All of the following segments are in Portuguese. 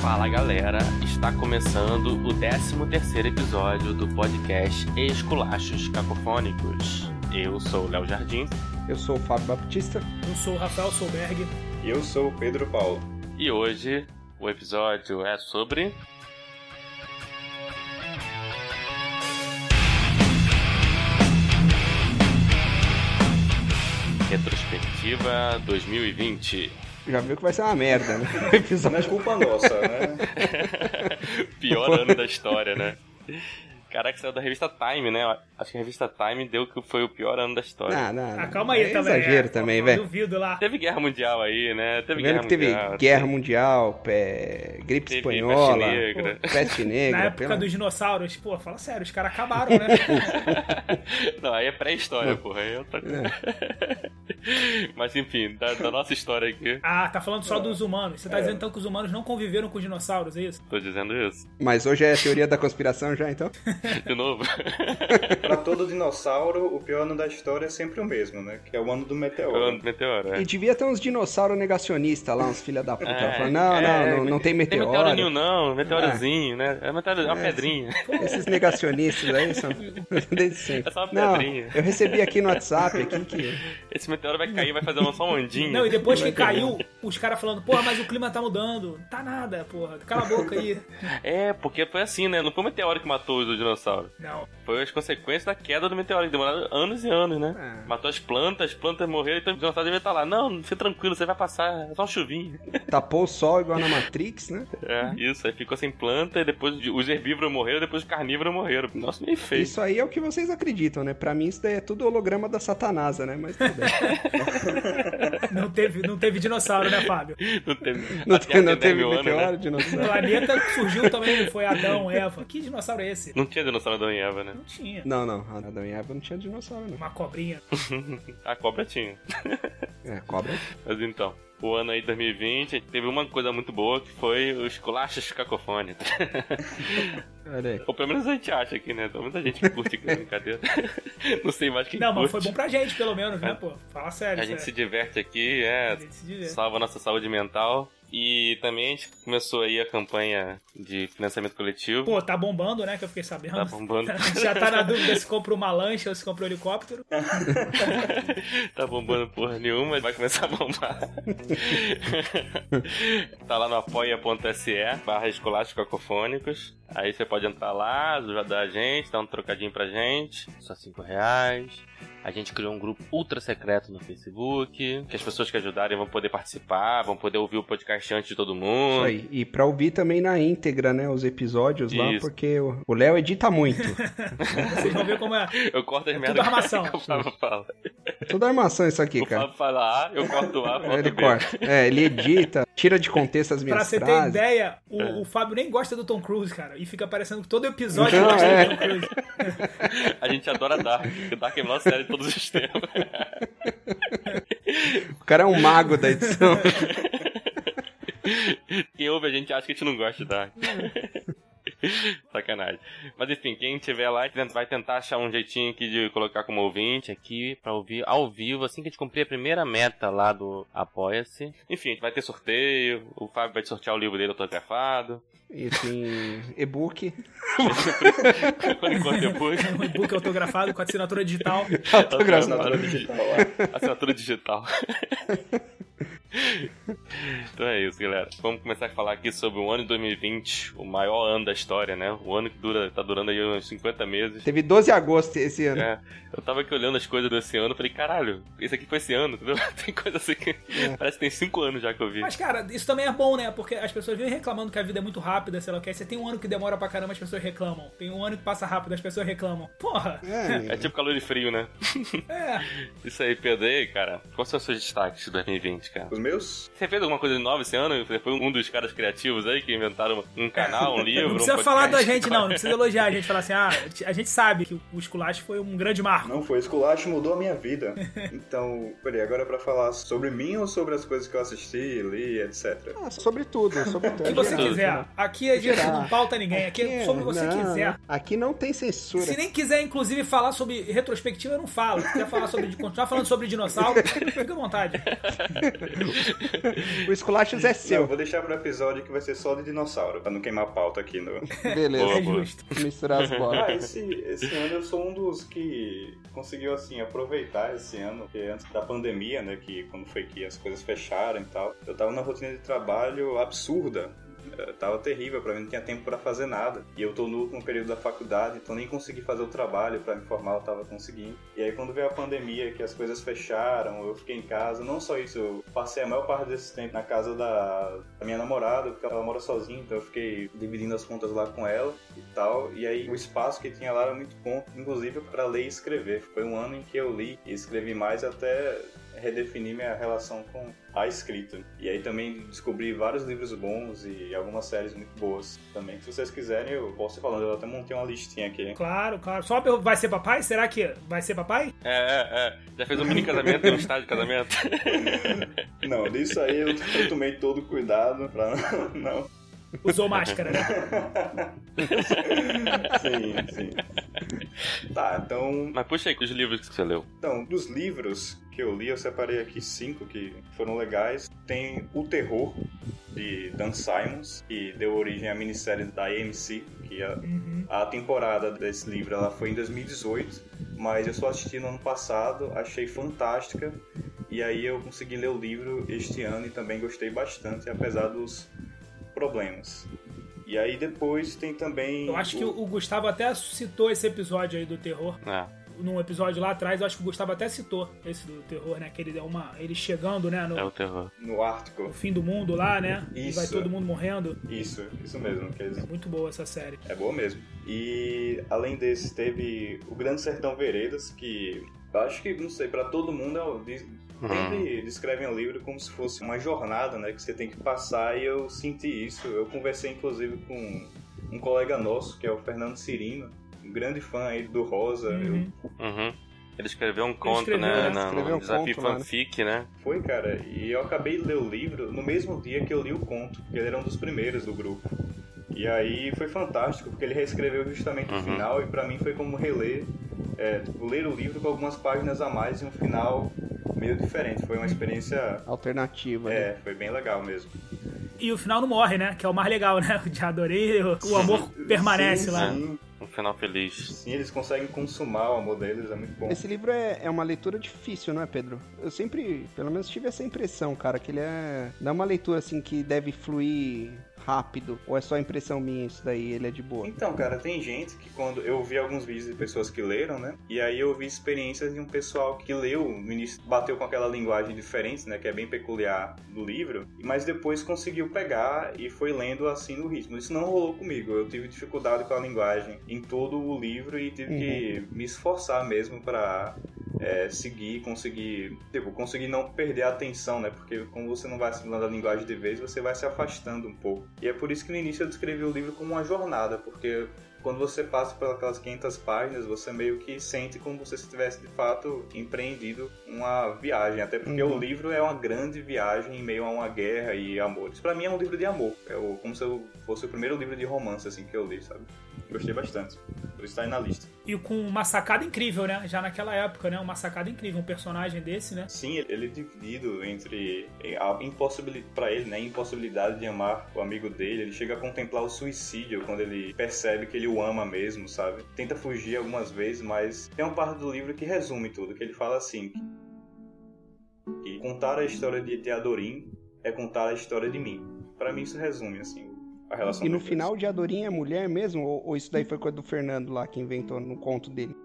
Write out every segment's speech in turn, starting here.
Fala galera, está começando o 13º episódio do podcast Esculachos Cacofônicos. Eu sou o Léo Jardim Eu sou o Fábio Baptista. Eu sou o Rafael Solberg. Eu sou o Pedro Paulo. e hoje o episódio é sobre Retrospectiva 2020. Já viu que vai ser uma merda, né? O episódio. Não é culpa nossa, né? Pior ano da história, né? Caraca, saiu da revista Time, né? Acho que a revista Time deu que foi o pior ano da história. Não, não, Ah, não. calma aí é também. exagero é, também, eu velho. Duvido lá. Teve guerra mundial aí, né? Teve guerra Vendo que teve mundial. guerra mundial, pé, gripe Teve espanhola, peste negra. peste negra. Na época pela- dos dinossauros, pô, fala sério, os caras acabaram, né? Não, aí é pré-história, porra. Aí é outra coisa. É. Mas enfim, da, da nossa história aqui, ah, tá falando só dos humanos. Você tá dizendo então que os humanos não conviveram com os dinossauros, é isso? tô dizendo isso. Mas hoje é a teoria da conspiração já, então? De novo. Pra todo dinossauro, o pior ano da história é sempre o mesmo, né? Que é o ano do O ano meteoro. do meteoro. é. E devia ter uns dinossauros negacionistas lá, uns filha da puta. É, falando, não, é, não, não, não tem Tem meteoro. meteoro nenhum, não. Meteorozinho, né? É meteoro, é uma É, pedrinha. Esses negacionistas aí são desde sempre. É só uma não, pedrinha. eu recebi aqui no WhatsApp aqui que Esse meteoro vai cair, vai fazer uma só uma ondinha. Não, e depois que caiu, os caras falando, porra, mas o clima tá mudando. Tá nada, porra. Cala a boca aí. É, porque foi assim, né? Não foi o meteoro que matou os dinossauros. Não. Foi as consequências da queda do meteoro, que demoraram anos e anos, né? Ah. Matou as plantas, as plantas morreram, então o dinossauro devia estar lá. Não, fica tranquilo, você vai passar, é só um chuvinho. tapou o sol igual na Matrix, né? É, isso, aí ficou sem planta, e depois os herbívoros morreram, depois os carnívoros morreram. Nossa, nem fez. Isso aí é o que vocês acreditam, né? Pra mim isso daí é tudo holograma da satanasa, né? Mas tudo bem. Não teve, não teve dinossauro, né, Fábio? Não teve, Não, a te- Terra não tem teve 10 mil anos, meteoro, né? O dinossauro. planeta que surgiu também, foi Adão, Eva. Que dinossauro é esse? Não tinha dinossauro da Eva, né? Não tinha. Não, não. Adão e Eva não tinha dinossauro, não. Uma cobrinha. A cobra tinha. É, cobra. Mas então, o ano aí 2020 teve uma coisa muito boa que foi os colachos cacofônicos. Olha aí. Ou pelo menos a gente acha aqui, né? Tem muita gente que curte aqui brincadeira. Não sei mais quem Não, curte. mas foi bom pra gente, pelo menos, né, pô? Fala sério. A gente se sério. diverte aqui, é, A gente se diverte. salva a nossa saúde mental. E também a gente começou aí a campanha de financiamento coletivo. Pô, tá bombando, né? Que eu fiquei sabendo. Tá bombando. Já tá na dúvida se compra uma lancha ou se compra um helicóptero. Tá bombando porra nenhuma, mas vai começar a bombar. tá lá no apoia.se barra escolásticos cacofônicos. Aí você pode entrar lá, ajudar a gente, dar um trocadinho pra gente. Só 5 reais. A gente criou um grupo ultra secreto no Facebook, que as pessoas que ajudarem vão poder participar, vão poder ouvir o podcast antes de todo Isso mundo. aí. E pra ouvir também na íntegra, né? Os episódios lá, Isso. porque o o Léo edita muito. Vocês vão ver como é. Eu corto as É merdas tudo armação. que o Fábio fala. Toda É armação isso aqui, O cara. Fábio fala A, eu corto A, Ele corto B. corta. É, ele edita, tira de contexto as Pra minhas você ter frases. ideia, o, É. o Fábio nem gosta do Tom Cruise, cara. E fica parecendo que todo episódio Não, ele gosta é. do Tom Cruise. A gente adora Dark, porque Dark é a melhor série de todos os tempos. O cara é um mago da edição. Quem ouve a gente acha que a gente não gosta de Dark. Sacanagem. Mas enfim, quem tiver lá vai tentar achar um jeitinho aqui de colocar como ouvinte aqui pra ouvir ao vivo, assim que a gente cumprir a primeira meta lá do Apoia-se. Enfim, a gente vai ter sorteio, o Fábio vai sortear o livro dele autografado. E tem e-book. Por enquanto depois. Um e-book autografado com assinatura digital. Assinatura digital lá. Assinatura digital. então é isso, galera. Vamos começar a falar aqui sobre o ano de 2020, o maior ano da história, né? O ano que dura, tá durando aí uns 50 meses. Teve 12 de agosto esse ano. É, eu tava aqui olhando as coisas desse ano, falei, caralho, esse aqui foi esse ano, entendeu? Tem coisa assim que parece que tem 5 anos já que eu vi. É. Mas, cara, isso também é bom, né? Porque as pessoas vivem reclamando que a vida é muito rápida, sei lá o que. Aí você tem um ano que demora pra caramba, as pessoas reclamam. Tem um ano que passa rápido, as pessoas reclamam. Porra! É tipo calor e frio, né? É. Isso aí, Pedro. E aí, cara, quais são os seus destaques de 2020, cara? Os meus? Você fez alguma coisa de nova esse ano? Você foi um dos caras criativos aí que inventaram um canal, um livro? um Não precisa podcast? falar da gente, não. Não precisa elogiar a gente. Falar assim, ah, a gente sabe que o esculacho foi um grande marco. Não foi. Esculacho mudou a minha vida. Então, peraí, agora pra falar sobre mim ou sobre as coisas que eu assisti, li, etc. Ah, sobre tudo, sobre tudo. É O que você Geral. quiser. Aqui a gente não pauta ninguém. Tá. Aqui é sobre o que você não, quiser. Aqui não tem censura. Se nem quiser, inclusive, falar sobre retrospectiva, eu não falo. Se quiser falar sobre, continuar falando sobre dinossauro, fica à vontade. O Esculachos é Não, eu seu. vou deixar pro episódio que vai ser só de dinossauro, pra não queimar a pauta aqui no. Boa, É boa. É. justo. Misturar as bolas. Ah, esse, esse ano eu sou um dos que conseguiu, assim, aproveitar esse ano, porque antes da pandemia, né, que quando foi que as coisas fecharam e tal, eu tava numa rotina de trabalho absurda. Eh, Tava terrível, pra mim não tinha tempo pra fazer nada. E eu tô no último período da faculdade, então nem consegui fazer o trabalho pra me formar, eu tava conseguindo. E aí quando veio a pandemia, que as coisas fecharam, eu fiquei em casa, não só isso, eu passei a maior parte desse tempo na casa da, da minha namorada, porque ela mora sozinha, então eu fiquei dividindo as contas lá com ela e tal. E aí o espaço que tinha lá era muito bom, inclusive para ler e escrever. Foi um ano em que eu li e escrevi mais até redefinir minha relação com a escrita. E aí também descobri vários livros bons e algumas séries muito boas também. Se vocês quiserem, eu posso ir falando. Eu até montei uma listinha aqui. Claro, claro. Só per- vai ser papai? Será que vai ser papai? É, é, é. Já fez um mini casamento, um estágio de casamento? Não, disso aí eu, eu tomei todo cuidado pra não- não Usou máscara, né? sim, sim. Tá, então, Mas puxa aí os livros que você leu. então, dos livros que eu li, eu separei aqui cinco que foram legais. Tem O Terror, de Dan Simons, que deu origem à minissérie da AMC, que a, Uhum. a temporada desse livro ela foi em 2018, mas eu só assisti no ano passado, achei fantástica. E aí eu consegui ler o livro este ano e também gostei bastante, apesar dos problemas. E aí depois tem também. Eu acho que o Gustavo até citou esse episódio aí do terror. É, Num episódio lá atrás, eu acho que o Gustavo até citou esse do terror, né? Que ele é uma. Ele chegando, né? é No, o terror. no Ártico. É no fim do mundo lá, né? E vai Isso. todo mundo morrendo. Isso, isso mesmo, quer É dizer, muito boa essa série. é boa mesmo. E além desses, teve o Grande Sertão Veredas, que eu acho que, não sei, pra todo mundo, é o- diz- Uhum. sempre descrevem o livro como se fosse uma jornada, né, que você tem que passar, e eu senti isso. Eu conversei, inclusive, com um colega nosso, que é o Fernando Cirino, um grande fã aí do Rosa. Uhum. Uhum. Ele escreveu um conto, escreveu, né? né? na- Escreveu no um desafio conto, mano. fanfic, né? Eu- foi, cara, e eu acabei de ler o livro no mesmo dia que eu li o conto, que ele era um dos primeiros do grupo. E aí foi fantástico, porque ele reescreveu justamente o Uhum. final e pra mim foi como reler, é, tipo, ler o livro com algumas páginas a mais e um final meio diferente. Foi uma experiência. Alternativa. né? É, foi bem legal mesmo. E o final não morre, né? Que é o mais legal, né? Já adorei. O o amor permanece Sim, lá. Sim, Um final feliz. sim, eles conseguem consumar o amor deles, é muito bom. Esse livro é, é uma leitura difícil, não é, Pedro? Eu sempre, pelo menos, tive essa impressão, cara, que ele é. Não é uma leitura assim que deve fluir rápido. Ou é só impressão minha isso daí, ele é de boa. Então, cara, tem gente que quando eu vi alguns vídeos de pessoas que leram, né? E aí eu vi experiências de um pessoal que leu, no início bateu com aquela linguagem diferente, né, que é bem peculiar do livro, mas depois conseguiu pegar e foi lendo assim no ritmo. Isso não rolou comigo. Eu tive dificuldade com a linguagem em todo o livro e tive que me esforçar mesmo pra é, seguir, conseguir, tipo, conseguir não perder a atenção, né? Porque como você não vai assimilando a linguagem de vez, você vai se afastando um pouco. E é por isso que no início eu descrevi o livro como uma jornada, porque quando você passa pelas 500 páginas, você meio que sente como se você estivesse de fato empreendido uma viagem, até porque Uhum. o livro é uma grande viagem em meio a uma guerra e amores. Pra mim é um livro de amor, é o- como se eu fosse o primeiro livro de romance assim que eu li, sabe? Gostei bastante. Por isso tá aí na lista. E com uma sacada incrível, né? Já naquela época, né? Uma sacada incrível. Um personagem desse, né? Sim, ele- ele é dividido entre é, a impossibilidade para ele, né, a impossibilidade de amar o amigo dele. Ele chega a contemplar o suicídio quando ele percebe que ele o ama mesmo, sabe? Tenta fugir algumas vezes, mas tem uma parte do livro que resume tudo, que ele fala assim: que contar a história de Teodorin é contar a história de mim. Pra mim isso resume assim a Então, relação. E no dos dois. final, o de Adorinha é mulher mesmo? Ou, ou isso daí foi coisa do Fernando lá que inventou no conto dele?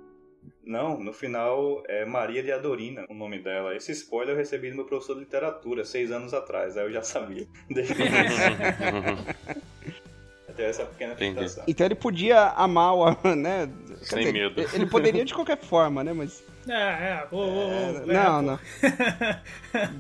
Não, no final é Maria de Adorina o nome dela. Esse spoiler eu recebi do meu professor de literatura seis anos atrás, aí eu já sabia. Desde que eu Até essa pequena Entendi. tentação. Então ele podia amar o. Né? Quer Sem medo. Ele poderia de qualquer forma, né? Mas. É, é. ô, ô, ô, é, não, não.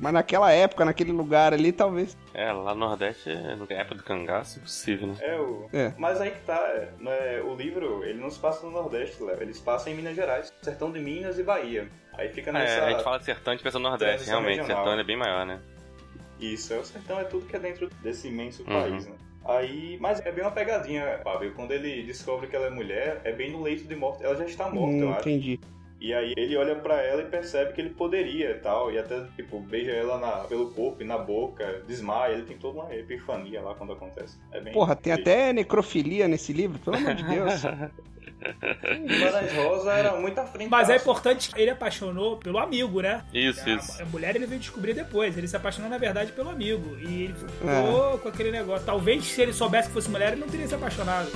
Mas naquela época, naquele lugar ali, talvez. é, lá no Nordeste, no é época do cangaço, impossível, né? É o... É. Mas aí que tá, é, né, o livro, ele não se passa no Nordeste, Léo. Ele se passa em Minas Gerais, sertão de Minas e Bahia. Aí fica Ah, nessa... é, a gente fala de sertão, a gente pensa no Nordeste, Transição realmente. regional. Sertão ele é bem maior, né? Isso, é o sertão, é tudo que é dentro desse imenso Uhum. país, né? Aí, mas é bem uma pegadinha, Fábio. Quando ele descobre que ela é mulher, é bem no leito de morte. Ela já está morta, Hum, eu acho. entendi. E aí ele olha pra ela e percebe que ele poderia e tal. E até, tipo, beija ela na- pelo corpo e na boca, desmaia. Ele tem toda uma epifania lá quando acontece. É bem Porra, tem bem- até necrofilia nesse livro, pelo amor de Deus. Varas Rosa era muito à frente. Mas é importante, ele apaixonou pelo amigo, né? Isso, A- isso. A mulher ele veio descobrir depois. Ele se apaixonou, na verdade, pelo amigo. E ele ficou com aquele negócio. Talvez se ele soubesse que fosse mulher, ele não teria se apaixonado.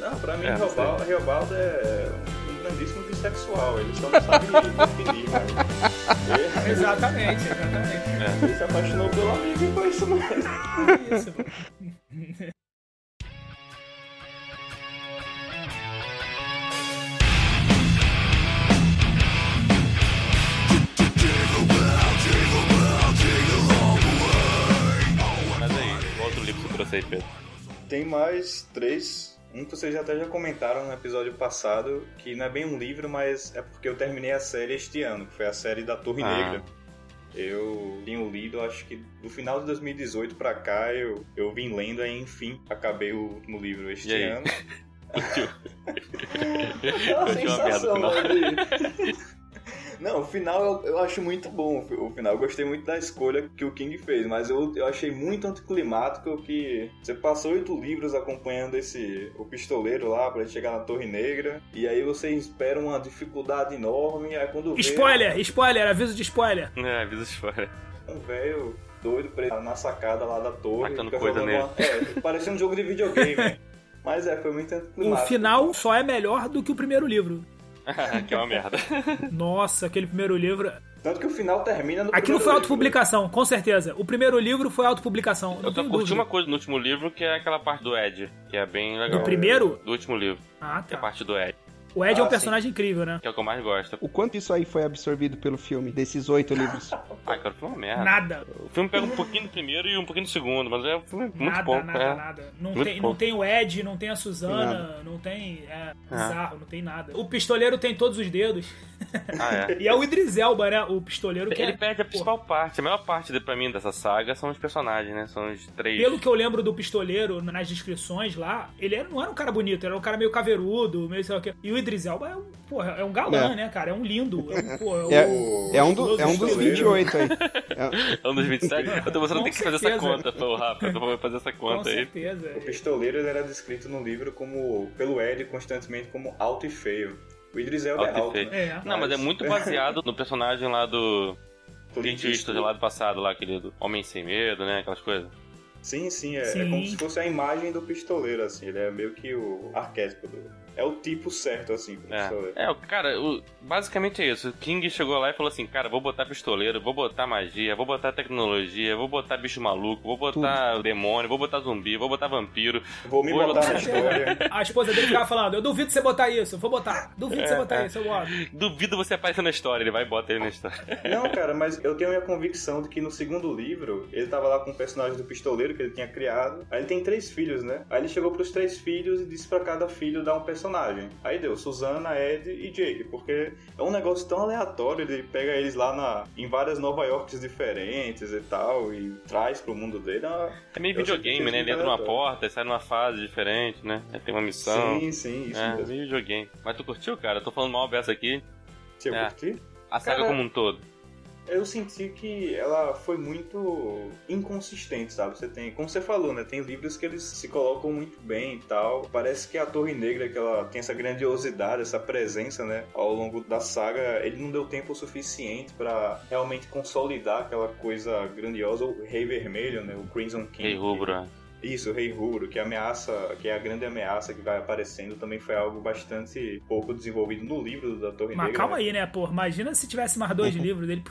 Não, pra mim, É, Reobaldo, Reobaldo é um grandíssimo bissexual. Ele só não sabe definir, cara. Ele- exatamente, exatamente. Ele se apaixonou pelo amigo e foi isso mesmo. É Isso, mano. Mas aí, qual outro livro que você trouxe aí, Pedro? Tem mais três. Um que vocês até já comentaram no episódio passado, que não é bem um livro, mas é porque eu terminei a série este ano, que foi a série da Torre Ah. Negra. Eu tenho lido, acho que do final de 2018 pra cá, eu, eu vim lendo aí, enfim, acabei o último livro este E aí? ano. É Eu achei uma merda o final. né? Não, o final eu, eu acho muito bom. O final eu gostei muito da escolha que o King fez, mas eu, eu achei muito anticlimático que você passou oito livros acompanhando esse o pistoleiro lá pra ele chegar na Torre Negra, e aí você espera uma dificuldade enorme, aí quando vê Spoiler, spoiler, aviso de spoiler. É, avisa fora. um velho doido preso na sacada lá da torre, Tacando fica coisa jogando uma- É, parecia um jogo de videogame. mas é, foi muito O anticlimático. final só é melhor do que o primeiro livro. que é uma merda. Nossa, aquele primeiro livro. Tanto que o final termina no Aquilo primeiro foi livro. autopublicação, com certeza. O primeiro livro foi autopublicação. Não Eu só tenho curti dúvida. uma coisa no último livro, que é aquela parte do Ed, que é bem legal. Do primeiro? Do último livro, Ah, que é a tá. parte do Ed, O Ed é Ah, um personagem incrível, né? que é o que eu mais gosto. O quanto isso aí foi absorvido pelo filme, desses oito livros? Ah, cara, o filme é uma merda. Nada. O filme pega um pouquinho do primeiro e um pouquinho do segundo, mas é um filme muito nada, pouco, nada, é. nada. Não Muito tem, não pouco. tem o Ed, não tem a Suzana, Nada. não tem. É bizarro, não tem nada. O pistoleiro tem todos os dedos. Ah, é. E é o Idris Elba, né? O pistoleiro que Ele é- perde a principal parte. A melhor parte de- pra mim dessa saga são os personagens, né? São os três. Pelo que eu lembro do pistoleiro nas descrições lá, ele era- não era um cara bonito, era um cara meio caveirudo, meio sei lá o quê. E o Idris Elba é um, porra, é um galã, É. né, cara? É um lindo. É um, porra, é um- É, é um, do- é um dos 28 aí. É- Anos 27. Eu tô mostrando Com tem que fazer essa certeza. conta, pô, Rafa. Eu vou fazer essa Com conta aí. certeza. é. O pistoleiro ele era descrito no livro como pelo Ed constantemente como alto e feio. O Idris Elba é Alto e alto. feio. Né? É. Não, mas é muito baseado no personagem lá do Clint cientista Eastwood. lá do passado, lá, aquele do Homem Sem Medo, né? Aquelas coisas. Sim, sim, é, é Sim. como se fosse a imagem do pistoleiro, assim. Ele é meio que o arquétipo do. É o tipo certo, assim, pro pistoleiro. É, é o- cara, o- basicamente é isso. O King chegou lá e falou assim: Cara, vou botar pistoleiro, vou botar magia, vou botar tecnologia, vou botar bicho maluco, vou botar demônio, vou botar zumbi, vou botar vampiro. Vou me Vou botar na botar- história. A esposa dele ficava falando, eu duvido você botar isso, eu vou botar. Duvido É. você botar isso, eu boto. Duvido você aparecer na história, ele vai e bota ele na história. Não, cara, mas eu tenho a minha convicção de que no segundo livro ele tava lá com o personagem do pistoleiro que ele tinha criado. Aí ele tem três filhos, né? Aí ele chegou pros três filhos e disse pra cada filho dar um personagem. Aí deu Susana, Ed e Jake, porque é um negócio tão aleatório. Ele pega eles lá na, em várias Nova Yorks diferentes e tal e traz pro mundo dele. Ah, É meio Eu sei que videogame, fez né? um Ele entra numa aleatório. porta, sai numa fase diferente, né? Aí tem uma missão. sim, sim, isso é, mesmo. meio videogame. Mas tu curtiu, cara? Eu tô falando mal dessa aqui. Você É. curtiu? A saga Cara, como um todo. Eu senti que ela foi muito inconsistente, sabe? Você tem, como você falou, né? Tem livros que eles se colocam muito bem e tal. Parece que a Torre Negra, que ela tem essa grandiosidade, essa presença, né? Ao longo da saga, ele não deu tempo suficiente pra realmente consolidar aquela coisa grandiosa, o Rei Vermelho, né? O Crimson King. Rei Rubro, né? Isso, o Rei Ruro, que ameaça, que é a grande ameaça que vai aparecendo, também foi algo bastante pouco desenvolvido no livro da Torre Mas Negra. calma né? aí, né, pô? Imagina se tivesse mais dois livros, ele,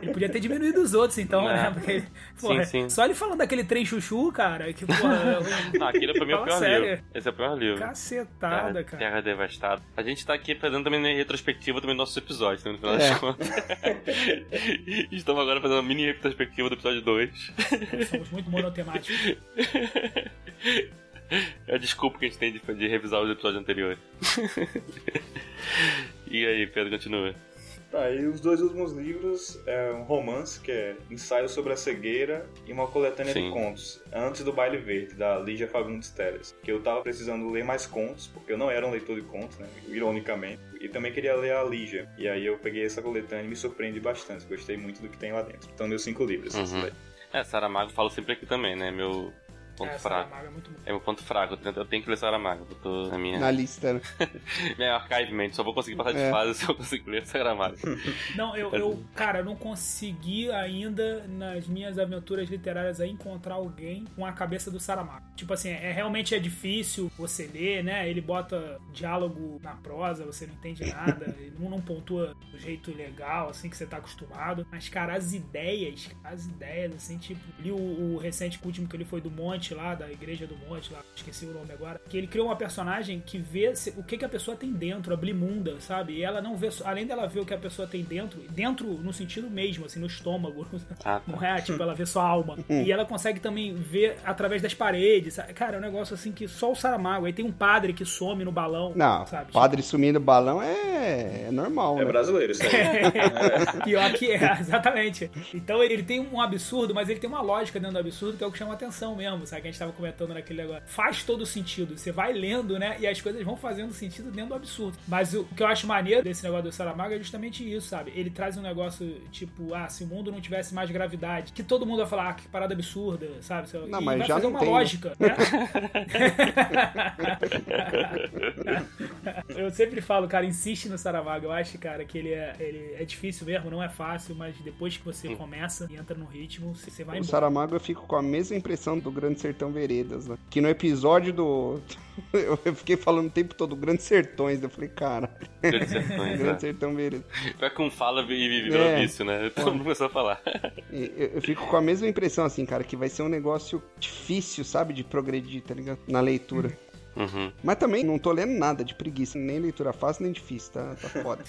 ele podia ter diminuído os outros, então, É. né? Porque, porra, sim. Só ele falando daquele trem chuchu, cara, que, porra, Não, aquele pra mim é o Fala pior sério. livro. Esse é o pior livro. cacetada, Terra- cara. Terra devastada. A gente tá aqui fazendo também uma retrospectiva também do nosso episódio, também, no final das É. contas. Estamos agora fazendo uma mini retrospectiva do episódio 2. Somos muito monotemáticos. É a desculpa que a gente tem de, de revisar os episódios anteriores. e aí, Pedro, continua. Tá, e os dois últimos livros é um romance que é Ensaio sobre a Cegueira e uma coletânea de Sim. contos, Antes do Baile Verde, da Lígia Fagundes Teles. Que eu tava precisando ler mais contos, porque eu não era um leitor de contos, né? Ironicamente. E também queria ler a Lígia. E aí eu peguei essa coletânea e me surpreendi bastante. Gostei muito do que tem lá dentro. Então, meus cinco livros. Uhum. esses daí. É, Saramago falo sempre aqui também, né? Meu ponto é, fraco. Saramago é muito bom. É meu ponto fraco. Eu tento- Eu tenho que ler Saramago. Eu tô na minha, na lista. né? minha archive mente. Só vou conseguir passar de É. fase se eu conseguir ler Saramago. Não, eu, É eu, cara, eu não consegui ainda nas minhas aventuras literárias aí encontrar alguém com a cabeça do Saramago. Tipo assim, é realmente é difícil você ler, né? Ele bota diálogo na prosa, você não entende nada, ele não, não pontua do jeito legal, assim, que você tá acostumado. Mas, cara, as ideias, as ideias, assim, tipo, li o, o recente último que ele foi do Monte lá, da Igreja do Monte lá, esqueci o nome agora, que ele criou uma personagem que vê se- o que, que a pessoa tem dentro, a Blimunda, sabe? E ela não vê, só- além dela ver o que a pessoa tem dentro, dentro no sentido mesmo, assim, no estômago, Ah, não tá. é? Tipo, ela vê sua alma. e ela consegue também ver através das paredes. sabe? Cara, é um negócio assim que só o Saramago. Aí tem um padre que some no balão. Não, sabe? padre sumindo balão é, é normal, É né? brasileiro isso aí. Pior que é, exatamente. Então ele tem um absurdo, mas ele tem uma lógica dentro do absurdo que é o que chama atenção mesmo, sabe? Que a gente tava comentando naquele negócio. Faz todo sentido. Você vai lendo, né? E as coisas vão fazendo sentido dentro do absurdo. Mas o que eu acho maneiro desse negócio do Saramago é justamente isso, sabe? Ele traz um negócio tipo, ah, se o mundo não tivesse mais gravidade, que todo mundo vai falar, ah, que parada absurda, sabe? Sei lá. Não, E mas vai já fazer não uma tem, né? lógica, né? Eu sempre falo, cara, insiste no Saramago. Eu acho, cara, que ele é, ele é difícil mesmo, não é fácil, mas depois que você começa e entra no ritmo, você você vai O embora. Saramago eu fico com a mesma impressão do Grande Sertão Veredas, né? Que no episódio do. eu fiquei falando o tempo todo Grandes Sertões, né? eu falei, cara, Grandes Sertões, né? Grande Sertão Veredas. Pior que um fala e vive pelo É. vício, né? Todo mundo começou a falar. E Eu, eu fico com a mesma impressão, assim, cara, que vai ser um negócio difícil, sabe, de progredir, tá ligado? Na leitura. Uhum. Mas também não tô lendo nada de preguiça, nem leitura fácil, nem difícil, tá, tá foda.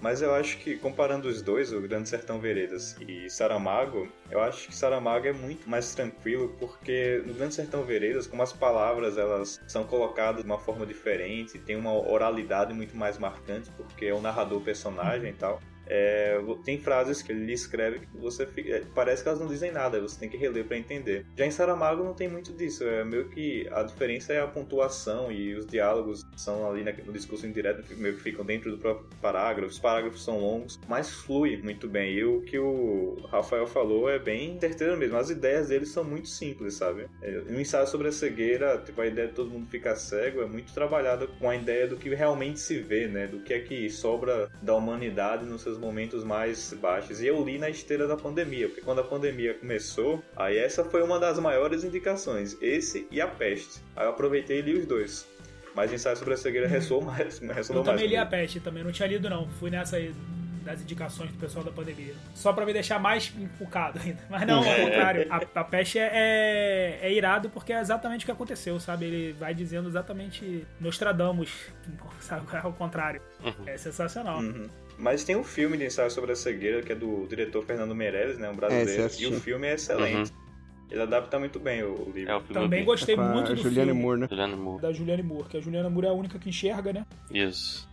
Mas eu acho que, comparando os dois, o Grande Sertão Veredas e Saramago, eu acho que Saramago é muito mais tranquilo, porque no Grande Sertão Veredas, como as palavras elas são colocadas de uma forma diferente, tem uma oralidade muito mais marcante, porque é o narrador personagem e tal. É, vo- tem frases que ele escreve que você fica- é, parece que elas não dizem nada, você tem que reler pra entender. Já em Saramago não tem muito disso, é meio que a diferença é a pontuação e os diálogos são ali na- no discurso indireto que meio que ficam dentro do próprio parágrafo. Os parágrafos são longos, mas flui muito bem. E o que o Rafael falou é bem certeiro mesmo. As ideias dele são muito simples, sabe? É, um ensaio sobre a cegueira, tipo a ideia de todo mundo ficar cego, é muito trabalhada com a ideia do que realmente se vê, né? Do que é que sobra da humanidade nos seus momentos mais baixos. E eu li na esteira da pandemia, porque quando a pandemia começou, aí essa foi uma das maiores indicações, esse e a peste. Aí eu aproveitei e li os dois. Mas ensaio sobre a cegueira ressoou mais, ressoou Eu mais. também li a comigo. peste, também não tinha lido, não. Fui nessa aí das indicações do pessoal da pandemia. Só pra me deixar mais encucado ainda. Mas não, ao contrário. A, a peste é, é, é irado porque é exatamente o que aconteceu, sabe? Ele vai dizendo exatamente Nostradamus, sabe? Ao contrário. É sensacional. Uhum. Mas tem um filme de ensaio sobre a cegueira que é do diretor Fernando Meirelles, né, um É, você brasileiro, e assistiu. o filme é excelente. Uhum. Ele adapta muito bem o livro. É o filme Também do gostei com a muito do Juliane filme Moore, né? Juliano Moore. da Juliane Moore, que a Juliana Moore é a única que enxerga, né? Isso.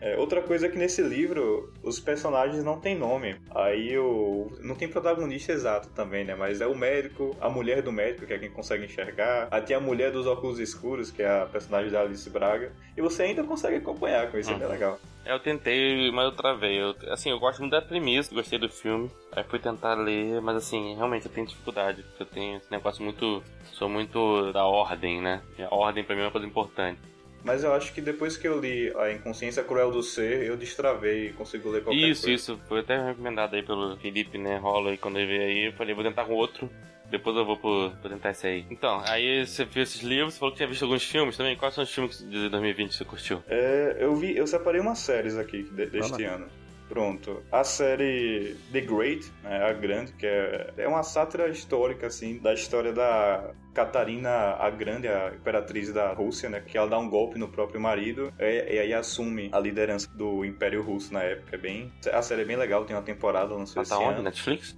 É, outra coisa é que nesse livro os personagens não têm nome. Aí o. Não tem protagonista exato também, né? Mas é o médico, a mulher do médico, que é quem consegue enxergar. Aí tem a mulher dos óculos escuros, que é a personagem da Alice Braga. E você ainda consegue acompanhar com isso, é bem legal. É, Eu tentei, mas eu travei. Eu, assim, eu gosto muito da premissa, gostei do filme. Aí fui tentar ler, mas assim, realmente eu tenho dificuldade. porque Eu tenho esse negócio muito. Sou muito da ordem, né? E A ordem pra mim é uma coisa importante. Mas eu acho que depois que eu li A Inconsciência Cruel do Ser, eu destravei e consigo ler qualquer isso, coisa. isso. Foi até recomendado aí pelo Felipe, né? Rola aí quando ele veio aí. Eu falei, vou tentar com outro. Depois eu vou, pro, vou tentar esse aí. Então, aí você viu esses livros, você falou que tinha visto alguns filmes também. Quais são os filmes de 2020 que você curtiu? Tá, É, eu vi, eu separei umas séries aqui de- deste lá. ano. Pronto. A série The Great, né, a grande, que é, é uma sátira histórica, assim, da história da Catarina a Grande, a imperatriz da Rússia, né? Que ela dá um golpe no próprio marido é, e, e aí assume a liderança do Império Russo na época. É bem, a série é bem legal, tem uma temporada, lançou Ela tá esse onde? ano. Netflix?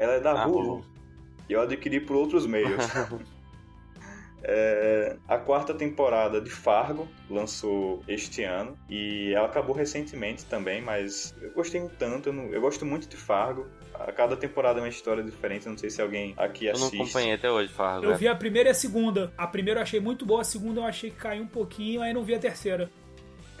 Ela é da Ah, Hulu. Hulu. E eu adquiri por outros meios. É, a quarta temporada de Fargo lançou este ano e ela acabou recentemente também, mas eu gostei um tanto, eu, não- eu gosto muito de Fargo. A cada temporada é uma história diferente, eu não sei se alguém aqui Eu não assiste. acompanhei até hoje, Tá Fargo. Eu né? vi a primeira e a segunda. A primeira eu achei muito boa, a segunda eu achei que caiu um pouquinho, aí não vi a terceira.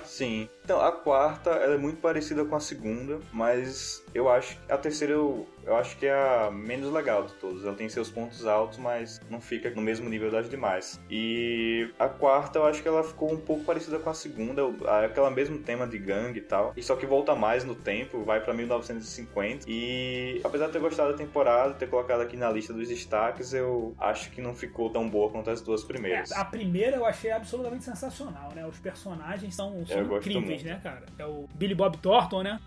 Sim. Então, a quarta, ela é muito parecida com a segunda, mas eu acho... A terceira, eu, eu acho que é a menos legal de todas. Ela tem seus pontos altos, mas não fica no mesmo nível das demais. E a quarta, eu acho que ela ficou um pouco parecida com a segunda. é Aquela mesmo tema de gangue e tal. E só que volta mais no tempo, vai pra 1950. E apesar de ter gostado da temporada, ter colocado aqui na lista dos destaques, eu acho que não ficou tão boa quanto as duas É, primeiras. a primeira eu achei absolutamente sensacional, né? Os personagens são, são É, Eu gosto incríveis, muito. né, cara? É o Billy Bob Thornton, né?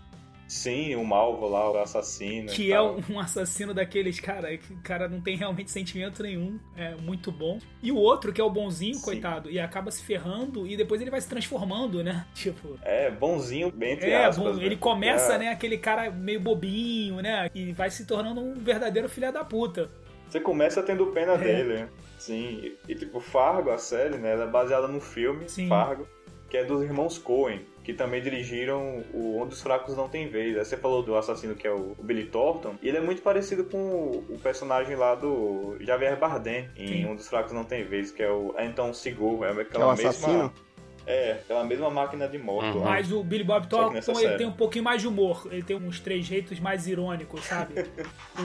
Sim, o Malvo lá, o assassino. e Que é tal. um assassino daqueles, cara, que o cara não tem realmente sentimento nenhum. É muito bom. E o outro, que é o bonzinho, Sim. coitado, e acaba se ferrando e depois ele vai se transformando, né? Tipo. É, bonzinho, bem entre É, aspas. bom, né? ele começa, É. né, aquele cara meio bobinho, né? E vai se tornando um verdadeiro filho da puta. Você começa tendo É. pena dele, né? Sim. E, e, tipo, Fargo, a série, né? Ela é baseada num filme, Sim. Fargo, que é dos irmãos Coen, que também dirigiram o Onde os Fracos Não Tem Vez. Aí você falou do assassino que é o, o Billy Thornton, e ele é muito parecido com o, o personagem lá do Javier Bardem, em Sim. Um dos Fracos Não Tem Vez, que é o Anton Seagull. É Que é o aquela assassino? mesma... É, aquela mesma máquina de moto Uhum. lá. Mas o Billy Bob Só que Thornton, nessa ele série. tem um pouquinho mais de humor. Ele tem uns trejeitos mais irônicos, sabe?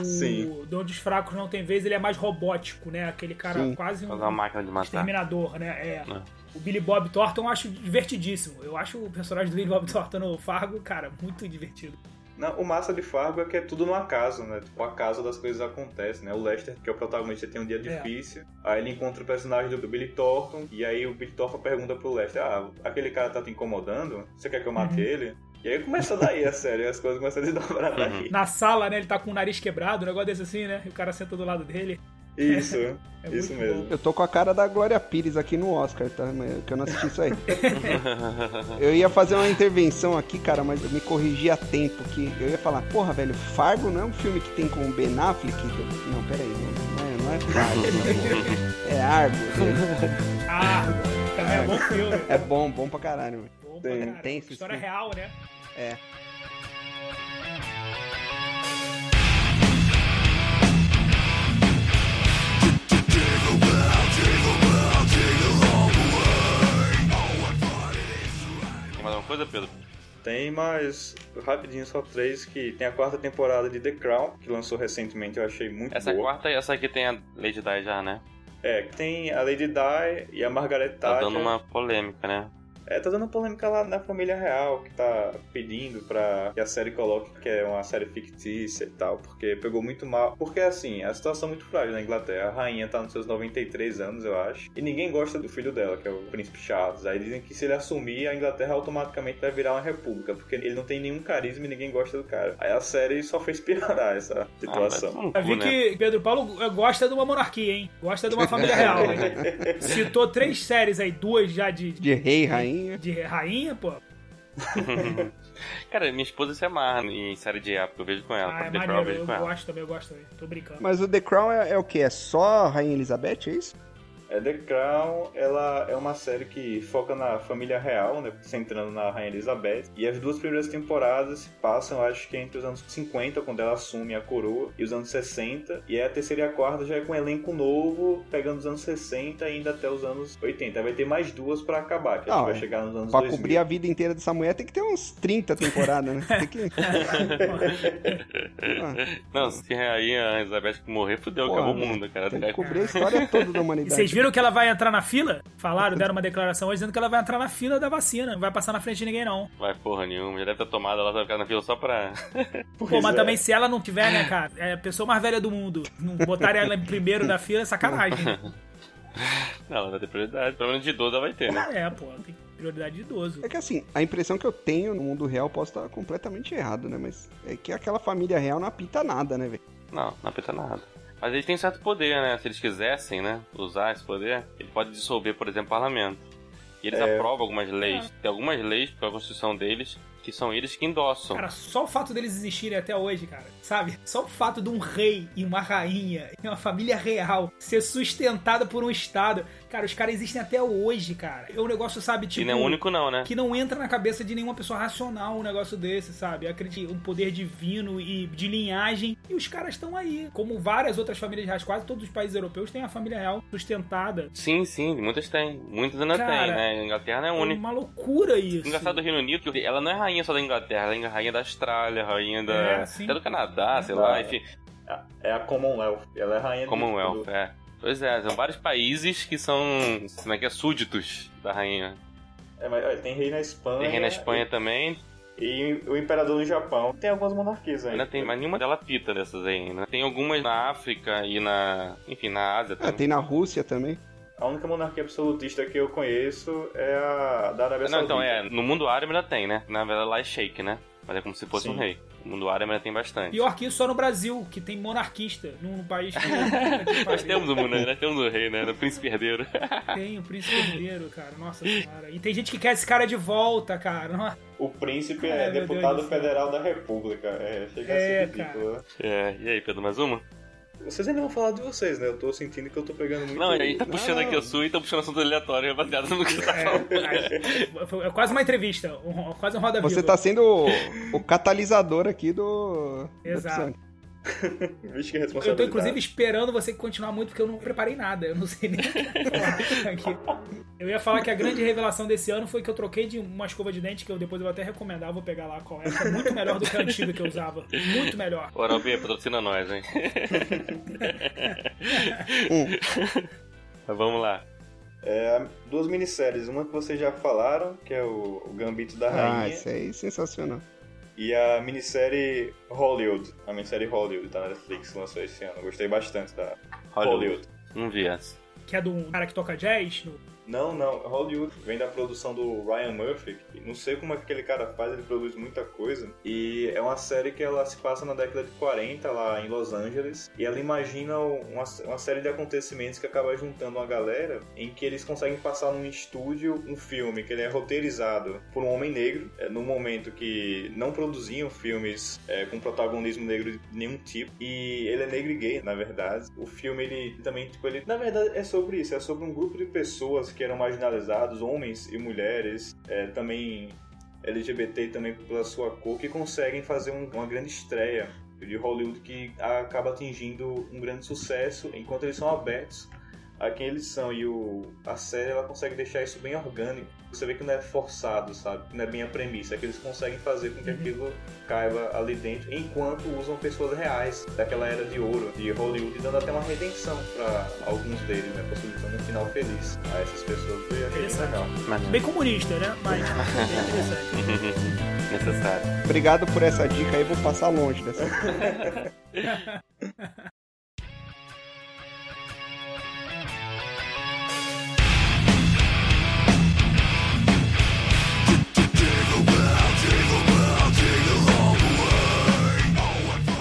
O Sim. De Onde os Fracos Não Tem Vez, ele é mais robótico, né? Aquele cara Sim. quase um Fazer é uma máquina de matar. exterminador, né? É. É. O Billy Bob Thornton eu acho divertidíssimo. Eu acho o personagem do Billy Bob Thornton no Fargo, cara, muito divertido. Não, o massa de Fargo é que é tudo no acaso, né? Tipo, o acaso das coisas acontece, né? O Lester, que é o protagonista, tem um dia É. difícil. Aí ele encontra o personagem do Billy Thornton. E aí o Billy Thornton pergunta pro Lester: Ah, aquele cara tá te incomodando? Você quer que eu mate Uhum. ele? E aí começa daí a série, as coisas começam a desdobrar Uhum. daí. Na sala, né? Ele tá com o nariz quebrado, um negócio desse assim, né? E o cara senta do lado dele. Isso. É Isso muito mesmo. bom. Eu tô com a cara da Glória Pires aqui no Oscar, tá? Mas Que eu não assisti isso aí. Eu ia fazer uma intervenção aqui, cara, mas eu me corrigi a tempo que eu ia falar, porra, velho, Fargo não é um filme que tem com o Ben Affleck? Eu- Não, peraí, não é, não é Fargo, né? é Argo. né? Ah, também é bom filme. É bom, bom pra caralho, velho. Tem- Bom pra caralho. tem esse História filme. real, né? Tem mais alguma coisa, Pedro? Tem, mas rapidinho, só três que tem a quarta temporada de The Crown, que lançou recentemente, eu achei muito Essa boa. quarta, essa aqui tem a Lady Di já, né? É, que tem a Lady Di e a Margaret Thatcher. Tá dando uma polêmica, né? É, tá dando polêmica lá na família real, que tá pedindo pra que a série coloque que é uma série fictícia e tal, porque pegou muito mal. Porque, assim, a situação é muito frágil na Inglaterra. A rainha tá nos seus 93 anos, eu acho, e ninguém gosta do filho dela, que é o príncipe Charles. Aí dizem que se ele assumir, a Inglaterra automaticamente vai virar uma república, porque ele não tem nenhum carisma e ninguém gosta do cara. Aí a série só fez piorar essa Ah, situação. vai tomar no Eu cu, vi né? que Pedro Paulo eh, gosta de uma monarquia, hein? Gosta de uma família real. né? Citou três séries aí, duas já de, De rei, rainha. de rainha, pô. né? Cara, minha esposa se amarra em série de época, eu vejo com ela. Ah, é pra The Crown, eu maneiro. vejo Eu com ela. gosto também, eu gosto também. Tô brincando. Mas o The Crown é, é o quê? É só a Rainha Elizabeth, é isso? É The Crown, ela é uma série que foca na família real, né? Centrando na Rainha Elizabeth. E as duas primeiras temporadas se passam, eu acho que entre os anos 50, quando ela assume a coroa, e os anos 60. E aí a terceira e a quarta já é com um elenco novo, pegando os anos 60 e indo até os anos 80. Aí vai ter mais duas pra acabar, que acho Ah, que vai chegar nos anos Pra 2000. cobrir a vida inteira dessa mulher tem que ter uns 30 temporadas, né? Tem que... Ah, Não, se aí a Elizabeth morrer, fudeu, Porra, acabou o né? mundo, cara. tem que cobrir a história toda da E vocês humanidade. viram que ela vai entrar na fila? Falaram, deram uma declaração hoje dizendo que ela vai entrar na fila da vacina. Não vai passar na frente de ninguém, não. Vai porra nenhuma, já deve ter tomado, ela vai ficar na fila só pra. Pô, Pois mas é. também se ela não tiver, né, cara? É a pessoa mais velha do mundo. Não botarem ela em primeiro da fila é sacanagem, né? Não, ela vai ter prioridade. Pelo menos de 12 ela vai ter, né? É, pô, tem prioridade de idoso. É que assim, a impressão que eu tenho no mundo real, posso estar completamente errado, né? Mas é que aquela família real não apita nada, né, velho? Não, não apita nada. Mas eles têm certo poder, né? Se eles quisessem, né? Usar esse poder, ele pode dissolver, por exemplo, o parlamento. E eles É. É. aprovam algumas leis. Tem algumas leis, pela constituição deles, que são eles que endossam. Cara, só o fato deles existirem até hoje, cara, sabe? Só o fato de um rei e uma rainha e uma família real ser sustentada por um Estado. Cara, os caras existem até hoje, cara. É um negócio, sabe, tipo. e não é único, não, né? que não entra na cabeça de nenhuma pessoa racional um negócio desse, sabe? Acredite, um poder divino e de linhagem. E os caras estão aí. Como várias outras famílias reais, quase todos os países europeus têm a família real sustentada. Sim, sim, muitas têm. Muitas ainda Cara, têm, né? A Inglaterra não é É única. uma loucura isso. Engraçado do Reino Unido, porque ela não é rainha só da Inglaterra, ela é rainha da Austrália, rainha da. É, sim. até do Canadá, sei Tá. lá, enfim. É a Commonwealth. Ela é a rainha do- Commonwealth, do... é. Pois é, são vários países que são. Como é que é? Súditos da rainha. É, mas olha, tem rei na Espanha. Tem rei na Espanha é. também, E, e o imperador no Japão. Tem algumas monarquias ainda. ainda tem, mas nenhuma dela pita dessas aí ainda. Tem algumas na África e na. Enfim, na Ásia Ah, também. tem na Rússia também. A única monarquia absolutista que eu conheço é a da Arábia Não, Saudita. então é, no mundo árabe ainda tem, né? Na verdade lá é sheik, né? Mas é como se fosse Sim. um rei. No mundo árabe ainda tem bastante. Pior que isso só no Brasil, que tem monarquista num país que. Nós temos o mundo, nós temos o rei, né? O príncipe herdeiro. Tem o príncipe herdeiro, cara. Nossa senhora. E tem gente que quer esse cara de volta, cara. Nossa. O príncipe Ai, é meu Deus deputado do céu. federal da república. É, chega É, a ser ridículo. né? É, e aí, Pedro, mais uma? Vocês ainda vão falar de vocês, né? Eu tô sentindo que eu tô pegando muito... Não, ele tá puxando não. aqui o sul e tá puxando assunto aleatório, rapaziada, no que tá falando. É, foi- é quase uma entrevista, um- quase um roda Você viva. tá sendo o, o catalisador aqui do. do Exato. episódio. Vixe, que responsabilidade. Eu tô, inclusive, esperando você continuar muito, porque eu não preparei nada. Eu não sei nem o que eu vou falar aqui. Eu ia falar que a grande revelação desse ano foi que eu troquei de uma escova de dente, que eu depois eu vou até recomendar, vou pegar lá qual é, que é muito melhor do que a antiga que eu usava. Muito melhor. Oral B, patrocina nós, hein? Um. Mas Vamos lá. É, duas minisséries. Uma que vocês já falaram, que é o o Gambito da Ah, Rainha. isso aí é sensacional. E a minissérie Hollywood. A minissérie Hollywood, tá na Netflix, lançou esse ano. Eu Gostei bastante da Hollywood. Hollywood. Não vi essa. Que é do cara que toca jazz. no- Não, não. Hollywood vem da produção do Ryan Murphy. que Não sei como é que aquele cara faz, ele produz muita coisa. E é uma série que ela se passa na década de 40, lá em Los Angeles. E ela imagina uma, uma série de acontecimentos que acaba juntando uma galera em que eles conseguem passar num estúdio um filme que ele é roteirizado por um homem negro, é, num momento que não produziam filmes é, com protagonismo negro de nenhum tipo. E ele é negro e gay, na verdade. O filme, ele também, tipo, ele... Na verdade, é sobre isso. É sobre um grupo de pessoas que eram marginalizados, homens e mulheres, é, também LGBT e também pela sua cor, que conseguem fazer um- uma grande estreia de Hollywood que acaba atingindo um grande sucesso enquanto eles são abertos a quem eles são. E o, a série ela consegue deixar isso bem orgânico. Você vê que não é forçado, sabe? Que Não é bem a premissa. É que eles conseguem fazer com que Uhum. aquilo caiba ali dentro, enquanto usam pessoas reais daquela era de ouro de Hollywood, dando até uma redenção para alguns deles, né? Possibilitando um final feliz a essas pessoas. Foi achei bem Interessante. legal. Bem comunista, né? Mas bem interessante. Necessário. Obrigado por essa dica aí, vou passar longe dessa.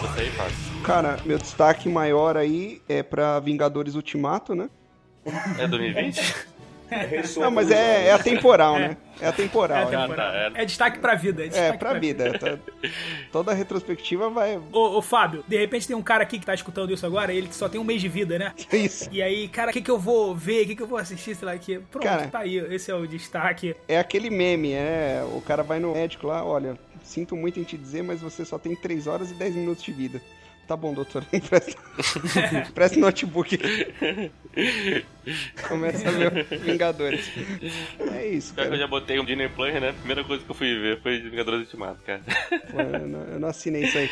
Você aí, Fábio. Cara, meu destaque maior aí é pra Vingadores Ultimato, né? É 2020? Ressoa Não, mas pelos é, é olhos. atemporal, né? É atemporal. É, né? temporada. Ah, tá, É destaque pra vida. É, É, destaque pra vida. tá- Toda retrospectiva vai. Ô, ô, Fábio, de repente tem um cara aqui que tá escutando isso agora, ele que só tem um mês de vida, né? é Isso. E aí, cara, o que, que eu vou ver? O que, que eu vou assistir? Sei lá, aqui. Pronto, Cara. tá aí. Esse é o destaque. É aquele meme, é. O cara vai no médico lá, olha, sinto muito em te dizer, mas você só tem 3 horas e 10 minutos de vida. Tá bom, doutor, empresta, empresta o notebook. Começa a ver o Vingadores. É isso, Pior que eu cara. já botei um Disney Plus, né? A primeira coisa que eu fui ver foi Vingadores Ultimato, cara. Pô, eu, não, eu não assinei isso aí.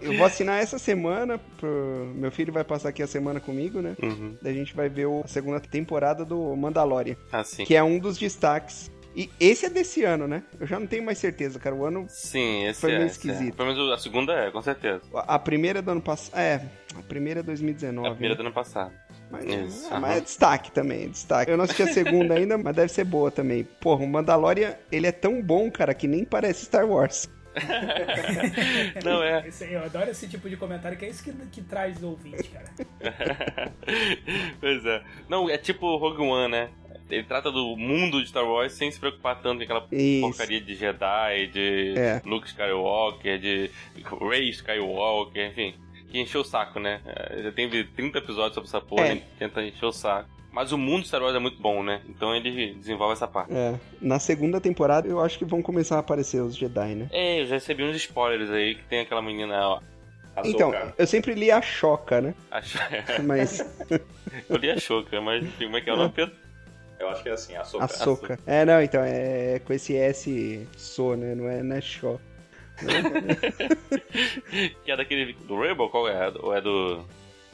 Eu vou assinar essa semana. Pro... Meu filho vai passar aqui a semana comigo, né? Uhum. Daí a gente vai ver o- a segunda temporada do Mandalorian, Assim. que é um dos destaques. E esse é desse ano, né? Eu já não tenho mais certeza, cara. O ano Sim, esse Foi é. meio esse é. esquisito. Pelo menos a segunda é, com certeza. A primeira do ano passado. É, a primeira é É 2019. a primeira né? do ano passado. mas, Isso, ah, aham. mas é destaque também, é destaque. Eu não assisti a segunda ainda, mas deve ser boa também. Porra, o Mandalorian, ele é tão bom, cara, que nem parece Star Wars. Não é. Esse- eu adoro esse tipo de comentário, que é isso que, que traz o ouvinte, cara. pois é. Não, é tipo Rogue One, né? ele trata do mundo de Star Wars sem se preocupar tanto com aquela Isso. porcaria de Jedi, de É. Luke Skywalker, de Rey Skywalker, enfim. Que encheu o saco, né? É, Já teve 30 episódios sobre essa porra, É. ele tenta encher o saco. Mas o mundo de Star Wars é muito bom, né? Então ele desenvolve essa parte. É, na segunda temporada eu acho que vão começar a aparecer os Jedi, né? É, eu já recebi uns spoilers aí que tem aquela menina, ó. Ahsoka. Então, eu sempre li a Choca, né? A Sh- Mas eu li a Shoka, mas enfim, como é que é o nome? Pedro? Eu acho que é assim, a sopa. a Soca. É, não, então é com esse S so, né? Não é, não é Cho. Que é daquele. Do Rebel? Qual é? Ou é do.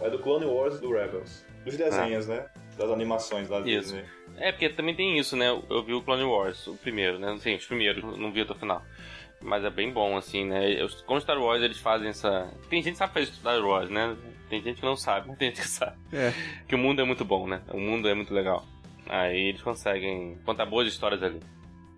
É do Clone Wars e do Rebels. Dos desenhos, né? Das animações da Isso. Disney. É, porque também tem isso, né? Eu vi o Clone Wars, o primeiro, né? Sim, os primeiros, não vi até o final. Mas é bem bom, assim, né? Os- Com Star Wars eles fazem essa. Tem gente que sabe fazer Star Wars, né? Tem gente que não sabe, mas tem gente que sabe. É. Que o mundo é muito bom, né? O mundo é muito legal. Aí eles conseguem contar boas histórias ali.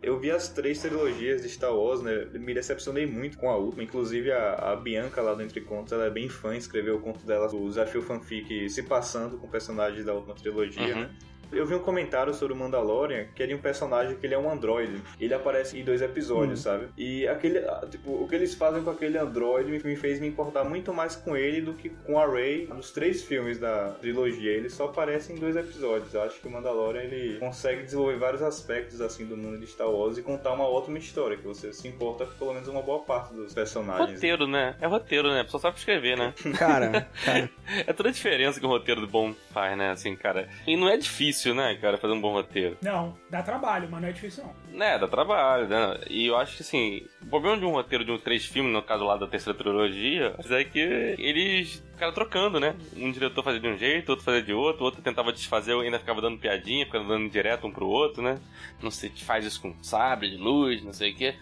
Eu vi as três trilogias de Star Wars, né? Me decepcionei muito com a última. Inclusive, a, a Bianca lá do Entre Contos, ela é bem fã, escreveu o conto dela, o desafio fanfic se passando com personagens da última trilogia, Uhum. né? Eu vi um comentário sobre o Mandalorian, que é de um personagem que ele é um androide. Ele aparece em dois Hum. episódios, sabe? E aquele, ah, tipo, o que eles fazem com aquele androide me- me fez me importar muito mais com ele do que com a Rey nos três filmes da trilogia. Ele só aparece em dois episódios. Eu acho que o Mandalorian ele consegue desenvolver vários aspectos assim do mundo de Star Wars e contar uma ótima história que você se importa com pelo menos uma boa parte dos personagens. Roteiro, né? É roteiro, né? A pessoa sabe escrever, né? Cara, cara, É toda a diferença que um roteiro do bom faz, né? Assim, cara. E não é difícil, né, cara, fazer um bom roteiro. Não, dá trabalho, mas não é difícil não. Né, dá trabalho, né? E eu acho que assim, o problema de um roteiro de um três filmes, no caso lá da terceira trilogia, é que eles ficaram trocando, né? Um diretor fazia de um jeito, outro fazia de outro, outro tentava desfazer, ainda ficava dando piadinha, ficava dando direto um pro outro, né? Não sei, faz isso com sabre de luz, não sei o quê.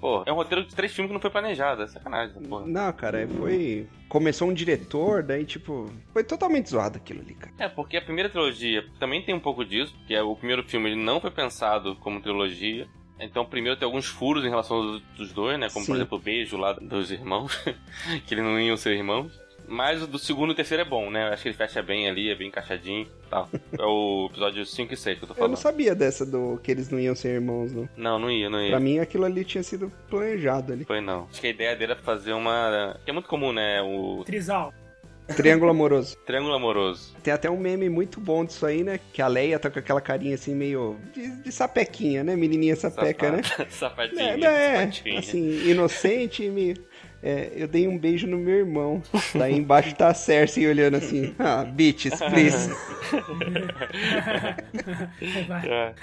Pô, é um roteiro de três filmes que não foi planejado, é sacanagem, essa porra. não, cara, foi. Começou um diretor, daí, tipo. Foi totalmente zoado aquilo ali, cara. É, porque a primeira trilogia também tem um pouco disso, porque o primeiro filme ele não foi pensado como trilogia. Então, primeiro tem alguns furos em relação aos dos dois, né? Como, por Sim. exemplo, o beijo lá dos irmãos, que eles não iam ser irmãos. Mas o do segundo e terceiro é bom, né? Eu acho que ele fecha bem ali, é bem encaixadinho e tal. É o episódio 5 e 6 que eu tô Eu não falando. sabia dessa do que eles não iam ser irmãos, não. Não, não ia, não ia. Pra mim aquilo ali tinha sido planejado ali. Foi não. Acho que a ideia dele era fazer uma. que é muito comum, né? O Trisal, Triângulo amoroso. triângulo amoroso. Tem até um meme muito bom disso aí, né? Que a Leia tá com aquela carinha assim, meio de, de sapequinha, né? Menininha sapeca, né? Safado. Safadinho, É, né? sapatinho. assim, inocente e me... é, eu dei um beijo no meu irmão. Daí embaixo tá a Cersei olhando assim. Ah, bitches, please. vai. É.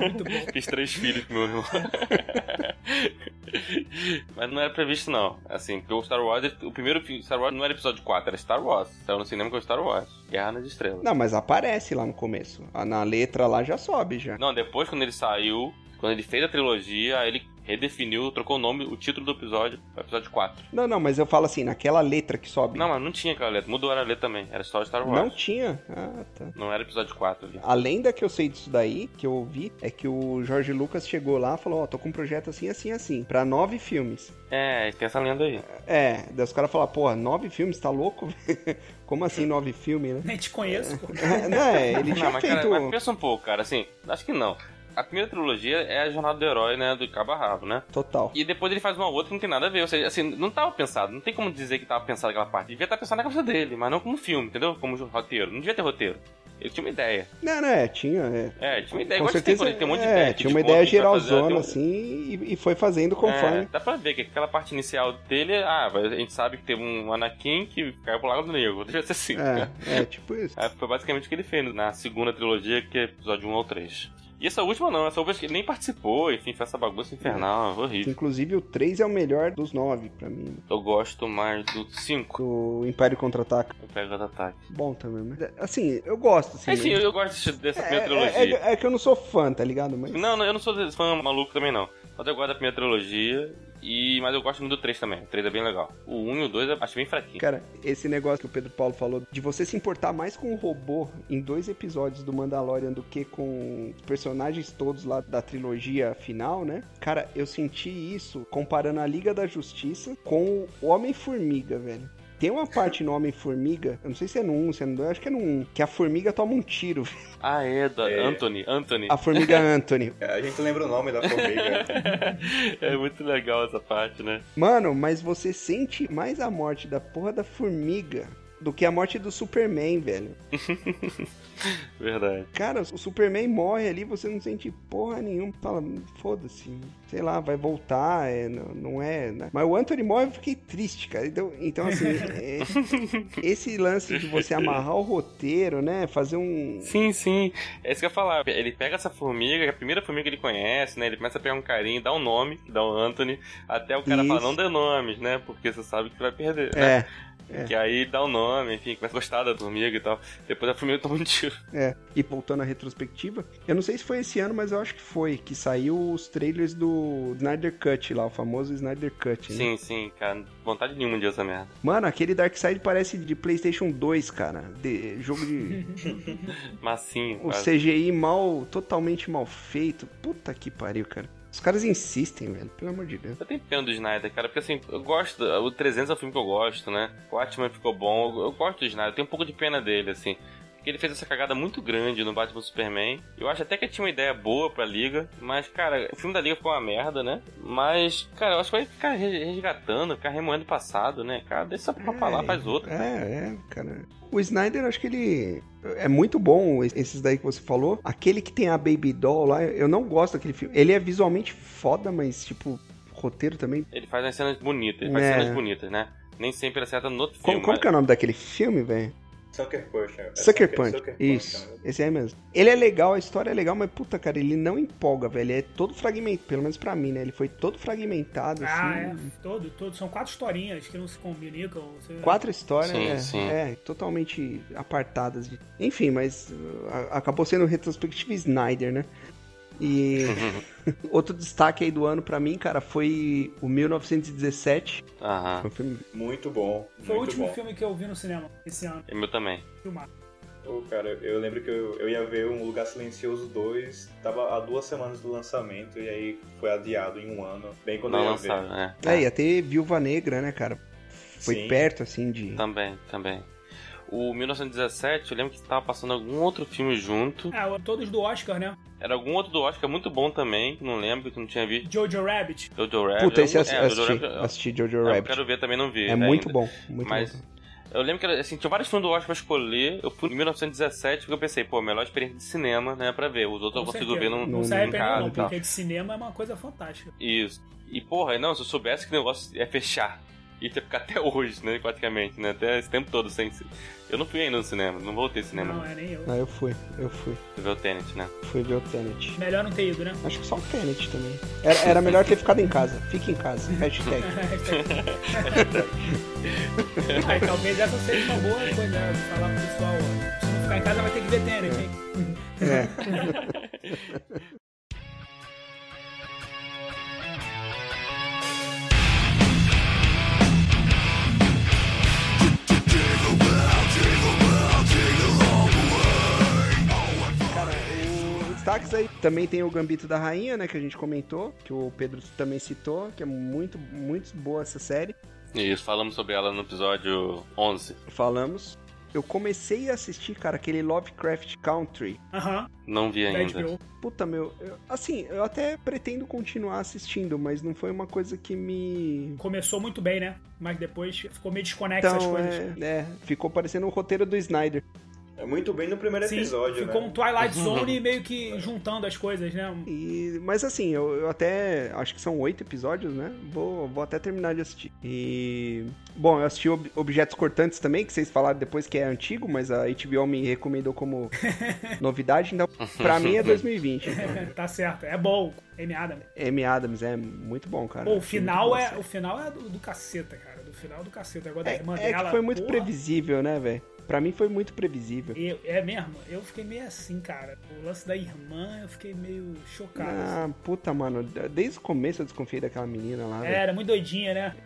Muito bom. Fiz três filhos com meu irmão. Mas não era previsto, não. Assim, porque o Star Wars, o primeiro filme de Star Wars não era episódio 4, era Star Wars. Saiu no cinema com Star Wars. Guerra nas Estrelas. Não, mas aparece lá no começo. Ah, Na letra lá já sobe já. Não, depois quando ele saiu, quando ele fez a trilogia, aí ele redefiniu, trocou o nome, o título do episódio pra episódio 4. Não, não, mas eu falo assim, naquela letra que sobe. Não, mas não tinha aquela letra. Mudou a letra também. Era só Star não Wars. tinha? Ah, tá. Não, era episódio 4 ali. A lenda que eu sei disso daí, que eu ouvi, é que o Jorge Lucas chegou lá e falou, ó, tô com um projeto assim, assim, assim, pra nove filmes. É, tem essa lenda aí. É, daí os caras falaram, porra, nove filmes, tá louco? Como assim nove filmes, né? Nem te conheço, pô. É, não, é, ele tinha Não, mas, cara, feito... mas pensa um pouco, cara. Assim, acho que não. A primeira trilogia é a jornada do herói, né? Do Cabo a Rabo, né? Total. E depois ele faz uma outra que não tem nada a ver. Ou seja, assim, não tava pensado. Não tem como dizer que tava pensado aquela parte. Devia estar pensado na cabeça dele, mas não como filme, entendeu? Como roteiro. Não devia ter roteiro. Ele tinha uma ideia. Não, não, é, tinha, é. É, tinha uma ideia. com Igual certeza, tem, tem um monte de é, ideia. que tinha uma desmonta, ideia que a gente vai fazer, geralzona, tem um- assim, e, e foi fazendo É, conforme... dá pra ver que aquela parte inicial dele, ah, a gente sabe que teve um Anakin que caiu pro lado do negro. Devia ser assim. né? É, é, tipo isso. É, foi basicamente o que ele fez na segunda trilogia, que é episódio 1 ao 3. E essa última não, essa última acho que ele nem participou, enfim, foi essa bagunça infernal, horrível. Inclusive, o três é o melhor dos nove, pra mim. Eu gosto mais do 5, O Império Contra-Ataca, eu pego o ataque. bom também, mas... Assim, eu gosto, assim... Enfim, mas- É, eu, eu gosto dessa É, primeira trilogia. é- é- é que eu não sou fã, tá ligado? Mas... Não, não, eu não sou desse fã maluco também, não. Mas eu gosto da primeira trilogia, e... mas eu gosto muito do 3 também. O 3 é bem legal. O 1 e o 2 eu acho bem fraquinho. Cara, esse negócio que o Pedro Paulo falou de você se importar mais com o robô em dois episódios do Mandalorian do que com os personagens todos lá da trilogia final, né? Cara, eu senti isso comparando a Liga da Justiça com o Homem-Formiga, velho. Tem uma parte no Homem-Formiga, eu não sei se é no 1, se é no 2, eu acho que é no 1, que a formiga toma um tiro. Ah, é, da É. Anthony, Anthony. A formiga Anthony. É, A gente lembra o nome da formiga. é muito legal essa parte, né? Mano, mas você sente mais a morte da porra da formiga do que a morte do Superman, velho. Verdade. Cara, o Superman morre ali, você não sente porra nenhuma. Fala, foda-se, sei lá, vai voltar, é, não, não é. né? Mas o Anthony morre, eu fiquei triste, cara. Então, então assim, é- esse lance de você amarrar o roteiro, né? Fazer um. Sim, sim. É isso que eu ia falar. Ele pega essa formiga, que é a primeira formiga que ele conhece, né? Ele começa a pegar um carinho, dá um nome, dá um Anthony, até o cara Isso. falar, não dê nomes, né? Porque você sabe que vai perder, né? É, é. Que aí dá o nome, enfim, começa a gostar da formiga e tal. Depois a formiga toma um tiro. é. E voltando à retrospectiva, eu não sei se foi esse ano, mas eu acho que foi, que saiu os trailers do Snyder Cut lá, o famoso Snyder Cut, né? Sim, sim, cara. Vontade nenhuma de ver essa merda. Mano, aquele Darkseid parece de PlayStation 2, cara. De jogo de. Massinho, O quase. CGI mal. totalmente mal feito. Puta que pariu, cara. Os caras insistem, velho. Pelo amor de Deus. Eu tenho pena do Snyder, cara, porque assim, eu gosto. O 300 é um filme que eu gosto, né? O Batman ficou bom. Eu, eu gosto do Snyder, eu tenho um pouco de pena dele, assim. Porque ele fez essa cagada muito grande no Batman Superman. Eu acho até que ele tinha uma ideia boa pra Liga. Mas, cara, o filme da Liga ficou uma merda, né? Mas, cara, eu acho que vai ficar re- resgatando, ficar remoendo o passado, né? Cara, deixa essa porra pra lá, É, faz outra. É, é, cara. O Snyder, acho que ele. É muito bom esses daí que você falou. Aquele que tem a Baby Doll lá, eu não gosto daquele filme. Ele é visualmente foda, mas, tipo, roteiro também. Ele faz umas cenas bonitas, ele faz É. cenas bonitas, né? Nem sempre ele acerta no outro Como, filme. como que é o nome daquele filme, velho? Sucker Punch. é Sucker Punch. Isso, né? esse aí mesmo. Ele é legal, a história é legal, mas puta, cara, ele não empolga, velho. Ele é todo fragmentado, pelo menos pra mim, né? Ele foi todo fragmentado, Ah, é. assim. Todo, todo. São quatro historinhas que não se comunicam. Você... Quatro histórias, Sim, é, sim. é, totalmente apartadas. de- Enfim, mas uh, a- acabou sendo retrospectiva Snyder, né? E outro destaque aí do ano pra mim, cara, foi o 1917. Aham. Foi um filme Muito bom. Foi o muito último bom. filme que eu vi no cinema esse ano. É meu também. Filmado. Ô, cara, eu lembro que eu, eu ia ver Um Lugar Silencioso 2, tava há duas semanas do lançamento, e aí foi adiado em um ano, bem quando Não eu ia lançaram, ver. né? É, ia ter Viúva Negra, né, cara? Foi Sim. perto, assim, de. Também, também. O 1917, eu lembro que tava passando algum outro filme junto. É, o- todos do Oscar, né? Era algum outro do Oscar muito bom também, que não lembro, que não tinha visto. Jojo Rabbit. Jojo Rabbit. Puta, esse eu é, assisti, Jojo assisti, Rabbit, eu- assisti Jojo eu Rabbit. quero ver, também não vi. É ainda. muito bom, muito Mas bom. eu lembro que era, assim, tinha vários filmes do Oscar pra escolher. Eu fui em 1917 porque eu pensei, pô, melhor experiência de cinema, né, pra ver. Os outros eu Com consigo certeza. ver num, Não num se serve arrependa, casa não, e tal. porque de cinema é uma coisa fantástica. Isso. E, porra, não, se eu soubesse que o negócio é fechar. Ia ter que ficar até hoje, né, praticamente, né? Até esse tempo todo sem... Eu não fui ainda no cinema, não voltei ao cinema. Não, é nem eu. Ah, eu fui, eu fui. pra ver o Tenet, né? Fui ver o Tenet. Melhor não ter ido, né? Acho que só o Tenet também. Era, era melhor ter ficado em casa. Fique em casa. Hashtag. Aí, talvez essa seja uma boa coisa, né? Falar pro pessoal, ó, se não ficar em casa vai ter que ver tênis, hein? É. Cara, o destaques aí Também tem o Gambito da Rainha, né? Que a gente comentou, que o Pedro também citou, que é muito, muito boa essa série. Isso, falamos sobre ela no episódio 11. Falamos. Eu comecei a assistir, cara, aquele Lovecraft Country, Aham, Não vi da ainda. HBO. Puta, meu, eu- assim, eu até pretendo continuar assistindo, mas não foi uma coisa que me. Começou muito bem, né? Mas depois ficou meio desconexo as Então, coisas. é, é, ficou parecendo um roteiro do Snyder. É muito bem no primeiro Sim, episódio, ficou né? um Twilight Zone meio que juntando as coisas, né? E, mas assim, eu, eu até. Acho que são oito episódios, né? Vou, vou até terminar de assistir. E. Bom, eu assisti Ob- Objetos Cortantes também, que vocês falaram depois que é antigo, mas a HBO me recomendou como novidade, então pra mim é 2020. então. tá certo, é bom. M. Adams. Amy Adams, é muito bom, cara. Pô, o Filme final muito bom, é, assim. o final é do, do caceta, cara. Do final do caceta. Agora da irmã É, é dela. que foi muito porra. previsível, né, velho? Pra mim foi muito previsível. Eu- é mesmo? Eu fiquei meio assim, cara. O lance da irmã, eu fiquei meio chocado. assim. Ah, puta, mano. Desde o começo eu desconfiei daquela menina lá. É, velho. era muito doidinha, né?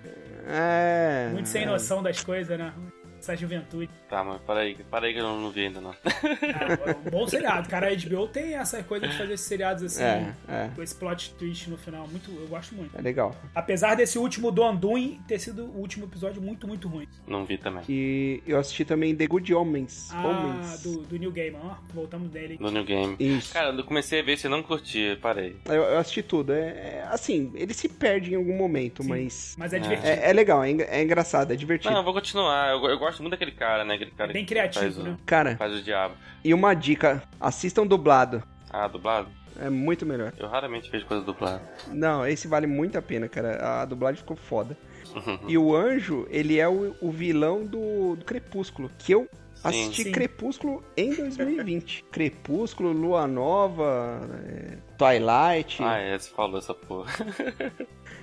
É. Muito sem noção das coisas, né? Essa juventude. Tá, mas peraí, peraí que eu não, não vi ainda não. Ah, é um bom seriado, cara. A HBO tem essa coisa de fazer esses seriados assim, É, é. com esse plot twist no final. Muito, eu gosto muito. É legal. Apesar desse último do Anduin ter sido o último episódio muito, muito ruim. Não vi também. E eu assisti também The Good Homens. Ah, Homens. do, do New Gaiman, ó. Voltamos dele. No New Game. Isso. Cara, eu comecei a ver se não curti, parei. Eu, eu assisti tudo. É, é- assim, ele se perde em algum momento, Sim. mas. Mas é É. divertido. É, é legal, é, engra- é engraçado, é divertido. Não, eu vou continuar. Eu, eu gosto muito daquele cara, né? Aquele cara Bem que faz criativo, o, né? Cara, Faz o diabo. e uma dica: assistam dublado. Ah, dublado? É muito melhor. Eu raramente vejo coisa dublada. Não, esse vale muito a pena, cara. A dublagem ficou foda. E o anjo, ele é o, o vilão do, do Crepúsculo. Que eu assisti Sim. Crepúsculo em 2020. Crepúsculo, Lua Nova, é, Twilight. Ah, é, você falou essa porra.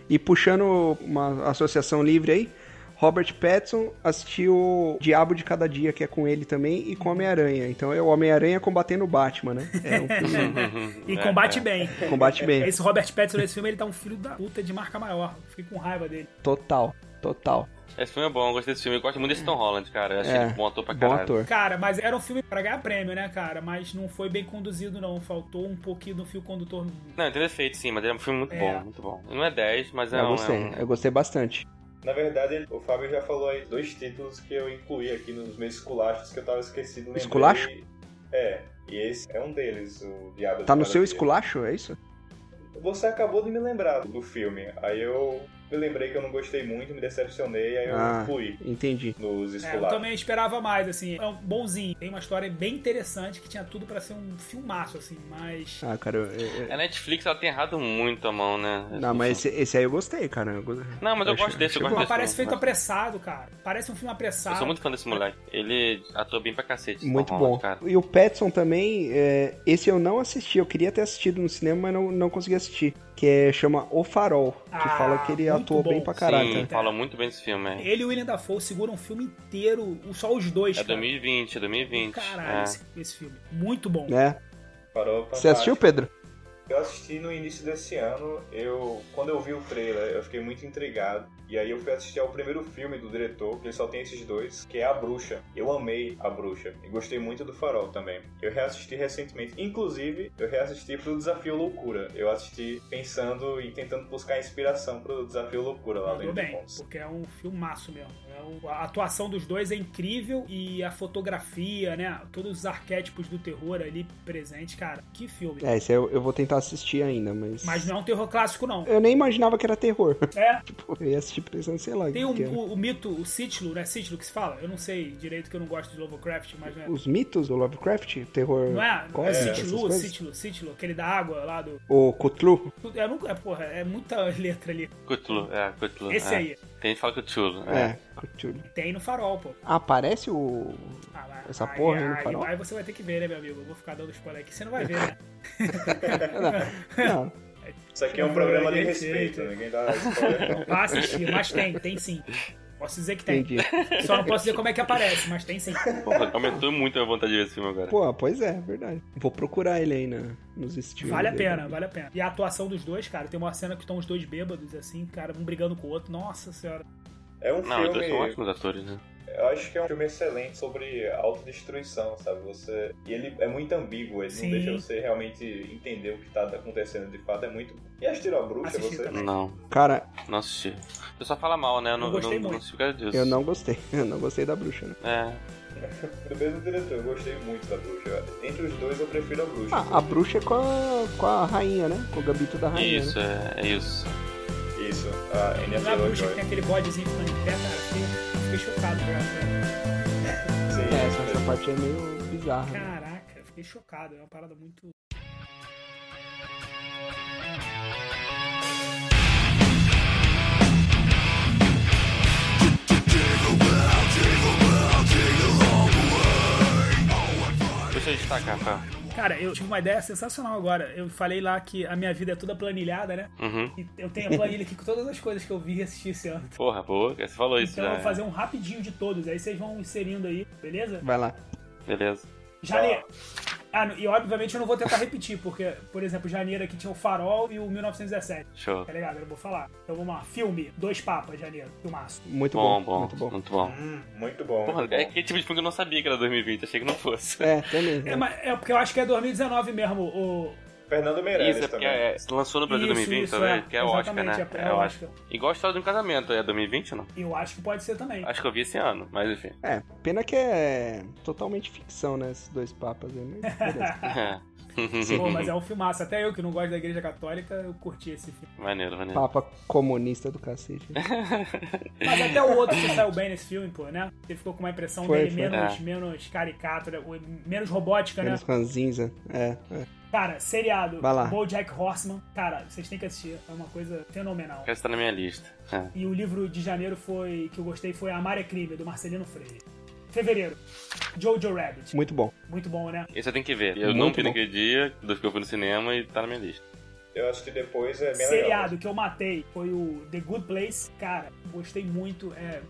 E puxando uma associação livre aí, Robert Pattinson assistiu Diabo de Cada Dia, que é com ele também, e Uhum. com Homem-Aranha. Então é o Homem-Aranha combatendo o Batman, né? É um filme E É, combate bem. que combate bem. Esse Robert Pattinson nesse filme, ele tá um filho da puta de marca maior. Fiquei com raiva dele. Total, total. Esse filme é bom, eu gostei desse filme. Eu gosto muito desse Tom Holland, cara. Eu achei É, ele bom ator pra Bom caralho. ator. Cara, mas era um filme pra ganhar prêmio, né, cara? Mas não foi bem conduzido, não. Faltou um pouquinho do fio condutor. Não, ele tem defeito sim, mas ele é um filme muito É. bom, muito bom. Ele Não é 10, mas é eu um. gostei, é um- eu gostei bastante. Na verdade, ele- o Fábio já falou aí dois títulos que eu incluí aqui nos meus esculachos que eu tava esquecido. lembrei. Esculacho? É, e esse é um deles, o Diabo de Tá no Cada seu Dia. esculacho, é isso? Você acabou de me lembrar do filme. Aí eu me lembrei que eu não gostei muito, me decepcionei, aí eu Ah. incluí Entendi. nos É, eu esculachos. também esperava mais, assim. É um bonzinho. Tem uma história bem interessante que tinha tudo pra ser um filmaço, assim. Mas Ah, cara, eu- eu- eu- A é Netflix ela tem errado muito a mão, né? não, mas esse, esse aí eu gostei, cara. Eu go- Não, mas eu achei- gosto desse, eu gosto achei bom. Pô, desse. Ah, parece filme, feito apressado, cara. Parece um filme apressado. Eu sou muito fã desse moleque. Ele atua bem pra cacete. esse Muito Tom bom. Holland, Tá cara. E o Petson também, é, esse eu não assisti, eu queria ter assistido no cinema, mas não, não consegui assistir. Que é, chama O Farol, que Ah, fala que ele muito atuou bom. bem pra caralho. Sim, cara. tá. fala muito bem desse filme. É, Ele e o William Dafoe seguram um filme inteiro, só os dois, é cara. 2020, é 2020. Caralho, é. esse, esse filme. Muito bom. Né? Parou pra Você assistiu, Pedro? Eu assisti no início desse ano, eu quando eu vi o trailer, eu fiquei muito intrigado. E aí eu fui assistir ao primeiro filme do diretor, que ele só tem esses dois, que é A Bruxa. Eu amei A Bruxa e gostei muito do Farol também. Eu reassisti recentemente, inclusive, eu reassisti pro Desafio Loucura. Eu assisti pensando e tentando buscar inspiração pro Desafio Loucura lá Mandou dentro de bem, Pontos. porque é um filmaço mesmo. É um- a atuação dos dois é incrível e a fotografia, né? Todos os arquétipos do terror ali presentes, cara. Que filme. É, esse eu, eu vou tentar assistir ainda, mas. Mas não é um terror clássico, não. Eu nem imaginava que era terror. É. Tipo, eu ia assistir pensando, sei lá. Tem um- que é. era. o, o mito, o Sítilo, né? Sítilo que se fala? Eu não sei direito que eu não gosto de Lovecraft, mas né? Os mitos do Lovecraft, terror. Não é? cósmico, é essas Sítilo, coisas? Sítilo, Sítilo, aquele da água lá do. O Cthulhu. Eu nunca, é, porra, é muita letra ali. Cthulhu, é, Cthulhu. Esse é. aí. Tem gente que fala Cthulhu. É, É. Cthulhu. Tem no farol, pô. Ah, aparece o. Ah, vai- Essa aí- porra aí no aí, farol? aí você vai ter que ver, né, meu amigo? Eu vou ficar dando spoiler aqui, você não vai ver, né? Não, Isso aqui é um programa de Não, respeito, respeito. ninguém tá dá spoiler. não. Vá assistir, mas tem, tem sim. Posso dizer que tem. entendi. Só não posso dizer como é que aparece, mas tem sim. Porra, aumentou muito a minha vontade de ver esse filme agora. Pô, pois é, verdade. Vou procurar ele aí na, nos streams. Vale a aí. né? pena, vale a pena. E a atuação dos dois, cara, tem uma cena que estão os dois bêbados, assim, cara, um brigando com o outro. Nossa senhora. É um Não, os dois são filme ótimos atores, né? Eu acho que é um filme excelente sobre autodestruição, sabe? Você... E ele é muito ambíguo, ele Sim. não deixa você realmente entender o que tá acontecendo de fato, é muito... E assistir a bruxa, Assisti você... também. Não, Cara, não assisti. Eu só fala mal, né? Eu não, Eu gostei não, não muito. assisti por causa disso. eu não gostei. Eu não gostei da bruxa, né? É. Do mesmo diretor, eu gostei muito da bruxa. Entre os dois, eu prefiro a bruxa. Ah, a bruxa é com a, com a rainha, né? Com o gambito da Ah, rainha. Isso, né? é, é isso. Isso, a Anya Não é a bruxa que Taylor-Joy. tem aquele bodezinho ficando em pé, cara. Fiquei, fiquei chocado, cara. Sim, É, essa, né? essa parte é meio bizarra. né? Caraca, fiquei chocado. É uma parada muito. Deixa eu destacar, cara. Cara, eu tive uma ideia sensacional agora. Eu falei lá que a minha vida é toda planilhada, né? Uhum. E eu tenho a planilha aqui com todas as coisas que eu vi e assisti esse ano. Porra, boa. Você falou isso Então eu já. vou fazer um rapidinho de todos, aí vocês vão inserindo aí, beleza? Vai lá. Beleza. Jale, Ah, e obviamente eu não vou tentar repetir, porque, por exemplo, janeiro aqui tinha o Farol e o 1917. Show. Tá ligado? Eu não vou falar. Então vamos lá. Filme, Dois Papas, janeiro, filmaço. Muito Bom, bom, bom, muito bom. Muito bom. Hum, muito bom. Porra, muito bom. é que tipo de filme que eu não sabia que era 2020, achei que não fosse. É, também. É, mas é porque eu acho que é 2019 mesmo, o... Fernando Meirelles Isso, é porque também. é, lançou no Brasil Isso, 2020 isso, também, é. que é o Oscar, né? Exatamente, é, é o o Oscar. Igual a história de um casamento, é 2020 ou não? Eu acho que pode ser também. Acho que eu vi esse ano, mas enfim. É, pena que é totalmente ficção, né? Esses dois papas aí, mas beleza. É. Pô, mas é um filmaço. Até eu que não gosto da igreja católica, eu curti esse filme. Maneiro, maneiro. Papa comunista do cacete. É. Mas até o outro se saiu bem nesse filme, pô, né? Ele ficou com uma impressão Foi, dele foi. menos, É. menos caricata, né? menos robótica, Menos né? ranzinza. É, é. Cara, seriado. Vai lá. Bojack Horseman. Cara, vocês têm que assistir. É uma coisa fenomenal. Quero estar na minha lista. É. E o livro de janeiro foi que eu gostei foi Amar é Crime, do Marcelino Freire. Fevereiro, Jojo Rabbit. Muito bom. Muito bom, né? Esse eu tenho que ver. Eu Muito não vi bom. naquele dia, dos que eu fui no cinema, e tá na minha lista. Eu acho que depois é bem legal. Seriado que eu matei foi o The Good Place. Cara, gostei muito. É,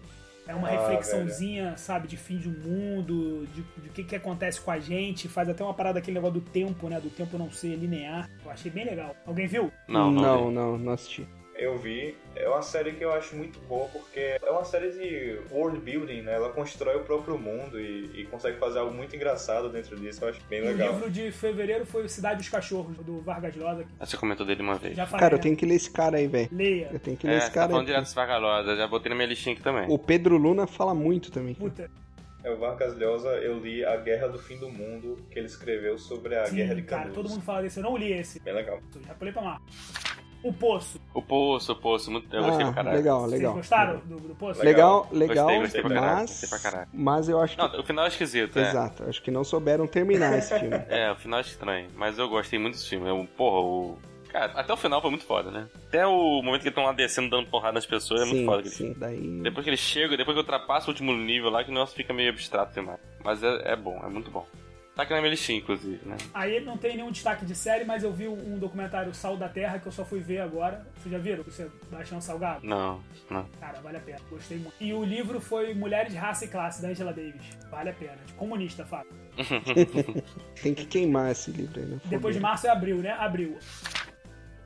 é uma Ah, reflexãozinha, sabe, de fim de mundo, de, de o que, que acontece com a gente. Faz até uma parada aquele negócio do tempo, né? Do tempo não ser linear. Eu achei bem legal. Alguém viu? Não, não. vi. não, não, não assisti. Eu vi. É uma série que eu acho muito boa porque é uma série de world building, né? Ela constrói o próprio mundo e, e consegue fazer algo muito engraçado dentro disso. Eu acho bem E o legal. Um livro de fevereiro foi o Cidade dos Cachorros, do Vargas Llosa. que Ah, Você comentou dele uma vez. Já falei, Cara, eu né? tenho que ler esse cara aí, velho. Leia. Eu tenho que ler É, esse tá cara falando aí. direto de Vagarosa, já botei na minha listinha aqui também. O Pedro Luna fala muito também. Puta, É o Vargas Llosa, eu li A Guerra do Fim do Mundo, que ele escreveu sobre a Guerra de sim, cara, Canudos. todo mundo fala desse. Eu não li esse. Bem legal. Já pulei pra lá. O Poço. O Poço, o Poço, muito... eu gostei pra caralho. Ah, Legal, Vocês legal. gostaram do, do Poço? Legal, Legal. legal, Gostei, gostei pra caralho, mas, gostei pra caralho. mas eu acho que... Não, o final é esquisito, é. Exato, acho que não souberam terminar esse filme. É, o final é estranho, mas eu gostei muito desse filme. Eu, porra, o. Cara, até o final foi muito foda, né? Até o momento que eles estão lá descendo, dando porrada nas pessoas, é muito sim, foda aquele filme. sim, daí... Depois que ele chega, depois que ultrapassa o último nível lá, que o negócio fica meio abstrato demais. Mas é, é bom, é muito bom. Tá aqui na minha listinha, inclusive, né? Aí não tem nenhum destaque de série, mas eu vi um documentário Sal da Terra que eu só fui ver agora. Vocês já viram? Você Baixão Salgado? Não, não. Cara, vale a pena. Gostei muito. E o livro foi Mulheres, Raça e Classe, da Angela Davis. Vale a pena. De comunista, Fábio. Tem que queimar esse livro aí, né? Depois Fogueira. de março é abril, né? Abril.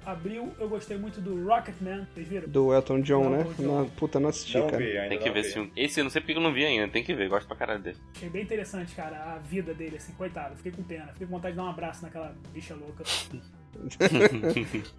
Abril, eu gostei muito do Rocketman. Vocês viram? Do Elton John, Não, né? Elton John. Não, puta, não assisti, Não cara. vi ainda. Tem que não ver um- vi. esse filme. Esse eu não sei porque eu não vi ainda, tem que ver, gosto pra caralho dele. Achei bem interessante, cara, a vida dele, assim, coitado. Fiquei com pena. Fiquei com vontade de dar um abraço naquela bicha louca.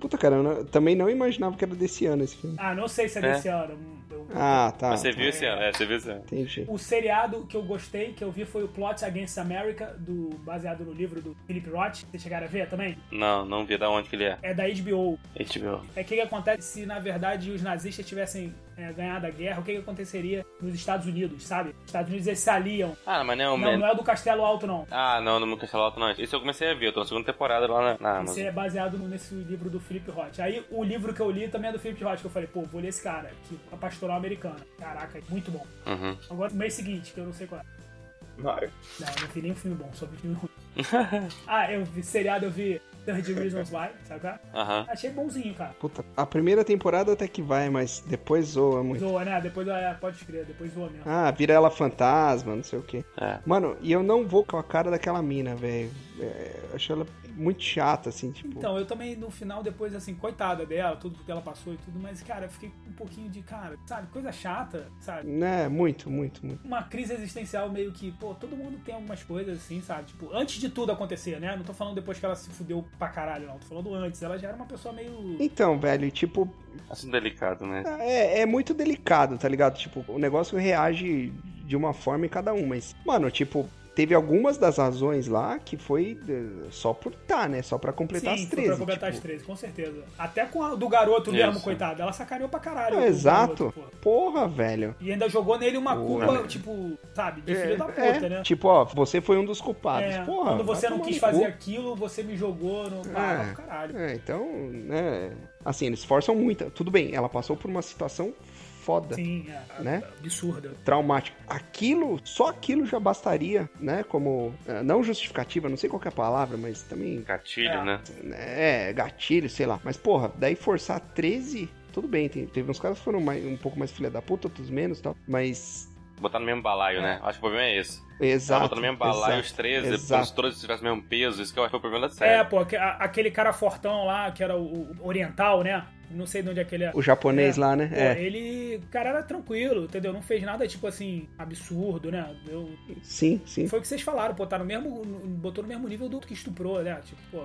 Puta, cara, eu não- também não imaginava que era desse ano esse filme. Ah, não sei se é É. desse ano. Eu- Ah, tá. Mas você tá. viu esse ano, é, você viu esse ano. Entendi. O seriado que eu gostei, que eu vi, foi o Plot Against America, do, baseado no livro do Philip Roth. Vocês chegaram a ver também? Não, não vi da onde que ele é. É da HBO. HBO. É o que, que acontece se, na verdade, os nazistas tivessem é, ganhado a guerra, o que, que aconteceria nos Estados Unidos, sabe? Os Estados Unidos, eles se aliam. Ah, mas não é o Não, Man. não é o do Castelo Alto, não. Ah, não, no meu Castelo não. Esse eu comecei a ver, eu tô na segunda temporada lá na, na Isso Amazon. é baseado nesse livro do Philip Roth. Aí o livro que eu li também é do Philip Roth, que eu falei, pô, vou ler esse cara, que é a pastoral americana. Caraca, muito bom. Uhum. Agora, o mês seguinte, que eu não sei qual é. Mario. Não, eu não vi nenhum filme bom, só vi filme ruim. ah, eu vi seriado, eu vi 30 Reasons Why, sabe qual é? Aham. Achei bonzinho, cara. Puta, a primeira temporada até que vai, mas depois zoa muito. Zoa, né? Depois é, pode escrever, depois zoa mesmo. Ah, vira ela fantasma, não sei o quê. É. Mano, e eu não vou com a cara daquela mina, velho. É, eu acho ela muito chata, assim, tipo. Então, eu também no final, depois, assim, coitada dela, tudo que ela passou e tudo, mas, cara, eu fiquei com um pouquinho de, cara, sabe, coisa chata, sabe? Né, muito, muito, muito. Uma crise existencial meio que, pô, todo mundo tem algumas coisas assim, sabe? Tipo, antes de tudo acontecer, né? Não tô falando depois que ela se fudeu pra caralho, não. Tô falando antes. Ela já era uma pessoa meio. Então, velho, tipo, Assunto delicado, né? é, é muito delicado, tá ligado? Tipo, o negócio reage de uma forma em cada um, mas, mano, tipo, teve algumas das razões lá que foi eh, só por tá, né? Só pra completar Sim, as foi 13. pra completar tipo. as 13, com certeza. Até com a do garoto mesmo, Isso. coitado. Ela sacaneou pra caralho. É, o exato. garoto, pô. Porra, velho. e ainda jogou nele uma Pô, culpa, né? tipo, sabe, de É, filho da puta, é. né? Tipo, ó, você foi um dos culpados. É, Porra, quando você vai não tomar quis no fazer cu. aquilo, você me jogou no É. ah, pro caralho. É, então, né? Assim, eles forçam muito. Tudo bem, ela passou por uma situação foda, Sim, é, Né? absurda. traumática. Aquilo, só aquilo já bastaria, né? Como. eh, Não justificativa, não sei qual que é a palavra, mas também. Gatilho, É. né? É, gatilho, sei lá. Mas, porra, daí forçar 13. Tudo bem, tem- teve uns caras que foram mais- um pouco mais filha da puta, outros menos e tal. Mas Botar no mesmo balaio, né? Acho que o problema é esse. Ela Exato. botar no mesmo balaio exato, os 13, como exato. se todos tivessem o mesmo peso. Isso que eu acho que é o problema da É, série. pô, aque- a- aquele cara fortão lá, que era o, o oriental, né? Não sei de onde é que ele é. O japonês É. lá, né? Pô, É. ele, cara, era tranquilo, entendeu? Não fez nada, tipo assim, absurdo, né? Deu- Sim, sim. Foi o que vocês falaram, pô, tá no mesmo, botou no mesmo nível do outro que estuprou, né? Tipo, pô,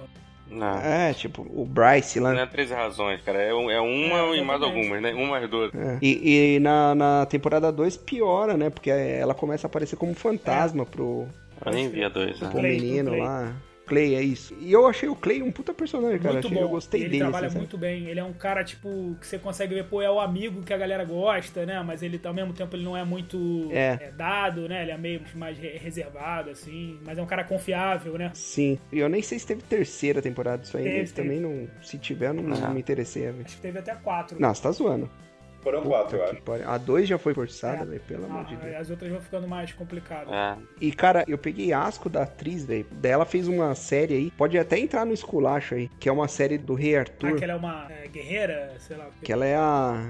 Não. É, tipo, o Bryce lá. Não é 13 razões, cara. É, um- é uma É, e mais exatamente. algumas, né? Uma mais duas. É. E, e na, na temporada 2 piora, né? Porque ela começa a aparecer como fantasma pro, Eu nem vi a dois, né? pro Clay, menino pro Clay. lá. Clay, é isso. E eu achei o Clay um puta personagem, cara. muito achei, bom. Eu gostei ele dele. trabalha assim, sabe? muito bem. Ele é um cara, tipo, que você consegue ver, pô, é o amigo que a galera gosta, né? Mas ele, ao mesmo tempo, ele não é muito É. é, dado, né? Ele é meio mais re- reservado, assim. Mas é um cara confiável, né? Sim. E eu nem sei se teve terceira temporada disso aí. Teve, Eles também não. Se tiver, eu não, Ah. não me interessei a ver. Acho que teve até quatro. Não, você tá zoando. Foram Puta quatro, eu que acho. pariu. A 2 já foi forçada, É. velho. Pelo amor de Deus. Ah, as outras vão ficando mais complicadas. Ah, É. E, cara, eu peguei asco da atriz, velho. Dela fez uma série aí. Pode até entrar no esculacho aí. Que é uma série do Rei Arthur. Ah, que ela é uma é, guerreira, sei lá. o quê. Que ela é a.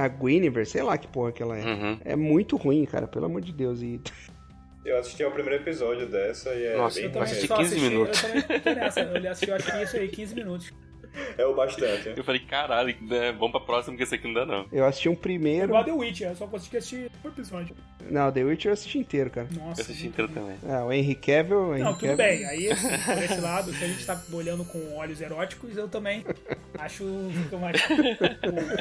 A Guinevere, sei lá que porra que ela é. Hum. Uhum. É muito ruim, cara, pelo amor de Deus. E Eu assisti ao primeiro episódio dessa e é Nossa, bem Eu eu também ruim. assisti só 15 assisti, minutos. Eu também tô nessa. Eu assisti, eu acho que isso aí, 15 minutos. É o bastante. Eu falei, caralho, é bom pra próxima que esse aqui não dá, não. eu assisti um É primeiro. igual The Witch, eu só consegui assistir um episódio. Não, The Witcher eu assisti inteiro, cara. Nossa. Eu assisti muito inteiro também. Ah, o Henry Cavill. o Henry Não, tudo Cavill- bem. Aí, assim, por esse lado, se a gente tá olhando com olhos eróticos, eu também acho um que uma,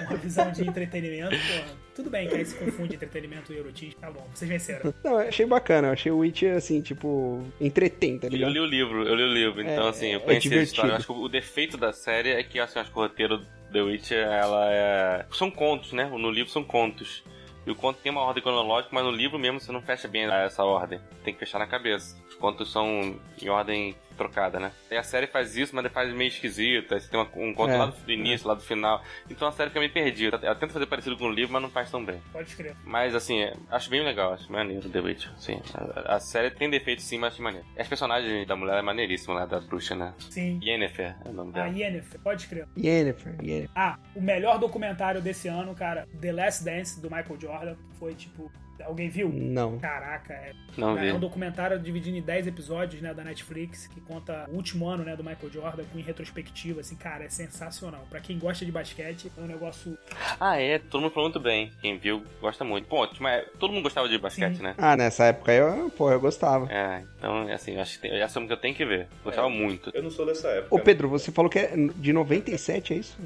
uma visão de entretenimento, porra. Tudo bem que aí se confunde entretenimento e erotismo. Tá bom, vocês venceram. Não, eu achei bacana. Eu achei o Witcher, assim, tipo, entretém, tá Eu ligado? li o livro, eu li o livro, então É, assim, eu é conheci a divertido. história. Eu acho que o defeito da série é que assim, eu acho que o roteiro do The Witcher, ela é. São contos, né? No livro são contos. E o conto tem uma ordem cronológica, mas no livro mesmo você não fecha bem essa ordem. Tem que fechar na cabeça. Os contos são em ordem trocada, né? E a série faz isso, mas faz meio esquisito. Aí você tem uma- um conto É, lá do início, lá do final. Então a série fica meio perdida. Ela tenta fazer parecido com o livro, mas não faz tão bem. Pode escrever. Mas assim, é- acho bem legal, acho maneiro The Witch. Sim, a, a série tem defeito sim, mas acho maneiro. E as personagens da mulher é maneiríssima, né? Da bruxa, né? Sim. Yennefer é o nome A dela. Yennefer, pode escrever. Yennefer, Yennefer. Ah, o melhor documentário desse ano, cara, The Last Dance, do Michael Jordan, foi tipo... Alguém viu? Não. Caraca, é Não vi. É um documentário dividido em 10 episódios, né, da Netflix, que conta o último ano, né, do Michael Jordan, com em retrospectiva, assim, cara, é sensacional. Pra quem gosta de basquete, é um negócio... Ah, é, todo mundo falou muito bem. Quem viu, gosta muito. Pô, mas todo mundo gostava de basquete, Sim. né? Ah, nessa época eu, pô, eu gostava. É, então, assim, eu acho que tem, essa é uma que eu tenho que ver. Gostava É. muito. Eu não sou dessa época. Ô, Pedro, você falou que é de 97, é isso?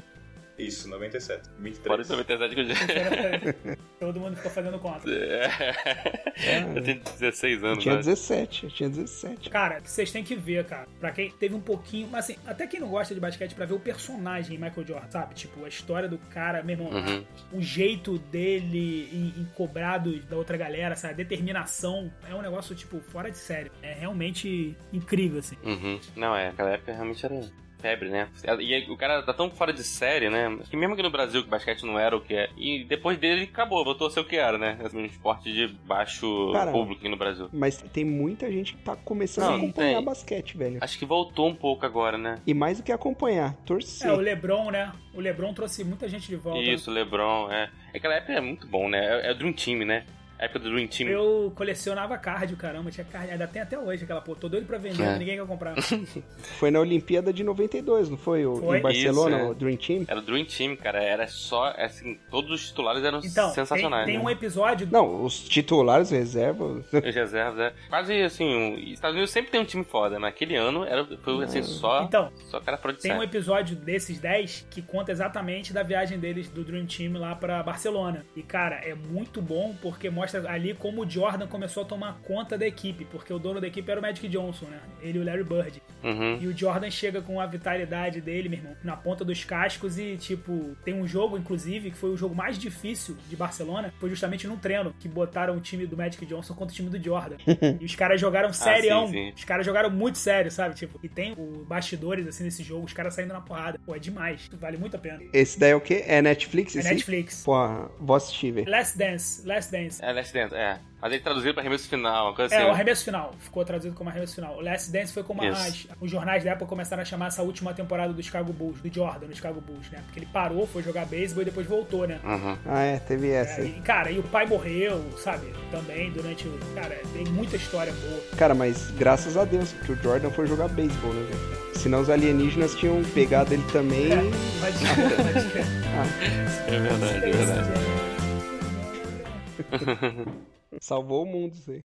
Isso, 97. 23. Fora isso, eu tenho que eu já... Todo mundo ficou fazendo conta. É. Eu tenho 16 Ah, Eu anos, tinha né? 17, eu tinha 17. Cara, vocês têm que ver, cara. Pra quem teve um pouquinho, mas assim, até quem não gosta de basquete, pra ver o personagem Michael Jordan, sabe? Tipo, a história do cara, meu irmão, Uhum. o jeito dele em, em cobrado da outra galera, sabe? A determinação é um negócio, tipo, fora de série. É realmente incrível, assim. Uhum. Não, é, naquela época realmente era febre, né? E aí, o cara tá tão fora de série, né? Que mesmo aqui no Brasil que o basquete não era o que é. E depois dele acabou, voltou a ser o que era, né? Assim, Um esporte de baixo Cara, público aqui no Brasil. Mas tem muita gente que tá começando Não, a acompanhar tem. basquete, velho. Acho que voltou um pouco agora, né? E mais do que acompanhar, É, o torcer. Lebron, né? O Lebron trouxe muita gente de volta. Isso, Lebron, é. Aquela época é muito bom, né? É, é o Dream Team, né? A época do Dream Team. Eu colecionava cardio, caramba. Tinha cardio. Ainda tem até hoje aquela porra. Tô doido pra vender, É. mas ninguém quer comprar. Então, Foi na Olimpíada de 92, não foi? O- Foi. Em Barcelona, Isso, é. o Dream Team? Era o Dream Team, cara. Era só, assim, todos os titulares eram Então, tem, sensacionais. tem né? um episódio. Não, os titulares, reservas. Os reservas, é. Quase assim, um- Estados Unidos sempre tem um time foda. Naquele ano era, foi assim, só, Então, só cara fora de tem série. um episódio desses 10 que conta exatamente da viagem deles do Dream Team lá pra Barcelona. E, cara, é muito bom porque mostra ali como o Jordan começou a tomar conta da equipe. Porque o dono da equipe era o Magic Johnson, né? Ele e o Larry Bird. Uhum. E o Jordan chega com a vitalidade dele, meu irmão, na ponta dos cascos e, tipo, tem um jogo, inclusive, que foi o jogo mais difícil de Barcelona, foi justamente num treino, que botaram o time do Magic Johnson contra o time do Jordan. e os caras jogaram serião, Ah, sim, sim. os caras jogaram muito sério, sabe? Tipo, e tem os bastidores, assim, desse jogo, os caras saindo na porrada. Pô, é demais, vale muito a pena. Esse daí é o quê? É Netflix? É esse? Netflix. Pô, vou assistir, velho. Last Dance, Last Dance. Ela Last Dance, é. Mas ele traduziu pra arremesso final, uma coisa É, o assim. arremesso final. Ficou traduzido como arremesso final. O Last Dance foi como as, Isso. os jornais da época começaram a chamar essa última temporada do Chicago Bulls, do Jordan no Chicago Bulls, né? Porque ele parou, foi jogar beisebol e depois voltou, né? Uhum. Ah, é, teve essa. É, aí. e, cara, e o pai morreu, sabe? Também durante o. Cara, tem muita história boa. Cara, mas graças a Deus que o Jordan foi jogar beisebol, né, velho? Senão os alienígenas tinham pegado ele também. É, mas, mas, É verdade, é verdade. Salvou o mundo isso aí.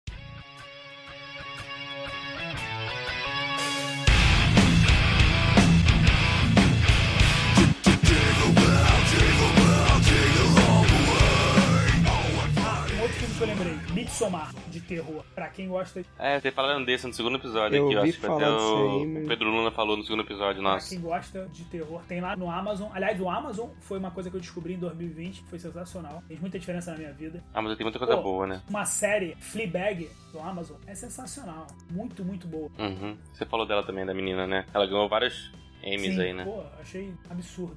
um outro filme que eu lembrei, Midsommar, de terror. Pra quem gosta, É, tem falando desse no segundo episódio Eu aqui, eu ouvi acho que falar até disso o aí, mas- Pedro Luna falou no segundo episódio, pra nossa. quem gosta de terror, tem lá no Amazon. Aliás, o Amazon foi uma coisa que eu descobri em 2020, que foi sensacional. Fez muita diferença na minha vida. Ah, mas tem muita coisa Pô. boa, né? Uma série Fleabag do Amazon é sensacional, muito, muito boa. Uhum. Você falou dela também, da menina, né? Ela ganhou vários M's aí, né? Pô, achei absurdo.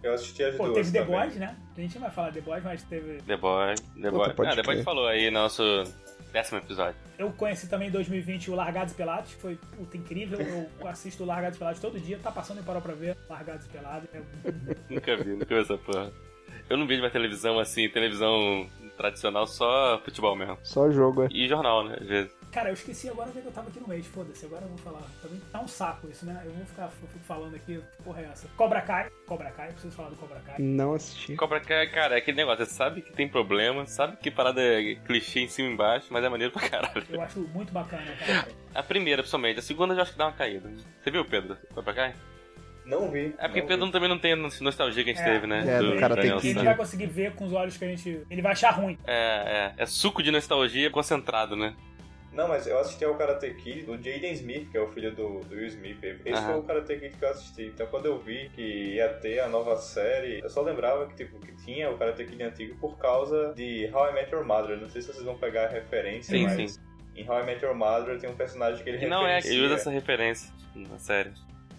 Eu assisti as Pô, duas. teve The também. Boys, né? A gente não vai falar The Boys, mas teve The Boy. The Puta, Boy. pode ah, The crer. Boy falou aí no nosso décimo episódio. Eu conheci também em 2020 o Largados e Pelados, que foi puta, incrível. Eu assisto o Largados e Pelados todo dia, tá passando em parou pra ver Largados e Pelados. É Nunca vi, nunca vi essa porra. Eu não vejo mais televisão assim, televisão tradicional, só futebol mesmo. Só jogo, é. E jornal, né? Às vezes. Cara, eu esqueci agora onde é que eu tava aqui no mês, foda-se, agora eu vou falar. Também tá um saco isso, né? Eu vou ficar eu fico falando aqui, que porra é essa? Cobra Kai, Cobra Kai, preciso falar do Cobra Kai. Não assisti. Cobra Kai, cara, é aquele negócio, você sabe que tem problema, sabe que parada é clichê em cima e embaixo, mas é maneiro pra caralho. Eu acho muito bacana, cara. A primeira, principalmente, a segunda eu já acho que dá uma caída. Você viu, Pedro? Cobra Kai? Não vi. É porque não Pedro vi. também não tem a nostalgia que a gente É. teve, né? É, do cara Daniel tem que- Ele San. não vai conseguir ver com os olhos que a gente. Ele vai achar ruim. É, é. É suco de nostalgia concentrado, né? Não, mas eu assisti ao Karate Kid do Jaden Smith, que é o filho do, do Will Smith. Esse Aham. foi o Karate Kid que eu assisti. Então quando eu vi que ia ter a nova série, eu só lembrava que, tipo, que tinha o Karate Kid antigo por causa de How I Met Your Mother. Não sei se vocês vão pegar a referência, Sim, mas em How I Met Your Mother tem um personagem que ele E não é, referencia. ele usa essa referência na série.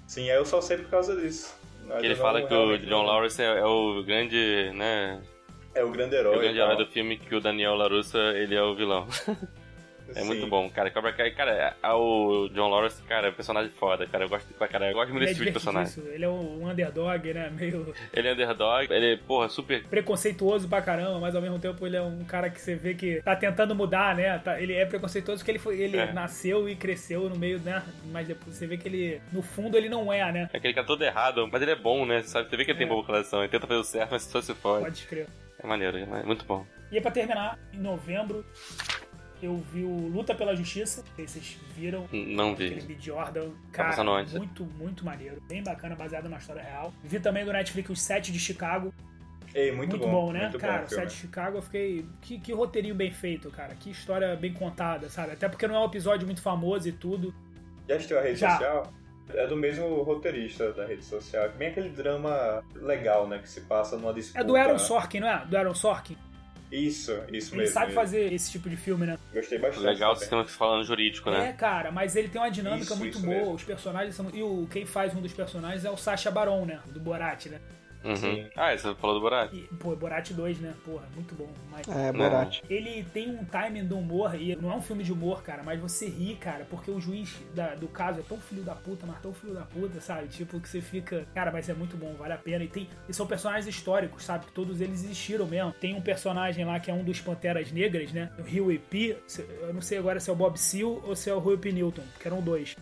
Sim, aí eu só sei por causa disso. Mas Que ele eu não- fala que o realmente John não- Lawrence é, é o grande, né? É o grande É herói. o grande e tal. herói do filme que o Daniel LaRusso, ele é o vilão. É Sim. muito bom, cara. Cobra Kai, cara, é- o John Lawrence, cara, é um personagem foda, cara. Eu gosto pra caralho. Eu gosto muito Ele é desse tipo de personagem. divertidíssimo. Ele é um underdog, né? Meio Ele é underdog, ele é, porra, super. preconceituoso pra caramba, mas ao mesmo tempo ele é um cara que você vê que tá tentando mudar, né? Tá- ele é preconceituoso porque ele, foi, ele É. nasceu e cresceu no meio, né? Mas depois você vê que ele, no fundo, ele não é, né? É aquele cara todo errado, mas ele é bom, né? Sabe? Você vê que ele tem É. boa coleção, ele tenta fazer o certo, mas só se fode. Pode escrever. É maneiro, é muito bom. E aí, pra terminar, em novembro, eu vi o Luta pela Justiça, não sei se vocês viram. Não Aquele vi. B. Jordan, Tá passando cara, onde? muito, muito maneiro. Bem bacana, baseado numa história real. Vi também do Netflix Os Sete de Chicago, Ei, Muito, muito, bom, né? muito cara, bom o filme. set de Chicago, eu fiquei. Que, que roteirinho bem feito, cara. Que história bem contada, sabe? Até porque não é um episódio muito famoso e tudo. Já assistiu a rede Já. social? É do mesmo roteirista da rede social. Bem aquele drama legal, né? Que se passa numa disputa. É do Aaron Sorkin, não é? Do Aaron Sorkin. Isso, isso Ele mesmo. sabe mesmo. fazer esse tipo de filme, né? Gostei bastante. Legal o também. sistema que você falando jurídico, né? É, cara, mas ele tem uma dinâmica Isso, muito isso boa. mesmo. Os personagens são. E o, quem faz um dos personagens é o Sacha Baron, né? Do Borat, né? Uhum. Sim. Ah, você falou do Borat? E, pô, Borat 2, né? Porra, muito bom. Mas... É, Não. Borat. Ele tem um timing do humor, e não é um filme de humor, cara, mas você ri, cara, porque o juiz da- do caso é tão filho da puta, mas tão filho da puta, sabe? Tipo, que você fica. Cara, mas é muito bom, vale a pena. E, tem, e são personagens históricos, sabe? Que todos eles existiram mesmo. Tem um personagem lá que é um dos Panteras Negras, né? O Huey P. se- Eu não sei agora se é o Bob Seal ou se é o Huey P. Newton, que eram dois.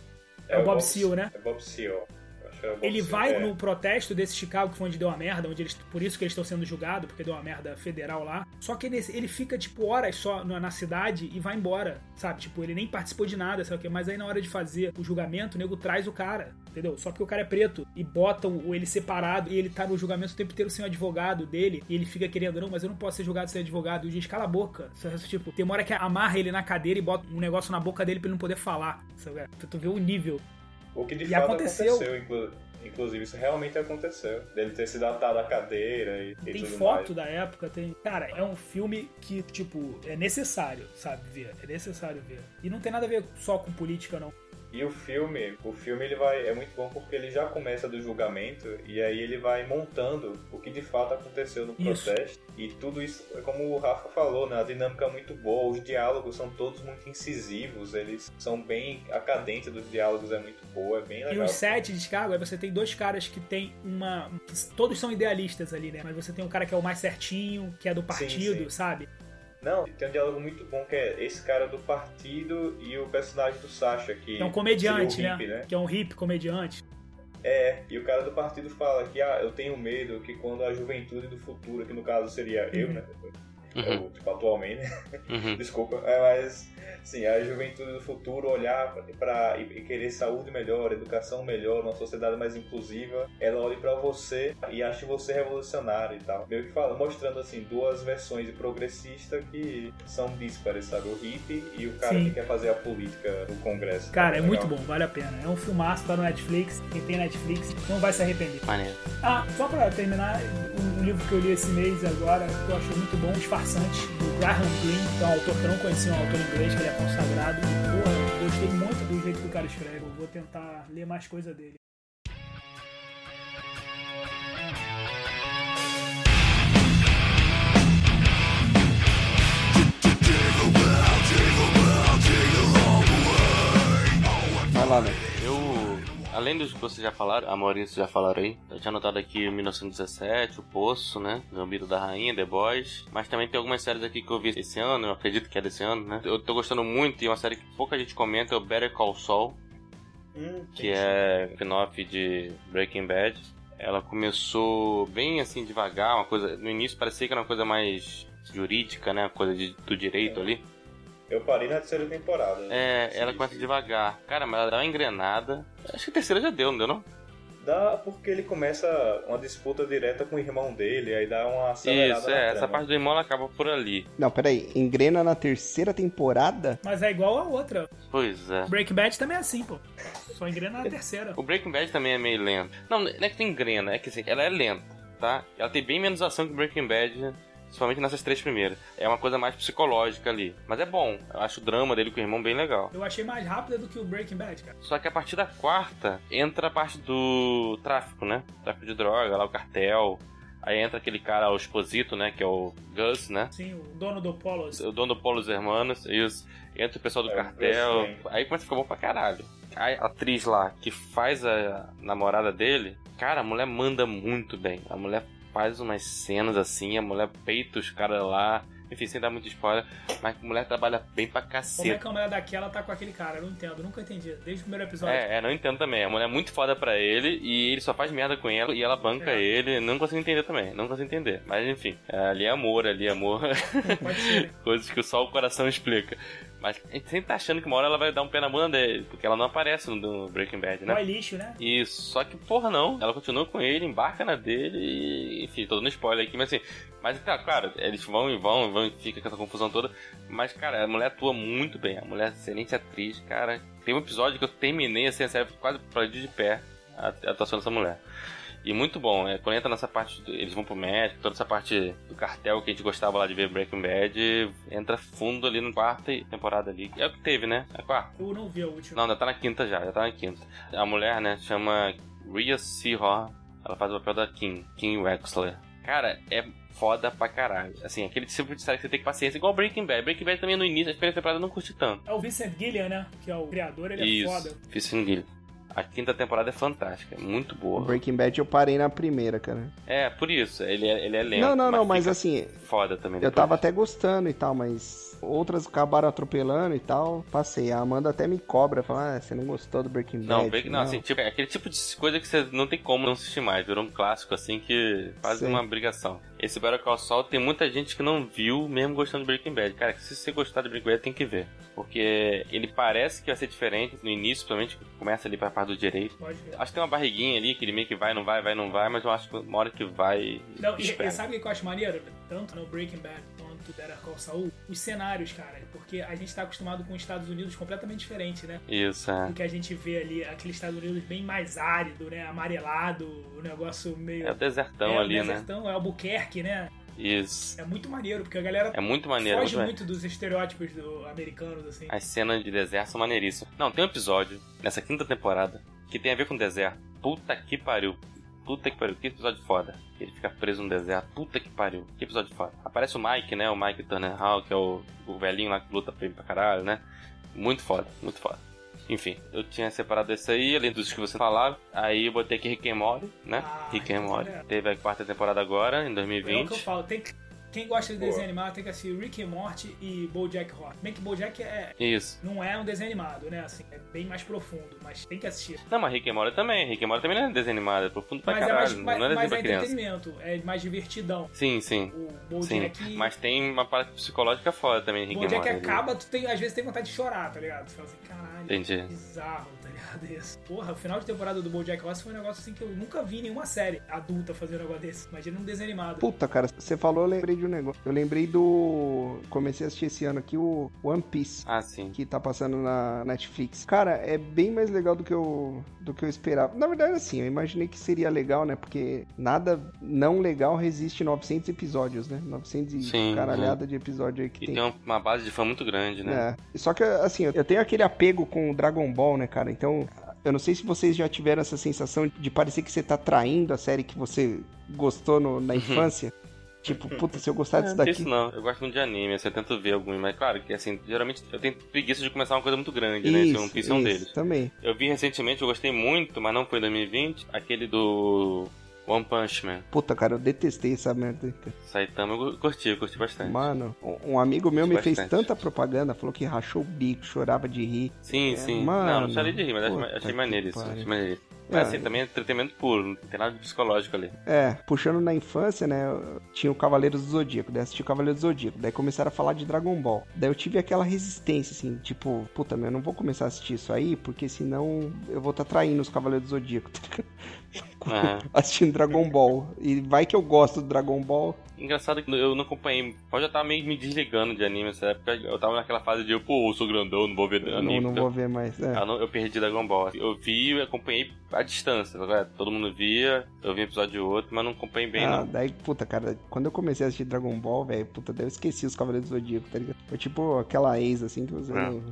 É o Bob Seal, né? É Bob Seal. Eu acho que é o Bob Ele Seal, vai é. no protesto desse Chicago, que foi onde deu uma merda, onde eles, por isso que eles estão sendo julgados, porque deu uma merda federal lá. Só que nesse- ele fica, tipo, horas só na, na cidade e vai embora, sabe? Tipo, ele nem participou de nada, sabe o quê? Mas aí na hora de fazer o julgamento, o nego traz o cara, entendeu? Só que o cara é preto e botam o- ele separado e ele tá no julgamento o tempo inteiro sem o advogado dele e ele fica querendo, não, mas eu não posso ser julgado sem advogado. E o juiz cala a boca. sabe? Tipo, tem uma hora que amarra ele na cadeira e bota um negócio na boca dele pra ele não poder falar, sabe? Tu- Tu vê o nível. O que de E fato aconteceu. aconteceu. inclu- Inclusive, isso realmente aconteceu. Dele ter se datado à cadeira e, e Tem tudo foto mais. da época, tem. Cara, é um filme que, tipo, é necessário, sabe, ver. É necessário ver. E não tem nada a ver só com política, não. E o filme, o filme ele vai é muito bom porque ele já começa do julgamento e aí ele vai montando o que de fato aconteceu no Isso. protesto e tudo isso, é como o Rafa falou, né, a dinâmica é muito boa, os diálogos são todos muito incisivos, eles são bem a cadência dos diálogos é muito boa, é bem E legal. os sete de Chicago, aí você tem dois caras que tem uma. que todos são idealistas ali, né? Mas você tem um cara que é o mais certinho, que é do partido, sim. sabe? Não, tem um diálogo muito bom que é esse cara do partido e o personagem do Sasha que É um comediante, seria né? o hippie, né? Que é um hip comediante. É, e o cara do partido fala que ah, eu tenho medo que quando a juventude do futuro, que no caso seria Uhum. eu, né? É. Eu, tipo, atualmente, né? Uhum. Desculpa, é, mas sim, a juventude do futuro olhar para e e querer saúde melhor, educação melhor, uma sociedade mais inclusiva, ela olha para você e acha você revolucionário e tal. Meio que fala, mostrando assim duas versões de progressista que são díspares, sabe? O hippie e o cara Sim. que quer fazer a política do Congresso. Tá Cara, é Legal. muito bom, vale a pena. É um filmaço, tá no Netflix. Quem tem Netflix não vai se arrepender. Maneiro. Ah, só pra terminar, um livro que eu li esse mês agora, que eu acho muito bom, Disfarçante, do Graham Greene, que é um autor que eu não conhecia, um autor inglês, que ele é consagrado. E, porra, eu gostei muito do jeito que o cara escreve. Eu vou tentar ler mais coisa dele. Vai lá, né? Eu, além dos que vocês já falaram, a Maurício já falaram aí, eu tinha anotado aqui 1917, O Poço, né? Zumbido da Rainha, The Boys, mas também tem algumas séries aqui que eu vi esse ano, eu acredito que é desse ano, né? Eu tô gostando muito e uma série que pouca gente comenta é o Better Call Saul, Hum, que é spin-off de Breaking Bad. Ela começou bem assim devagar, uma coisa, no início parecia que era uma coisa mais jurídica, né? Uma coisa de- do direito ali. Eu parei na terceira temporada. É, ela É, Sim, começa sim. devagar. Cara, mas ela dá uma engrenada. Acho que a terceira já deu, não deu não? Dá porque ele começa uma disputa direta com o irmão dele, aí dá uma acelerada Isso, na é, trama. essa parte do irmão ela acaba por ali. Não, peraí. Engrena na terceira temporada? Mas é igual a outra. Pois é. Breaking Bad também é assim, pô. Só engrena na terceira. O Breaking Bad também é meio lento. Não, não é que tem grana, é que assim, ela é lenta, tá? Ela tem bem menos ação que Breaking Bad, principalmente nessas três primeiras. É uma coisa mais psicológica ali. Mas é bom, eu acho o drama dele com o irmão bem legal. Eu achei mais rápida do que o Breaking Bad, cara. Só que a partir da quarta entra a parte do tráfico, né? Tráfico de droga, lá o cartel. Aí entra aquele cara, o Exposito, né? Que é o Gus, né? Sim, o dono do Polo. o dono do Polo dos Hermanos, isso. Entra o pessoal do É, cartel. Bruce Aí começa a ficar bom pra caralho. A atriz lá que faz a namorada dele, cara, a mulher manda muito bem. A mulher faz umas cenas assim, a mulher peita os caras lá. Enfim, sem dar muito spoiler, mas a mulher trabalha bem pra Como é caceta. que a mulher daquela tá com aquele cara? Eu não entendo, nunca entendi. Desde o primeiro episódio. É, é, não entendo também. A mulher é muito foda pra ele e ele só faz merda com ela e ela banca É. ele. Não consigo entender também, não consigo entender. Mas enfim, ali é amor, ali é amor. Pode ser. né? Coisas que só o coração explica. Mas a gente sempre tá achando que uma hora ela vai dar um pé na bunda dele, porque ela não aparece no no Breaking Bad, Boy né? lixo, né? Isso, só que porra não, ela continua com ele, embarca na dele e. Enfim, tô dando spoiler aqui, mas assim. Mas tá, claro, eles vão e vão e vão e fica com essa confusão toda. Mas, cara, a mulher atua muito bem, a mulher é excelente atriz, cara. Tem um episódio que eu terminei assim, a série quase perdi de pé a a atuação dessa mulher. E muito bom, é, quando entra nessa parte, do- eles vão pro médico, toda essa parte do cartel que a gente gostava lá de ver Breaking Bad, entra fundo ali na quarta temporada ali. É o que teve, né? A quarta. Eu não vi a última. Não, ainda tá na quinta já, já tá na quinta. A mulher, né, chama Rhea Seahor. Ela faz o papel da Kim, Kim Wexler. Cara, é foda pra caralho. Assim, aquele tipo de série que você tem que paciência, igual Breaking Bad. Breaking Bad também no início, a primeira temporada eu não curti tanto. É o Vincent Gillian, né? Que é o criador, ele é foda. fiz Guilherme. A quinta temporada é fantástica, é muito O boa. Breaking Bad eu parei na primeira, cara. É, por isso, ele é, ele é lento. não, não, não, mas fica assim, Foda também. eu depois. tava até gostando e tal, mas outras acabaram atropelando e tal. Passei. A Amanda até me cobra, fala, ah, você não gostou do Breaking Bad? Não, Breaking não, assim, tipo, é aquele tipo de coisa que você não tem como não assistir mais. Virou um clássico, assim, que faz Sim. uma obrigação. Esse Better Call Saul tem muita gente que não viu, mesmo gostando de Breaking Bad. Cara, se você gostar de Breaking Bad, tem que ver. Porque ele parece que vai ser diferente no início, principalmente, começa ali pra parte do direito. Pode ver. Acho que tem uma barriguinha ali, que ele meio que vai, não vai, vai, não vai, mas eu acho que uma hora que vai. Não, e, espera. e sabe o que eu acho maneiro? Tanto no Breaking Bad quanto Better Call Saul, os cenários, cara. Porque a gente tá acostumado com os Estados Unidos completamente diferente, né? Isso, é. O que a gente vê ali, aquele Estados Unidos bem mais árido, né? Amarelado, o negócio meio. É o desertão o ali, né? desertão, É Albuquerque, né? Isso. É muito maneiro, porque a galera É muito maneiro. foge muito maneiro. muito dos estereótipos do americanos, assim. As cenas de deserto são maneiríssimas. Não, tem um episódio nessa quinta temporada que tem a ver com deserto. Puta que pariu. Puta que pariu. Que episódio foda. Ele fica preso no deserto. Puta que pariu. Que episódio foda. Aparece o Mike, né? O Mike Turnerhall, que é o, o velhinho lá que luta pra ele pra caralho, né? Muito foda, muito foda. Enfim, eu tinha separado esse aí, além dos que você falava. Aí eu botei aqui Rick and Morty, né? Ah, Rick and então Morty. é. Teve a quarta temporada agora, em É o que eu 2020. falo, tem que- quem gosta de desenho Boa. animado tem que assistir Rick and Morty e BoJack Horseman. Bem que BoJack é, Isso. não é um desenho animado, né? Assim, é bem mais profundo, mas tem que assistir. Não, mas Rick and Morty também. Rick and Morty também não é desenho animado, é profundo pra Mas é mais, caralho. mas- não é desenho mas pra é criança. entretenimento, é mais divertidão. Sim, sim. O Sim, BoJack... mas tem uma parte psicológica foda também, Rick and BoJack Morty. acaba, tu tem, às vezes tem vontade de chorar, tá ligado? Tu fala assim, caralho, Entendi. bizarro, tá ligado? Isso. Porra, o final de temporada do BoJack Horseman foi um negócio assim que eu nunca vi em nenhuma série adulta fazer um negócio desse. Imagina um desenho animado. Puta, cara, você falou, eu lembrei de um negócio. Eu lembrei do. Comecei a assistir esse ano aqui o One Piece. Ah, sim. Que tá passando na Netflix. Cara, é bem mais legal do que eu, do que eu esperava. Na verdade, assim, eu imaginei que seria legal, né? Porque nada não legal resiste 900 episódios, né? 900 e Sim, caralhada de episódio aí que E tem. tem um, uma base de fã muito grande, né? É. Só que, assim, eu tenho aquele apego com o Dragon Ball, né, cara? Então, eu não sei se vocês já tiveram essa sensação de parecer que você tá traindo a série que você gostou no- Uhum. na infância. tipo, puta, se eu gostar disso Não sei daqui. isso não, eu gosto muito de anime, assim, eu tento ver algum, mas claro que assim, geralmente eu tenho preguiça de começar uma coisa muito grande, né? Esse One Piece é um deles. também. Eu vi recentemente, eu gostei muito, mas não foi em 2020, aquele do One Punch Man. Puta, cara, eu detestei essa merda. Saitama, eu gu- curti, eu curti bastante. Mano, um- um amigo meu me fez Bastante. tanta propaganda, falou que rachou o bico, chorava de rir. Sim, É, sim. não, mano, não chorei de rir, mas achei- puta achei que maneiro isso. pariu. Achei maneiro isso. Mas É. assim, também é entretenimento puro, não tem nada de psicológico ali. É, puxando na infância, né? eu Tinha o Cavaleiros do Zodíaco, daí assisti o Cavaleiros do Zodíaco, daí começaram a falar de Dragon Ball. Daí eu tive aquela resistência, assim, tipo, puta, meu, eu não vou começar a assistir isso aí, porque senão eu vou estar traindo os Cavaleiros do Zodíaco, tá ligado? Aham. assistindo Dragon Ball. E vai que eu gosto do Dragon Ball. Engraçado que eu não acompanhei. Eu já tava meio me desligando de anime nessa época. Eu tava naquela fase de, pô, eu sou grandão, não vou ver Eu anime. não, não então- vou ver mais. É. Eu, não- eu perdi Dragon Ball. Eu vi e acompanhei à distância. né? Todo mundo via, eu vi um episódio de outro, mas não acompanhei bem, Ah, não. daí, puta, cara, quando eu comecei a assistir Dragon Ball, velho, puta, daí eu esqueci os Cavaleiros do Zodíaco, tá ligado? Foi tipo aquela ex, assim, que você É. não-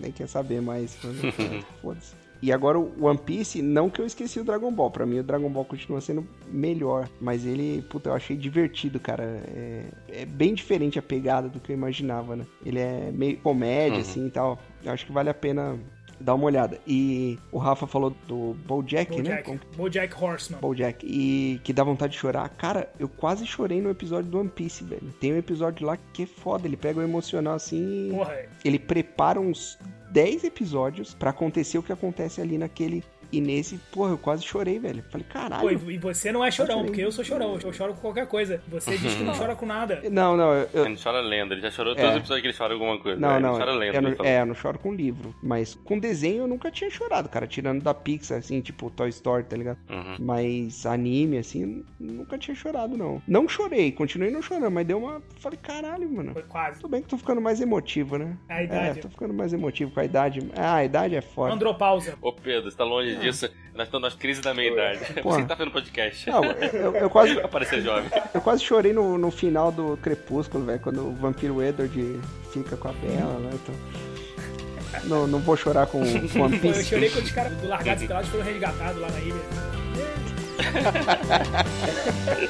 nem quer saber mais. mano. Foda-se. E agora o One Piece, não que eu esqueci o Dragon Ball, pra mim o Dragon Ball continua sendo melhor, mas ele, puta, eu achei divertido, cara. É, é bem diferente a pegada do que eu imaginava, né? Ele é meio comédia, Uhum. assim e tal. Eu acho que vale a pena dar uma olhada. E o Rafa falou do Bojack, né? BoJack, Como BoJack Horseman. Bojack e que dá vontade de chorar. Cara, eu quase chorei no episódio do One Piece, velho. Tem um episódio lá que é foda, ele pega o emocional assim e Porra, é. ele prepara uns 10 episódios pra acontecer o que acontece ali naquele e nesse, porra, eu quase chorei, velho. Falei, pô, caralho. e você não é chorão, chorei. porque eu sou chorão. Eu choro com qualquer coisa. Você diz que não chora com nada. Não, não, eu, eu- Ele chora lenda, ele já chorou É. todos os episódios que ele chora alguma coisa. né? não, ele não. chora lenda, eu não ele falou. é, eu não choro com livro, mas com desenho eu nunca tinha chorado, cara, tirando da Pixar assim, tipo Toy Story, tá ligado? Uhum. Mas anime assim, nunca tinha chorado não. Não chorei, continuei não chorando, mas deu uma, falei, caralho, mano. Foi quase. Tudo bem que tô ficando mais emotivo, né? A idade. É, tô ficando mais emotivo com a idade. Ah, a idade é foda. Andropausa. Ô Pedro, você tá longe disso. Nós estamos nas crises da meia-idade. Por É. Porra. que tá vendo podcast? Não, eu, eu quase, Pra parecer jovem. eu quase chorei no, no final do Crepúsculo, velho, quando o vampiro Edward fica com a Bela, né? então- Não, não vou chorar com com One Pô, eu Piece. chorei quando os caras do Largados e Pelados foram resgatados lá na ilha.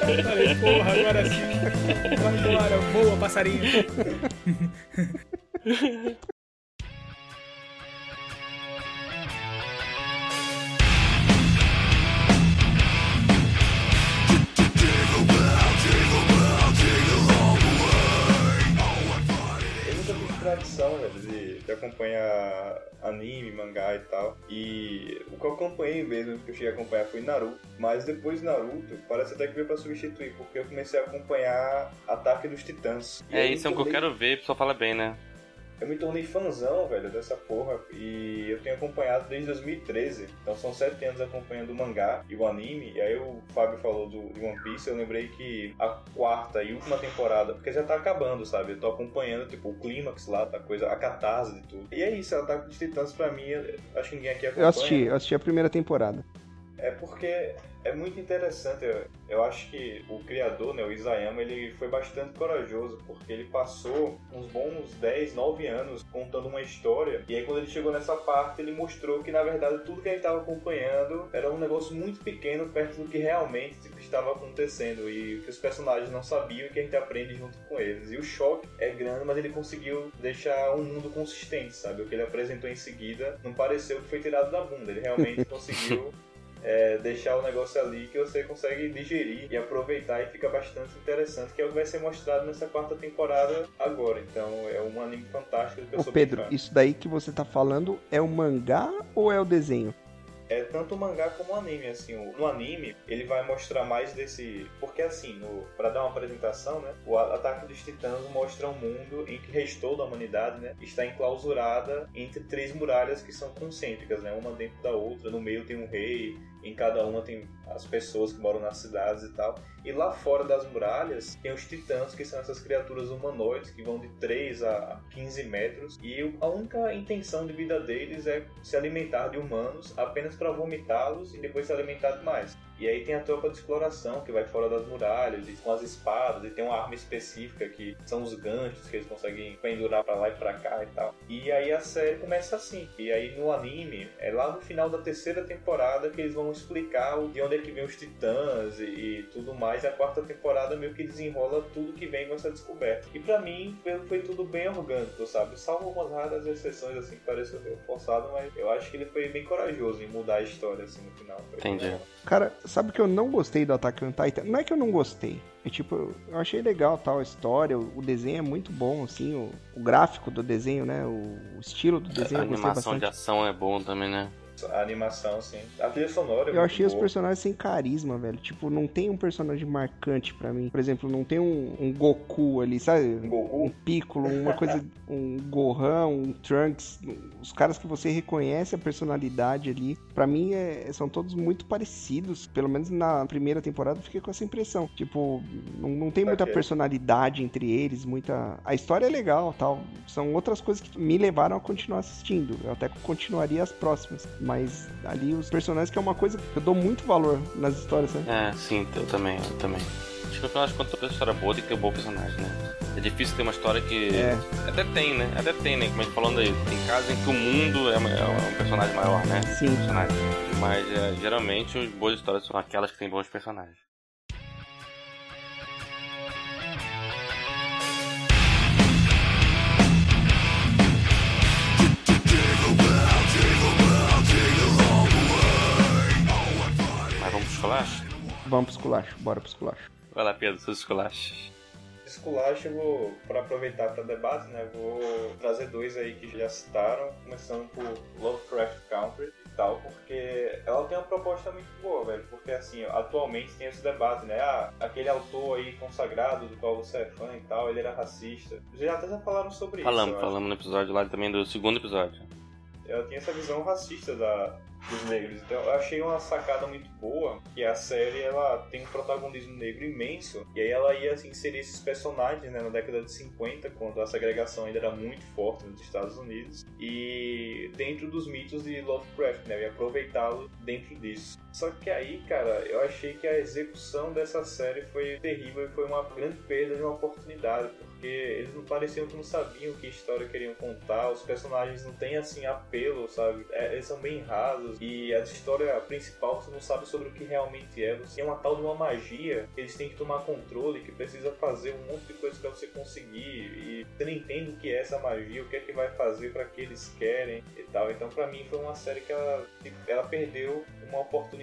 Eu Falei, porra, agora sim. Vai embora, voa, passarinho. Eu nunca tive tradição, velho, de, de acompanhar anime, mangá e tal. E o que eu acompanhei mesmo, que eu cheguei a acompanhar foi Naruto. Mas depois de Naruto, parece até que veio pra substituir, porque eu comecei a acompanhar Ataque dos Titãs. E É, eu isso é um me que eu tornei- quero ver, o pessoal fala bem, né? Eu me tornei fãzão, velho, dessa porra. E eu tenho acompanhado desde 2013. Então são sete anos acompanhando o mangá e o anime. E aí o Fábio falou do de One Piece. Eu lembrei que a quarta e última temporada, porque já tá acabando, sabe? Eu tô acompanhando, tipo, o clímax lá da coisa, a catarse tá de tudo. E é isso, Ataque dos Titãs pra mim, eu- acho que ninguém aqui acompanha. Eu assisti, eu assisti a primeira temporada. É porque é muito interessante. Eu, eu acho que o criador, né, o Isayama, ele foi bastante corajoso, porque ele passou uns bons 10, 9 anos contando uma história. E aí, quando ele chegou nessa parte, ele mostrou que, na verdade, tudo que a gente estava acompanhando era um negócio muito pequeno perto do que realmente tipo, estava acontecendo e o que os personagens não sabiam e que a gente aprende junto com eles. E o choque é grande, mas ele conseguiu deixar um mundo consistente, sabe? O que ele apresentou em seguida não pareceu que foi tirado da bunda. Ele realmente conseguiu é, deixar o negócio ali que você consegue digerir e aproveitar e fica bastante interessante, que é o que vai ser mostrado nessa quarta temporada agora. Então é um anime fantástico que eu Ô, sou Pedro, bem fã. isso daí que você tá falando é o mangá ou é o desenho? É tanto o mangá como o anime, assim. o- No anime, ele vai mostrar mais desse. Porque, assim, no... para dar uma apresentação, né? O A- Ataque dos Titãs mostra um mundo em que restou da humanidade, né? Está enclausurada entre três muralhas que são concêntricas, né? Uma dentro da outra. No meio tem um rei, em cada uma tem as pessoas que moram nas cidades e tal. E lá fora das muralhas tem os titãs, que são essas criaturas humanoides que vão de 3 a 15 metros. E a única intenção de vida deles é se alimentar de humanos apenas para vomitá-los e depois se alimentar de mais. E aí tem a tropa de exploração que vai fora das muralhas e com as espadas e tem uma arma específica que são os ganchos que eles conseguem pendurar pra lá e pra cá e tal. E aí a série começa assim. E aí no anime é lá no final da terceira temporada que eles vão explicar o- de onde é que vem os titãs e, e tudo mais. E a quarta temporada meio que desenrola tudo que vem com essa descoberta. E pra mim pelo- foi tudo bem orgânico, sabe? Salvo algumas raras exceções assim que pareceu meio forçado, mas eu acho que ele foi bem corajoso em mudar a história assim no final. Foi Entendi. legal. Cara, sabe que eu não gostei do Attack on Titan? Não é que eu não gostei. É tipo, eu- eu achei legal tal a história. O o desenho é muito bom, assim. O, o gráfico do desenho, né? O, o estilo do A desenho eu gostei animação de bastante. ação é bom também, né? A animação, sim. A trilha sonora. é Eu muito achei os boa. personagens sem carisma, velho. Tipo, não tem um personagem marcante pra mim. Por exemplo, não tem um, um Goku ali, Um sabe? Um Goku. Piccolo, uma coisa. Um Gohan, um Trunks. Os caras que você reconhece a personalidade ali. Pra mim, é- são todos muito parecidos. Pelo menos na primeira temporada eu fiquei com essa impressão. Tipo, não, não tem muita Ok. personalidade entre eles, muita. A história é legal tal. São outras coisas que me levaram a continuar assistindo. Eu até continuaria as próximas. Mas ali os personagens, que é uma coisa que eu dou muito valor nas histórias, né? É, sim, eu também, eu também. Acho que no final das contas toda história é boa tem que ter um bom personagem, né? É difícil ter uma história que. É. Até tem, né? Até tem, né? Como a gente falando aí, tem casos em que o mundo é, ma- é um personagem maior, né? Sim. Personagem. Mas é, geralmente as boas histórias são aquelas que têm bons personagens. Mas vamos pro esculacho? Vamos pro esculacho, bora pro esculacho. Vai lá, Pedro, seus esculachos. Esculacho, eu vou, pra aproveitar para debate, né, vou trazer dois aí que já citaram, começando por Lovecraft Country e tal, porque ela tem uma proposta muito boa, velho, porque assim, atualmente tem esse debate, né, ah, aquele autor aí consagrado do qual você é fã e tal, ele era racista. Vocês já até já falaram sobre Falamos, isso. eu acho. falamos no episódio lá também do segundo episódio. ela tinha essa visão racista da, dos negros. Então eu achei uma sacada muito boa, que a série ela tem um protagonismo negro imenso, e aí ela ia assim, inserir esses personagens né, na década de 50, quando a segregação ainda era muito forte nos Estados Unidos, e dentro dos mitos de Lovecraft, né, e aproveitá-lo dentro disso. Só que aí, cara, eu achei que a execução dessa série foi terrível e foi uma grande perda de uma oportunidade, porque eles não pareciam que não sabiam que história queriam contar, os personagens não têm assim apelo, sabe? É, eles são bem rasos e a história principal você não sabe sobre o que realmente é. Você tem uma tal de uma magia, que eles têm que tomar controle, que precisa fazer um monte de coisa pra você conseguir e você não entende o que é essa magia, o que é que vai fazer pra que eles querem e tal. Então pra mim foi uma série que ela, tipo, ela perdeu uma oportunidade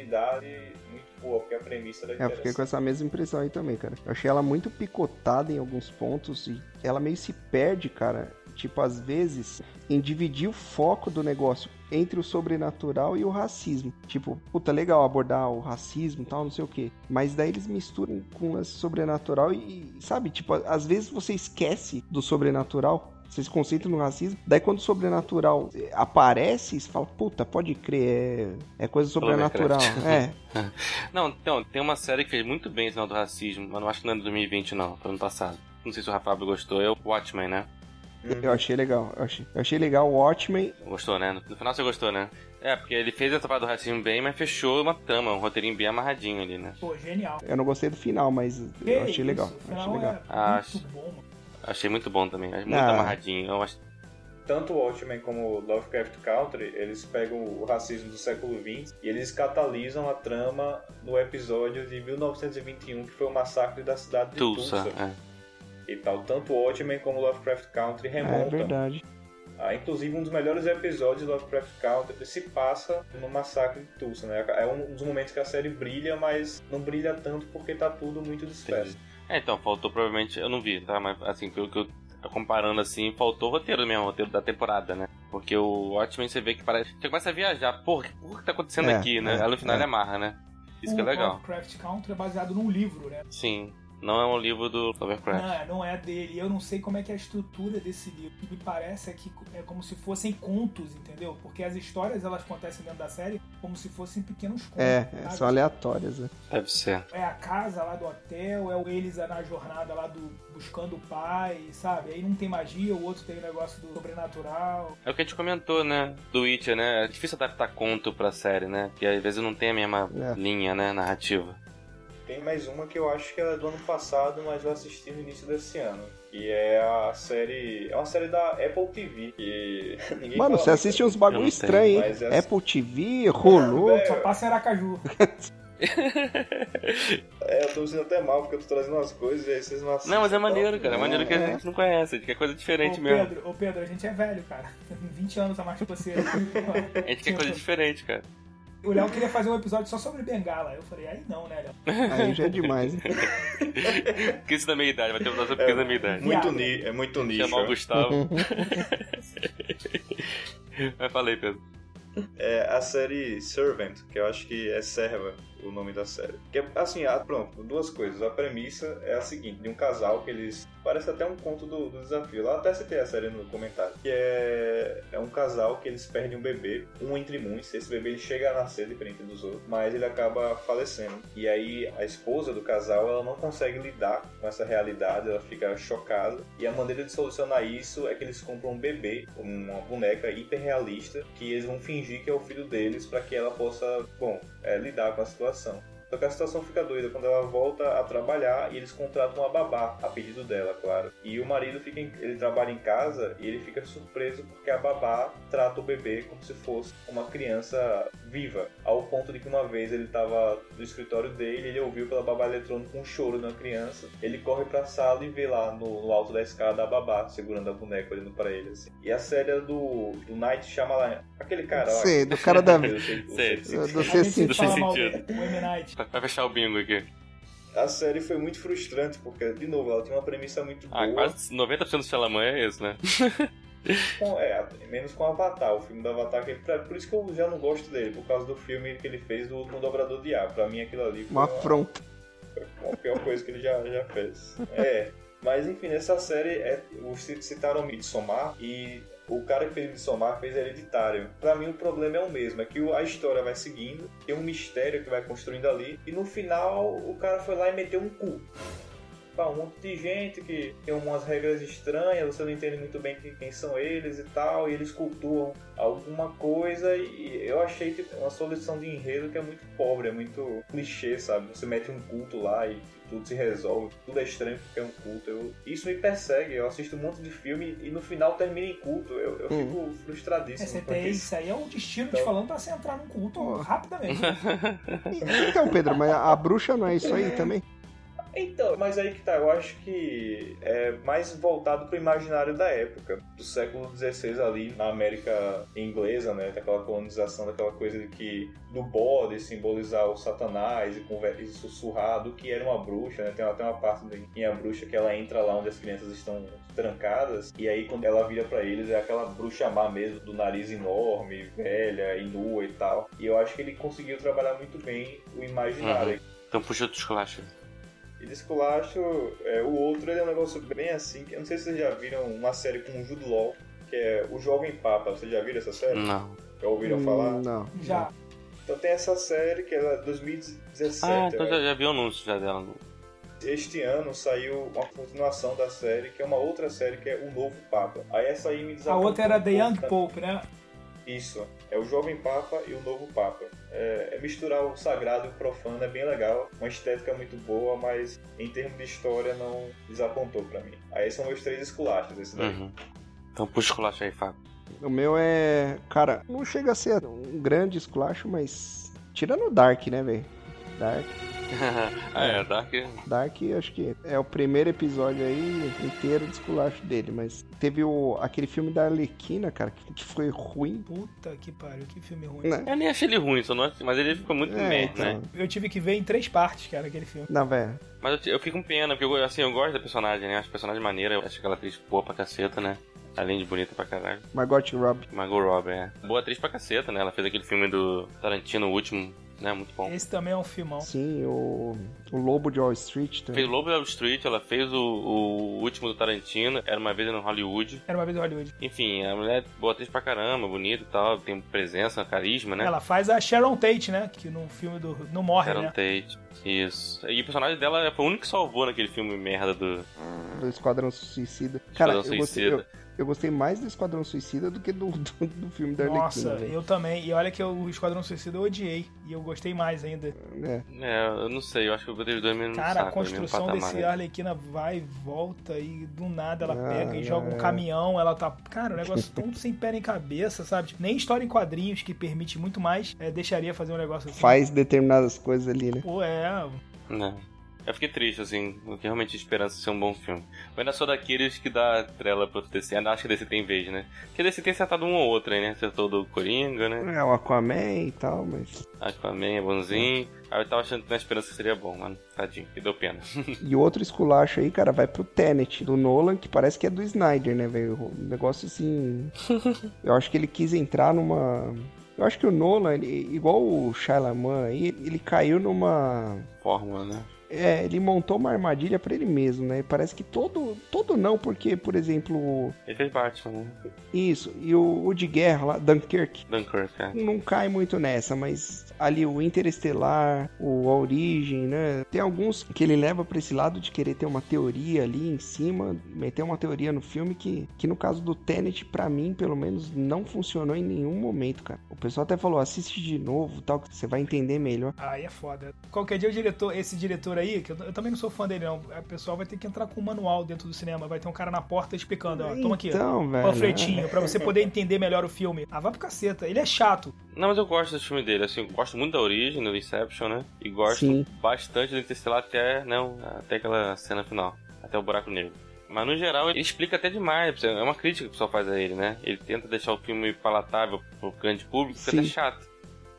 muito boa, porque a premissa era É, eu fiquei com essa mesma impressão aí também, cara. Eu achei ela muito picotada em alguns pontos e ela meio se perde, cara. Tipo, às vezes, em dividir o foco do negócio entre o sobrenatural e o racismo. Tipo, puta, legal abordar o racismo e tal, não sei o quê. Mas daí eles misturam com o lance sobrenatural e, sabe? Tipo, às vezes você esquece do sobrenatural. Você se concentra no racismo. Daí quando o sobrenatural eh, aparece, você fala, puta, pode crer, é, é coisa sobrenatural. Lovecraft. É, Não, então, tem uma série que fez muito bem sinal do racismo, mas não acho que não é de 2020, não. Foi ano passado. Não sei se o Rafael gostou, é o Watchmen, né? Uhum. Eu achei legal. Eu achei, eu achei legal o Watchmen. Gostou, né? No final você gostou, né? É, porque ele fez essa parada do racismo bem, mas fechou uma trama, um roteirinho bem amarradinho ali, né? Pô, genial. Eu não gostei do final, mas eu achei legal. Isso, eu afinal, Achei legal. é Acho. Muito bom, mano. Achei muito bom também, mas muito Ah. amarradinho. Eu acho... Tanto o Watchmen como o Lovecraft Country, eles pegam o racismo do século XX e eles catalisam a trama no episódio de 1921, que foi o massacre da cidade de Tulsa. Tulsa. É. E tal. Tanto o Watchmen como o Lovecraft Country É remontam verdade. Ah, inclusive, um dos melhores episódios do Lovecraft Country se passa no massacre de Tulsa, né? É um dos momentos que a série brilha, mas não brilha tanto porque tá tudo muito disperso. É, então, faltou provavelmente. Eu não vi, tá? Mas assim, pelo que eu. Comparando assim, faltou o roteiro mesmo, o roteiro da temporada, né? Porque o Watchmen você vê que parece. Você começa a viajar, pô, o que- o que tá acontecendo É, aqui, né? é, Aí no final é. ele amarra, né? Isso que é O legal. Lovecraft Country é baseado num livro, né? Sim, não é um livro do Lovecraft. Não, não é dele. Eu não sei como é que é a estrutura desse livro. O que me parece é que é como se fossem contos, entendeu? Porque as histórias elas acontecem dentro da série como se fossem pequenos contos. É, é, sabe? são aleatórias, né? Deve ser. É a casa lá do hotel, é o eles na jornada lá do buscando o pai, sabe? Aí não tem magia, o outro tem o negócio do sobrenatural. É o que a gente comentou, né? Do Witcher, né? É difícil adaptar conto pra série, né? Porque às vezes não tem a mesma É. linha, né? Narrativa. Tem mais uma que eu acho que ela é do ano passado, mas eu assisti no início desse ano. E é a série. É uma série da Apple TV. E ninguém Mano, fala você muito, assiste uns Eu bagulho não sei, estranho, hein? mas essa- Apple TV, Hulu. É. Só passa em Aracaju. É, eu tô me sentindo até mal porque eu tô trazendo umas coisas e aí vocês não assistem. Não, mas é tá? maneiro, cara. É maneiro que a gente não conhece. Que é coisa Ô diferente mesmo. Pedro, ô Pedro, a gente é velho, cara. 20 anos a mais que você. A gente quer coisa diferente, cara. O Léo queria fazer um episódio só sobre Bengala. Eu falei, aí não, né, Léo? Aí já é demais, hein? Criança da minha idade, vai ter um É. nosso pequeno da minha idade. Muito ni... É muito nicho. Chamar o Gustavo. Mas falei, Pedro. É a série Servant, que eu acho que é Serva o nome da série. Que é, assim, ah, pronto, duas coisas. A premissa é a seguinte, de um casal que eles... Parece até um conto do, do desafio. Lá até citei a série no comentário. Que é, é um casal que eles perdem um bebê, um entre muitos. Esse bebê ele chega a nascer diferente dos outros, mas ele acaba falecendo. E aí a esposa do casal, ela não consegue lidar com essa realidade, ela fica chocada. E a maneira de solucionar isso é que eles compram um bebê, uma boneca hiperrealista, que eles vão fingir que é o filho deles para que ela possa, bom, é, lidar com a situação. Só que a situação fica doida quando ela volta a trabalhar e eles contratam uma babá, a pedido dela, claro. E o marido fica em- ele trabalha em casa e ele fica surpreso porque a babá trata o bebê como se fosse uma criança viva. Ao ponto de que uma vez ele estava no escritório dele, ele ouviu pela babá eletrônica um choro de uma criança. Ele corre pra sala e vê lá no, no alto da escada a babá segurando a boneca olhando pra ele. assim. E a série é do, do Night Shyamalan, aquele cara lá. Sei, do cara da. É, Eu sei- eu sei- Sei. Do A gente Não C5. faz fala mal sentido. dele, o M. Night. Pra- Pra fechar o bingo aqui. A série foi muito frustrante, porque, de novo, ela tinha uma premissa muito boa. Ah, quase 90% do Xalamã é isso, né? com- é, menos com Avatar, o filme do Avatar. Que, pra- por isso que eu já não gosto dele, por causa do filme que ele fez do último dobrador de ar. Pra mim aquilo ali foi Uma uma, afronta. foi a pior coisa que ele já, já fez. É. Mas enfim, nessa série é, os c- citaram Midsommar e o cara que fez Midsommar fez Hereditário. Pra mim o problema é o mesmo, é que o- a história vai seguindo, tem um mistério que vai construindo ali e no final o cara foi lá e meteu um cu. Pra um monte de gente que tem umas regras estranhas, você não entende muito bem quem, quem são eles e tal, e eles cultuam alguma coisa e eu achei tipo, uma solução de enredo que é muito pobre, é muito clichê, sabe? Você mete um culto lá e tudo se resolve, tudo é estranho porque é um culto. Eu- isso me persegue, eu assisto um monte de filme e no final termina em culto. Eu, eu Uhum. fico frustradíssimo Você com tem isso. isso aí, é o destino te Então- falando pra você entrar num culto rapidamente. Então, Pedro, mas a a bruxa não é isso aí também? Então, mas aí que tá, eu acho que é mais voltado pro imaginário da época, do século XVI ali, na América inglesa, né, daquela colonização, daquela coisa de que, do bode simbolizar o satanás e, conver- e sussurrar do que era uma bruxa, né, tem até uma parte de- em A Bruxa que ela entra lá onde as crianças estão trancadas, e aí quando ela vira pra eles é aquela bruxa má mesmo, do nariz enorme, velha e nua e tal, e eu acho que ele conseguiu trabalhar muito bem o imaginário, Então puxa outros colachos. e de esculacho, é, o outro ele é um negócio bem assim, que eu não sei se vocês já viram uma série com o Jude Law, que é O Jovem Papa. Vocês já viram essa série? Não. Já ouviram Hum, falar? Não. Já. Então tem essa série que é de 2017. Ah, então eu já, já vi o anúncio já dela. Este ano saiu uma continuação da série, que é uma outra série, que é O Novo Papa. Aí essa aí me A desapontou outra era um The pouco Young também. Pope, né? Isso, é o Jovem Papa e o Novo Papa. É, é misturar o sagrado e o profano, é bem legal, uma estética muito boa, mas em termos de história não desapontou pra mim. Aí são meus três esculachos, esse daí. Uhum. Então puxa o colacho aí, Fábio. O meu é. Cara, não chega a ser um grande esculacho, mas. Tirando o Dark, né, velho? Dark. ah, é, Dark. Dark, acho que é o primeiro episódio aí inteiro de esculacho dele, mas teve o, aquele filme da Arlequina, cara, que, que foi ruim. Puta que pariu, que filme ruim. Né? Eu nem achei ele ruim, só não assisti, mas ele ficou muito É, meio, né? então. Eu tive que ver em três partes, cara, aquele filme. Não, velho. Mas eu, te- eu fico com pena, porque eu, assim, eu gosto da personagem, né? Eu Acho a personagem maneira, eu acho aquela atriz boa pra caceta, né? Além de bonita pra caralho. Margot Robbie. Margot Robbie, é. Boa atriz pra caceta, né? Ela fez aquele filme do Tarantino, o último, né? Muito bom. Esse também é um filmão. Sim, o, o Lobo de Wall Street tá? também. Fez Lobo de Wall Street, ela fez o, o último do Tarantino, Era Uma Vez no Hollywood. Era uma vez em Hollywood. Enfim, a mulher é boa atriz pra caramba, bonita e tal, tem presença, carisma, né? Ela faz a Sharon Tate, né? Que no filme do. Não morre, Sharon né? Tate. Isso. E o personagem dela é, foi o único que salvou naquele filme merda do Do Esquadrão Suicida. Cara, Esquadrão eu, gostei, Suicida. eu- eu gostei mais do Esquadrão Suicida do que do, do, do filme da Nossa, Arlequina. né? velho. eu também. E olha que eu- o Esquadrão Suicida eu odiei. E eu gostei mais ainda. É. É, eu não sei, eu acho que eu botei os dois no mesmo Cara, a Hum, saco, no mesmo construção patamar, desse né? Arlequina vai e volta e do nada ela Ah, pega e joga é. um caminhão, ela tá. Cara, o negócio tão sem pé nem cabeça, sabe? Tipo, nem história em quadrinhos que permite muito mais, é, deixaria fazer um negócio assim. Faz determinadas coisas ali, né? Pô, é. Né. Eu fiquei triste, assim, porque realmente tinha esperança de ser um bom filme. Mas não é só daqueles que dá trela pro DC. Ah, não, Acho que DC tem vez, né? Porque DC tem acertado um ou outro aí, né? Acertou do Coringa, né? É, o Aquaman e tal, mas. Aquaman é bonzinho. Aí eu tava achando que na esperança que seria bom, mano. Tadinho, que deu pena. E o outro esculacho aí, cara, vai pro Tenet, do Nolan, que parece que é do Snyder, né, velho? Um negócio assim. Eu acho que ele quis entrar numa. Eu acho que o Nolan, ele- igual o Shyamalan aí, ele caiu numa. Fórmula, né? É, ele montou uma armadilha pra ele mesmo, né? E Parece que todo. Todo não, porque, por exemplo, Ele fez Batman, né? isso, e o, o de guerra lá, Dunkirk, Dunkirk, é. cara. não cai muito nessa, mas ali o Interestelar, o A Origem, né? Tem alguns que ele leva pra esse lado de querer ter uma teoria ali em cima, meter uma teoria no filme que, que no caso do Tenet, pra mim, pelo menos, não funcionou em nenhum momento, cara. O pessoal até falou, assiste de novo, tal, que você vai entender melhor. Aí é foda. Qualquer dia o diretor, esse diretor aí, que eu, eu também não sou fã dele, não. O pessoal vai ter que entrar com um manual dentro do cinema. Vai ter um cara na porta explicando, ó, toma aqui. Então, velho. Panfletinho, pra você poder entender melhor o filme. Ah, vai pro caceta. Ele é chato. Não, mas eu gosto do filme dele, assim, eu gosto muito da origem, do Inception, né? E gosto Sim. bastante do Interstellar até, não, até aquela cena final, até o buraco negro. Mas no geral ele explica até demais, é uma crítica que o pessoal faz a ele, né? Ele tenta deixar o filme palatável pro grande público, fica Sim. até chato.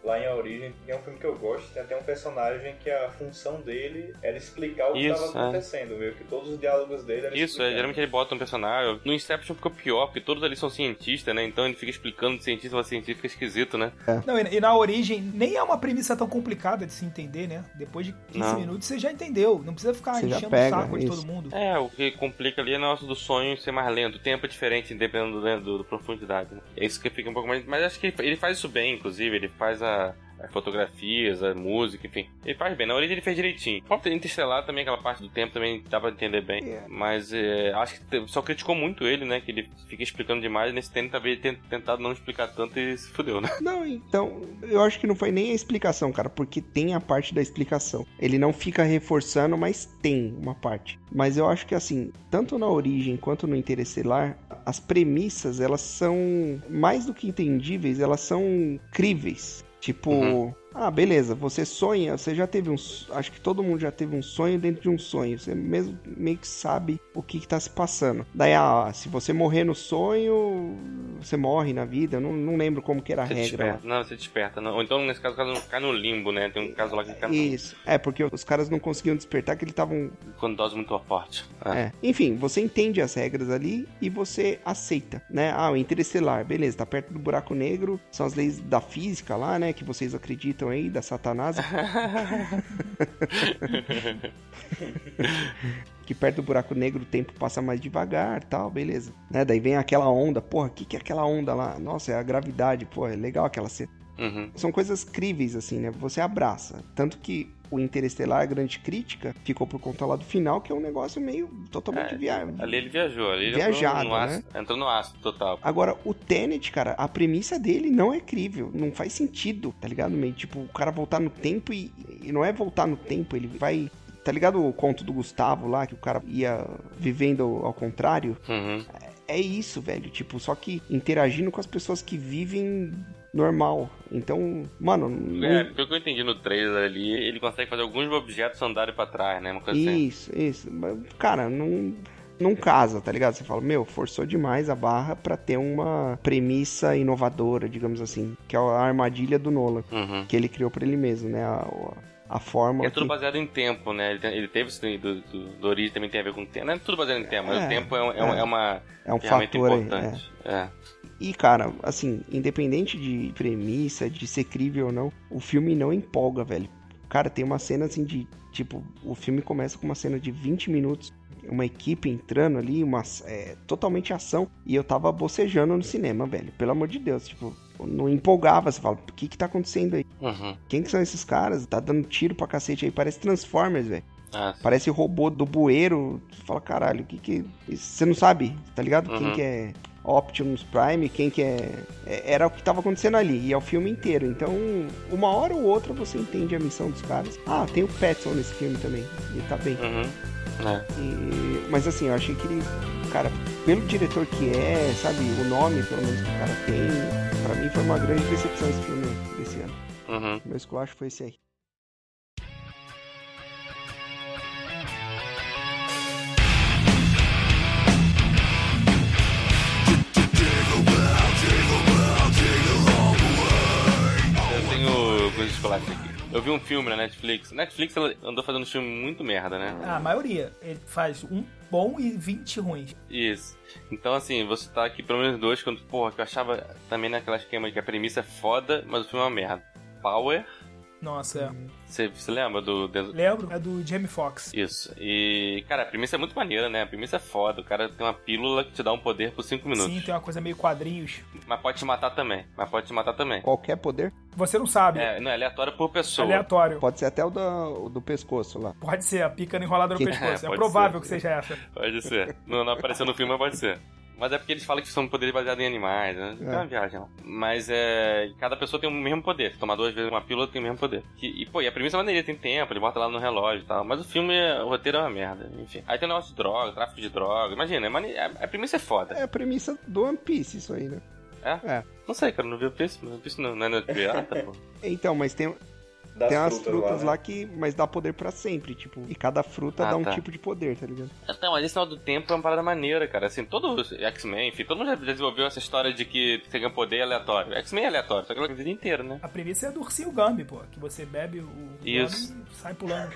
Lá em A Origem, que é um filme que eu gosto, tem até um personagem que a função dele era explicar o que Isso, estava é. acontecendo, meio que todos os diálogos dele eram Isso, é, explicando. geralmente ele bota um personagem. No Inception ficou pior, porque todos ali são cientistas, né? Então ele fica explicando de cientista pra cientista, fica esquisito, né? Não, e, e na origem, nem é uma premissa tão complicada de se entender, né? Depois de 15 Não. minutos você já entendeu. Não precisa ficar Você já enchendo pega, o saco de isso. todo mundo. É, o que complica ali é o negócio do sonho ser mais lento. O tempo é diferente, dependendo do, né, do- do profundidade. né? É isso que fica um pouco mais. Mas acho que ele faz isso bem, inclusive. Ele faz a, as fotografias, a música, enfim. Ele faz bem. Na origem ele fez direitinho. Falta interestelar também, aquela parte do tempo também dá pra entender bem. É. Mas é, acho que te- só criticou muito ele, né? Que ele fica explicando demais. Nesse tempo talvez ele tenha tentado não explicar tanto e se fudeu, né? Não, então, eu acho que não foi nem a explicação, cara, porque tem a parte da explicação. Ele não fica reforçando, mas tem uma parte. Mas eu acho que assim, tanto na origem quanto no interestelar, as premissas, elas são mais do que entendíveis, elas são críveis. Tipo, Uhum. ah, beleza, você sonha, você já teve um, s- acho que todo mundo já teve um sonho dentro de um sonho, você mesmo meio que sabe o que que tá se passando. Daí, ah, se você morrer no sonho, você morre na vida, eu não, não lembro como que era a Você regra. lá. desperta. Não, você desperta. Não. Ou então, nesse caso, o cara não cai no limbo, né? Tem um caso lá que ele cai no limbo, Isso. É, porque os caras não conseguiam despertar que eles estavam. quando dose muito forte. é. Enfim, você entende as regras ali e você aceita, né? Ah, o interestelar, beleza, tá perto do buraco negro, são as leis da física lá, né? Que vocês acreditam aí, da Satanás, que perto do buraco negro o tempo passa mais devagar tal, beleza. Né? Daí vem aquela onda, porra, o que, que é aquela onda lá? Nossa, é a gravidade, pô, é legal aquela cena. Uhum. São coisas críveis, assim, né? Você abraça. Tanto que o Interestelar, a grande crítica, ficou por conta lá do final, que é um negócio meio totalmente É, viável. Ali ele viajou, ali ele Viajado, né? entrou no ácido, entrou no ácido total. Agora, o Tenet, cara, a premissa dele não é crível, não faz sentido, tá ligado? Meio, tipo, o cara voltar no tempo e, e não é voltar no tempo, ele vai. Tá ligado o conto do Gustavo lá, que o cara ia vivendo ao contrário? Uhum. É isso, velho. Tipo, só que interagindo com as pessoas que vivem normal. Então, mano. não- É, pelo que eu entendi no trailer ali, ele consegue fazer alguns objetos andarem pra trás, né? Uma coisa assim. Isso, isso. Mas, Cara, não, não casa, tá ligado? Você fala, meu, forçou demais a barra pra ter uma premissa inovadora, digamos assim, que é a armadilha do Nolan, Uhum. que ele criou pra ele mesmo, né? A, a, a fórmula. É tudo que- baseado em tempo, né? Ele, tem- ele teve isso do, do, do origem também tem a ver com o tempo. Não é tudo baseado em tempo, mas É, o tempo é, um- é um- é. é uma é um ferramenta fator aí. é. importante. É. E, cara, assim, independente de premissa, de ser crível ou não, o filme não empolga, velho. Cara, tem uma cena assim de. Tipo, o filme começa com uma cena de 20 minutos, uma equipe entrando ali, uma, é, totalmente ação, e eu tava bocejando no cinema, velho. Pelo amor de Deus, tipo, eu não empolgava. Você fala, o que que tá acontecendo aí? Uhum. Quem que são esses caras? Tá dando tiro pra cacete aí, parece Transformers, velho. Ah, Parece robô do bueiro. Tu fala, caralho, o que que. Você não sabe, tá ligado? Quem Uhum. que é Optimus Prime, quem que é... é- Era o que tava acontecendo ali, e é o filme inteiro. Então, uma hora ou outra você entende a missão dos caras. Ah, tem o Petson nesse filme também. Ele tá bem. uhum. É. E- Mas assim, eu achei que ele. Cara, pelo diretor que é, sabe, o nome pelo menos que o cara tem. Pra mim foi uma grande decepção esse filme desse ano. Uhum. Meu esculacho foi esse aí. Eu tenho coisa de chocolate aqui. Eu vi um filme na Netflix. Netflix ela andou fazendo filme muito merda, né? Ah, a maioria. Ele faz um bom e 20 ruins. Isso. Então, assim, vou citar aqui pelo menos dois que eu, porra, que eu achava também naquela esquema que a premissa é foda, mas o filme é uma merda. Power, Nossa, é. você você lembra do Denzel- Lembro? É do Jamie Foxx. Isso. E, cara, a premissa é muito maneira, né? A premissa é foda. O cara tem uma pílula que te dá um poder por 5 minutos. Sim, tem uma coisa meio quadrinhos. Mas pode te matar também. Mas pode te matar também. Qualquer poder, Você não sabe. É, não, é aleatório por pessoa. Aleatório. pode ser até o do, o do pescoço lá. Pode ser, a pica enrolada no Que- pescoço. É, pode provável ser. que seja essa. Pode ser. Não, não apareceu no filme, mas pode ser. Mas é porque eles falam que são poderes baseados em animais, né? É, É. uma viagem. ó. Mas é. Cada pessoa tem o mesmo poder. Se tomar duas vezes uma pílula, tem o mesmo poder. E, e, pô, e a premissa é maneirinha, tem tempo, ele bota lá no relógio e tal. Mas o filme, é- o roteiro é uma merda. Enfim. Aí tem o negócio de droga, tráfico de droga. Imagina, é mane... a a premissa é foda. É a premissa do One Piece, isso aí, né? Não sei, cara, não vi o Piece, não vi o Piece não, não é na pirata, pô. Então, mas tem, Das tem umas frutas né? lá, que. Mas dá poder pra sempre, tipo. E cada fruta Ah, dá um tá. tipo de poder, tá ligado? Então, mas esse sinal do tempo é uma parada maneira, cara. Assim, todo X-Men, enfim, todo mundo já desenvolveu essa história de que você ganha poder aleatório. X-Men é aleatório, só que a vida inteira, né? A premissa é do ursinho Gambi, pô. Que você bebe o o Isso. Gambi e sai pulando.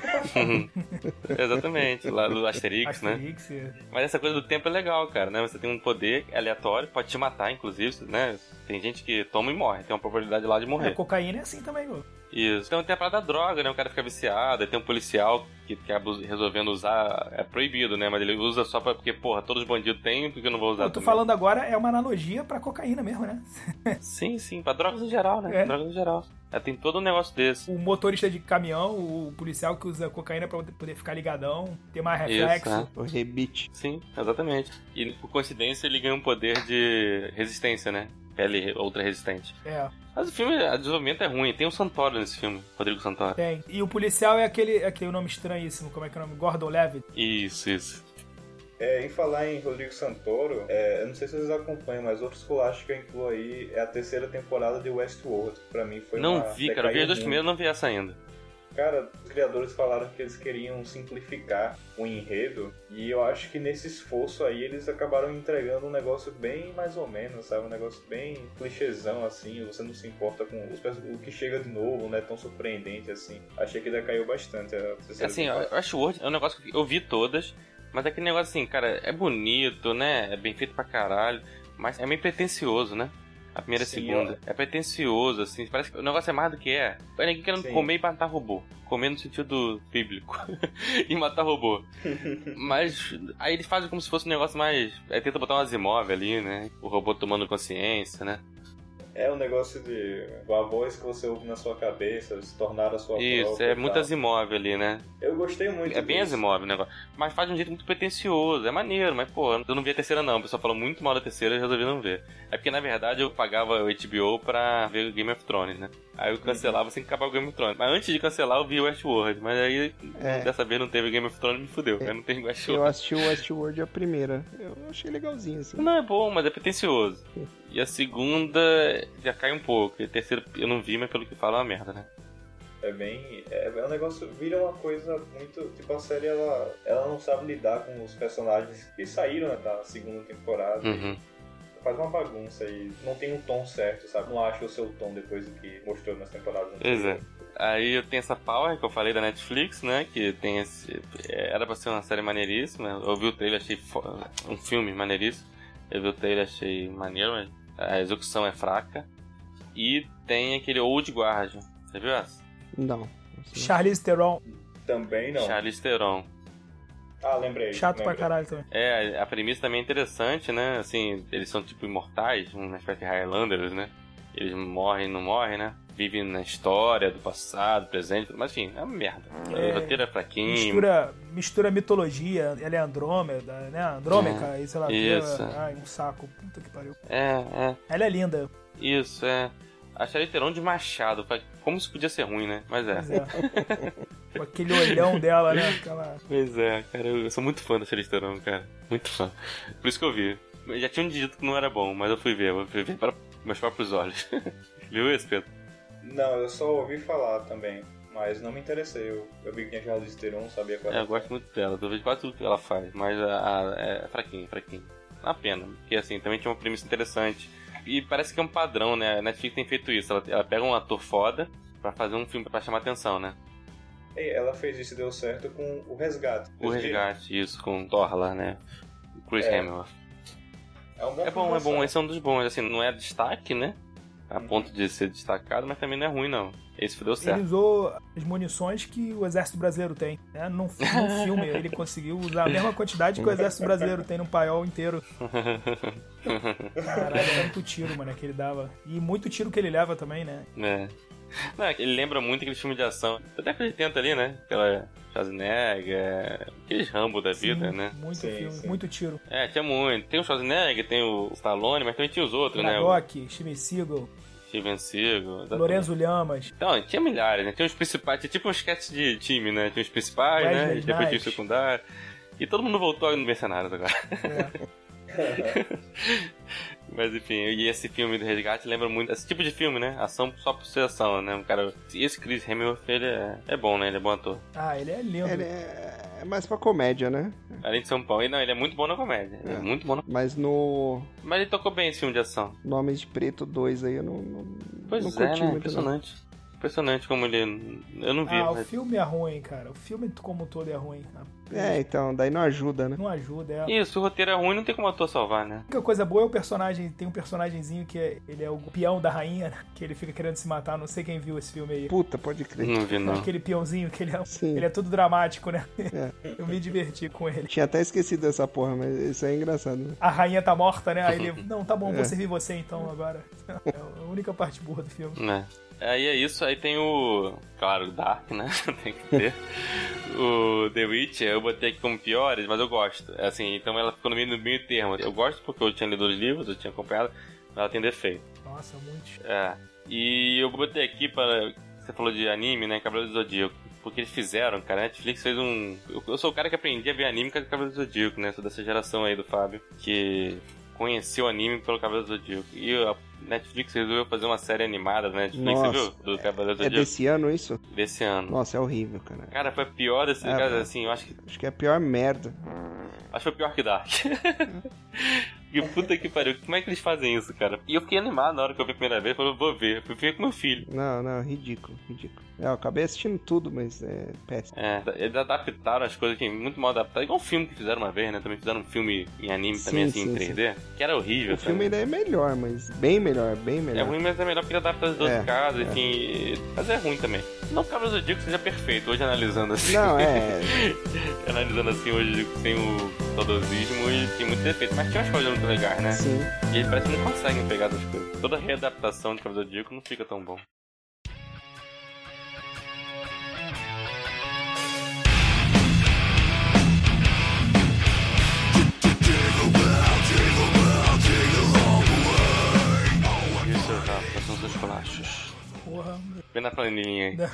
Exatamente, lá do Asterix, né? Asterix, é. Mas essa coisa do tempo é legal, cara, né? Você tem um poder aleatório, pode te matar, inclusive, né? Tem gente que toma e morre, tem uma probabilidade lá de É, morrer. cocaína é assim também, pô. Isso. Então tem a parada da droga, né? O cara fica viciado, aí tem um policial que acaba us- resolvendo usar, é proibido, né? Mas ele usa só pra, porque, porra, todos os bandidos têm, porque eu não vou usar Eu tô também? falando agora, é uma analogia pra cocaína mesmo, né? Sim, sim, pra drogas em geral, né? É. Drogas em geral. Ela tem todo um negócio desse. O motorista de caminhão, o policial que usa cocaína pra poder ficar ligadão, ter mais reflexo. Isso, né? O rebite. Sim, exatamente. E por coincidência ele ganha um poder de resistência, né? Pele outra resistente. É, Mas o filme, o desenvolvimento é ruim. Tem um Santoro nesse filme, Rodrigo Santoro. tem. E o policial é aquele, aquele nome estranhíssimo, como é que é o nome? Gordon Levitt. Isso, isso. É, em falar em Rodrigo Santoro, é, eu não sei se vocês acompanham, mas outro esculacho que eu incluo aí é a terceira temporada de Westworld. que Pra mim foi uma não vi, cara. Eu vi decaída as duas muito. primeiras, não vi essa ainda. Cara, os criadores falaram que eles queriam simplificar o enredo, e eu acho que nesse esforço aí eles acabaram entregando um negócio bem mais ou menos, sabe? Um negócio bem clichêzão, assim, você não se importa com os perso- o que chega de novo, não é tão surpreendente, assim. Achei que decaiu bastante. é, a terceira Assim, temporada. eu acho Word é um negócio que eu vi todas, mas aquele negócio assim, cara, é bonito, né? É bem feito pra caralho, mas é meio pretencioso, né? A primeira e a Sim, segunda. É pretencioso, assim. Parece que o negócio é mais do que é. É ninguém querendo Sim. comer e matar robô. Comer no sentido bíblico. e matar robô. Mas aí eles fazem como se fosse um negócio mais. Aí tenta botar umas imóveis ali, né? O robô tomando consciência, né? É o negócio de a voz que você ouve na sua cabeça, se tornar a sua Isso, própria. e é tal. muito Asimov ali, né? Eu gostei muito. É bem disso. Asimov o negócio. Mas faz de um jeito muito pretencioso. É maneiro, mas pô, eu não vi a terceira não. O pessoal falou muito mal da terceira e eu resolvi não ver. É porque, na verdade, eu pagava o HBO pra ver o Game of Thrones, né? Aí eu cancelava sem acabar o Game of Thrones. Mas antes de cancelar, eu vi o Westworld. Mas aí, É. dessa vez não teve o Game of Thrones, me fudeu. Aí não tem Westworld. Eu assisti o Westworld a primeira. Eu achei legalzinho, assim. Não, é bom, mas é pretencioso. E a segunda já cai um pouco. E a terceira eu não vi, mas pelo que fala é uma merda, né? É bem. É, é um negócio. Vira uma coisa muito. Tipo, a série ela, ela não sabe lidar com os personagens que saíram né, da segunda temporada. Uhum. Faz uma bagunça e não tem um tom certo, sabe? Não acha o seu tom depois do que mostrou nas temporadas Pois é. anteriores. Aí eu tenho essa Power que eu falei da Netflix, né? Que tem esse. é, Era pra ser uma série maneiríssima. Eu vi o trailer, achei. fo- Um filme maneiríssimo. Eu vi o trailer, achei maneiro, mas a execução é fraca. E tem aquele Old Guard. Você viu essa? Não. Charlize Theron, Também não. Charlize Theron. Ah, lembrei. chato pra lembrei. caralho também. É, a premissa também é interessante, né? Assim, eles são tipo imortais, uma espécie de Highlanders, né? Eles morrem, não morrem, né? Vivem na história do passado, presente, mas enfim, é uma merda. É. O roteiro é fraquinho. Mistura, mistura mitologia, ela é Andrômeda, né? Andrômeca, e sei lá, o quê. É. Isso. ai, um saco, puta que pariu. É, é. Ela é linda, Isso, é. A Charlize Theron de Machado. pra- Como isso podia ser ruim, né? Mas é. mas é. Com aquele olhão dela, né? Aquela... Pois é, cara. Eu eu sou muito fã da Charlize Theron, cara. Muito fã. Por isso que eu vi. Eu já tinha dito que não era bom, mas eu fui ver. Eu fui ver para meus próprios olhos. Viu esse, Pedro? Não, eu só ouvi falar também. Mas não me interessei. Eu, eu vi que tinha Charlize Theron, sabia qual É, era. eu gosto muito dela, eu vejo quase tudo que ela faz, mas a, a- é fraquinho, fraquinho. Uma pena, porque assim, também tinha uma premissa interessante. E parece que é um padrão, né? A Netflix tem feito isso, ela, ela pega um ator foda pra fazer um filme pra chamar atenção, né? E ela fez isso e deu certo com o resgate. O Resgate, isso, com o Thor lá, né? O Chris É. Hemsworth. É, um É bom, é filme, bom, esse é um dos bons, assim, não é destaque, né? A Uhum. ponto de ser destacado, mas também não é ruim, não. Esse deu certo. Ele usou as munições que o Exército Brasileiro tem, né? Num, fi- num filme, ele conseguiu usar a mesma quantidade que o Exército Brasileiro tem num paiol inteiro. Caralho, tanto tiro, mano, que ele dava. E muito tiro que ele leva também, né? É. Não, é que ele lembra muito aquele filme de ação. Até que ele tenta ali, né? Aquela Schwarzenegger, aqueles Rambo da vida, Sim, né? Muito Sim, filme, sim. muito tiro. É, tinha muito. Tem o Schwarzenegger, tem o Stallone, mas também tinha os outros, né? O Nadok, Steven Seagal, Steven Seagal. exatamente. Lorenzo Lamas, Então, tinha milhares, né? Tinha os principais, tinha tipo um sketch de time, né? Tinha os principais, né? Wesley E depois tinha os Snipes. secundários. E todo mundo voltou no Mercenários agora. Mas enfim, e esse filme do resgate lembra muito esse tipo de filme, né? Ação só por ser ação, né? Um cara. Esse Chris Hemsworth, ele é, é bom, né? Ele é bom ator. Ah, ele é lindo. Ele é, é mais pra comédia, né? Além de São Paulo. E não, ele é muito bom na comédia. Ele é É. muito bom na... Mas no Mas ele tocou bem esse filme de ação. no Homens de Preto 2 aí eu não, não, Pois não é, curti né? muito. Não. Impressionante. Impressionante como ele. Eu não vi, Ah, o mas. filme é ruim, cara. O filme como um todo é ruim. É, então, daí não ajuda, né? Não ajuda, é. Isso, o roteiro é ruim, não tem como ator salvar, né? A única coisa boa é o personagem. Tem um personagemzinho que é, ele é o peão da rainha, né? que ele fica querendo se matar. Não sei quem viu esse filme aí. Puta, pode crer. Não vi, não. Aquele peãozinho que ele é, um- Sim. É. ele é todo dramático, né? Eu me diverti com ele. Tinha até esquecido dessa porra, mas isso é engraçado. Né? A rainha tá morta, né? Aí ele, não, tá bom, É. vou servir você então agora. É a única parte boa do filme. Né? Aí é isso, aí tem o. Claro, o Dark, né? tem que ter. o The Witcher, eu botei aqui como piores, mas eu gosto. É Assim, então ela ficou no meio, no meio termo. Eu gosto porque eu tinha lido os livros, eu tinha acompanhado, mas ela tem defeito. Nossa, muito. É. E eu botei aqui para. Você falou de anime, né? Cabelo do Zodíaco. Porque eles fizeram, cara. A Netflix fez um. Eu, eu sou o cara que aprendi a ver anime com Cabelo do Zodíaco, né? Sou dessa geração aí do Fábio. Que conheceu o anime pelo Cabelo do Zodíaco. E a Netflix resolveu fazer uma série animada da Netflix, Nossa. você viu? Do Cabelo do É Zodíaco. desse... desse ano isso? ano. Nossa, é horrível, cara. Cara, foi a pior desse. É, cara, pô. assim, eu acho que. Acho que é a pior merda. Acho que foi pior que Dark. que puta que pariu. Como é que eles fazem isso, cara? E eu fiquei animado na hora que eu vi a primeira vez. Falei, vou ver. Fui ver com meu filho. Não, não, ridículo, ridículo. É, eu acabei assistindo tudo, mas é péssimo. É, eles adaptaram as coisas aqui, muito mal adaptadas. Igual um filme que fizeram uma vez, né? Também fizeram um filme em anime Sim, também, assim, sim, em 3D, que era horrível. O filme ainda também. é melhor, mas bem melhor, bem é melhor. ruim, mas é melhor porque adapta as duas É, casas, é. enfim. Mas é ruim também. Não que o Zodíaco seja perfeito, hoje analisando assim. Não, é. analisando assim, hoje sem o saudosismo e tem muito defeito. Mas tinha umas coisas muito legais, né? Sim. E eles parece que não conseguem pegar essas coisas. Toda readaptação de Cavaleiro do Zodíaco não fica tão bom. Isso, tá. Rafa, são os escolachos. Porra. Vem na planilhinha aí. Na,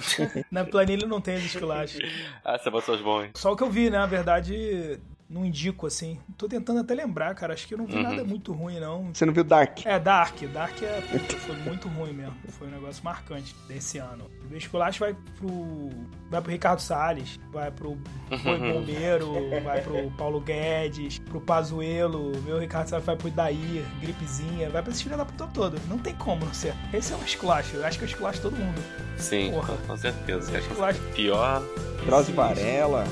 na planilha não tem esses culachos. Ah, você botou os bons. Só o que eu vi, né? Na verdade, não indico, assim. Tô tentando até lembrar, cara. Acho que eu não vi nada muito ruim, não. Você não viu Dark? É, Dark. Dark é, puta, foi muito ruim mesmo. Foi um negócio marcante desse ano. O meu esculacho vai pro. Vai pro Ricardo Salles, vai pro Boi Bombeiro, vai pro Paulo Guedes, pro Pazuelo. Meu Ricardo Salles vai pro Idaí, gripezinha, vai pra esse filho da puta todo. Não tem como não ser. Esse é um esculacho. Eu acho que é um esculacho de todo mundo. Sim, Porra. com- com certeza. Acho que Esculacho. o pior. Drauzio Varela.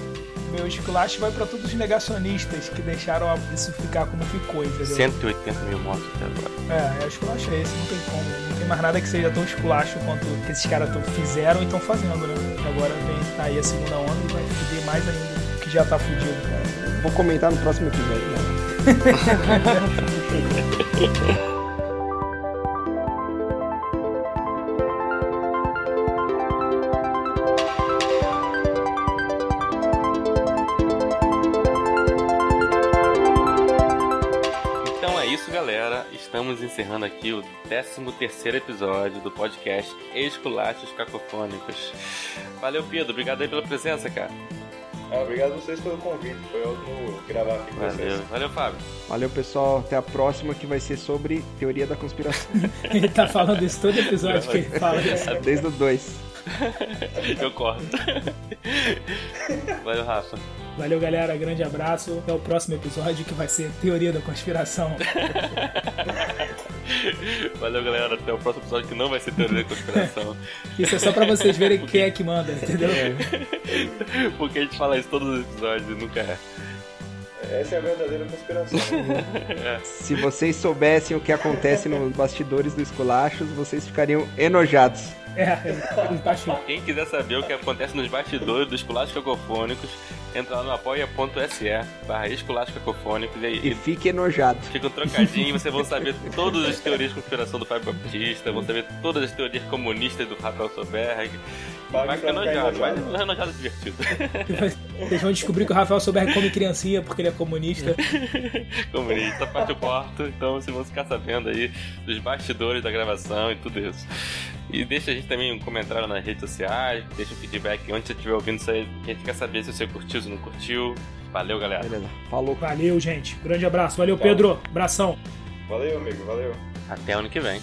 Meu esculacho vai pra todos os negacionistas que deixaram a- isso ficar como ficou, entendeu? 180 mil motos até agora. É, eu esculacho é esse, não tem como. Não tem mais nada que seja tão esculacho quanto que esses caras tão- fizeram e estão fazendo, né? E agora vem tá aí a segunda onda e vai fuder mais ainda, que já tá fudido. Vou comentar no próximo episódio. né? Então é isso, galera. Estamos encerrando aqui o 13 episódio do podcast Esculachos Cacofônicos. Valeu, Pedro. Obrigado aí pela presença, cara. Ah, obrigado a vocês pelo convite. Foi ótimo gravar aqui com vocês. Valeu. Valeu, Fábio. Valeu, pessoal. Até a próxima, que vai ser sobre teoria da conspiração. Ele tá falando isso todo episódio que ele fala. Desde o 2. Eu corto. Valeu, Rafa. Valeu, galera. Grande abraço. Até o próximo episódio que vai ser Teoria da Conspiração. Valeu, galera. Até o próximo episódio que não vai ser teoria da conspiração. Isso é só pra vocês verem quem é que manda, entendeu? Porque a gente fala isso todos os episódios e nunca é. Essa é a verdadeira conspiração. Se vocês soubessem o que acontece nos bastidores do Esculachos, vocês ficariam enojados. É, embaixo. Quem quiser saber o que acontece nos bastidores dos culachos cacofônicos, entra lá no apoia.se barra esculachos cacofônicos e, E e fique enojado. Fica um trocadinho, vocês vão saber todas as teorias de conspiração do Fábio Baptista, vão saber todas as teorias comunistas do Rafael Soberg. Vai Pague pra ficar não cair nojado, vai nojado. ficar nojado divertido. Vocês vão descobrir que o Rafael Soberg come criancinha porque ele é comunista. Comunista, tá parte o quarto, então vocês vão ficar sabendo aí dos bastidores da gravação e tudo isso. E deixa a gente também um comentário nas redes sociais, deixa um feedback onde você estiver ouvindo isso aí, a gente quer saber se você curtiu, se não curtiu. Valeu, galera. Beleza. Falou. Valeu, gente. Grande abraço. Valeu, Pedro. Abração. Valeu, amigo. Valeu. Até ano que vem.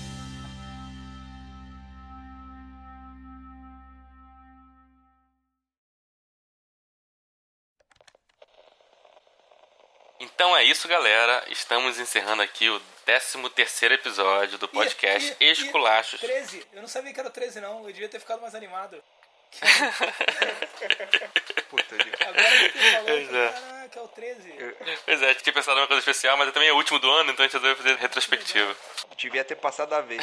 Então é isso, galera. Estamos encerrando aqui o 13º episódio do podcast Ih, ih, ih, Esculachos. 13? Eu não sabia que era 13, não. Eu devia ter ficado mais animado. Puta, gente. Agora que tu falou, eu Pois falei, é. caraca, é o 13. Pois é, tinha pensado numa coisa especial, mas também é o último do ano, então a gente resolveu fazer retrospectiva. devia ter passado a vez.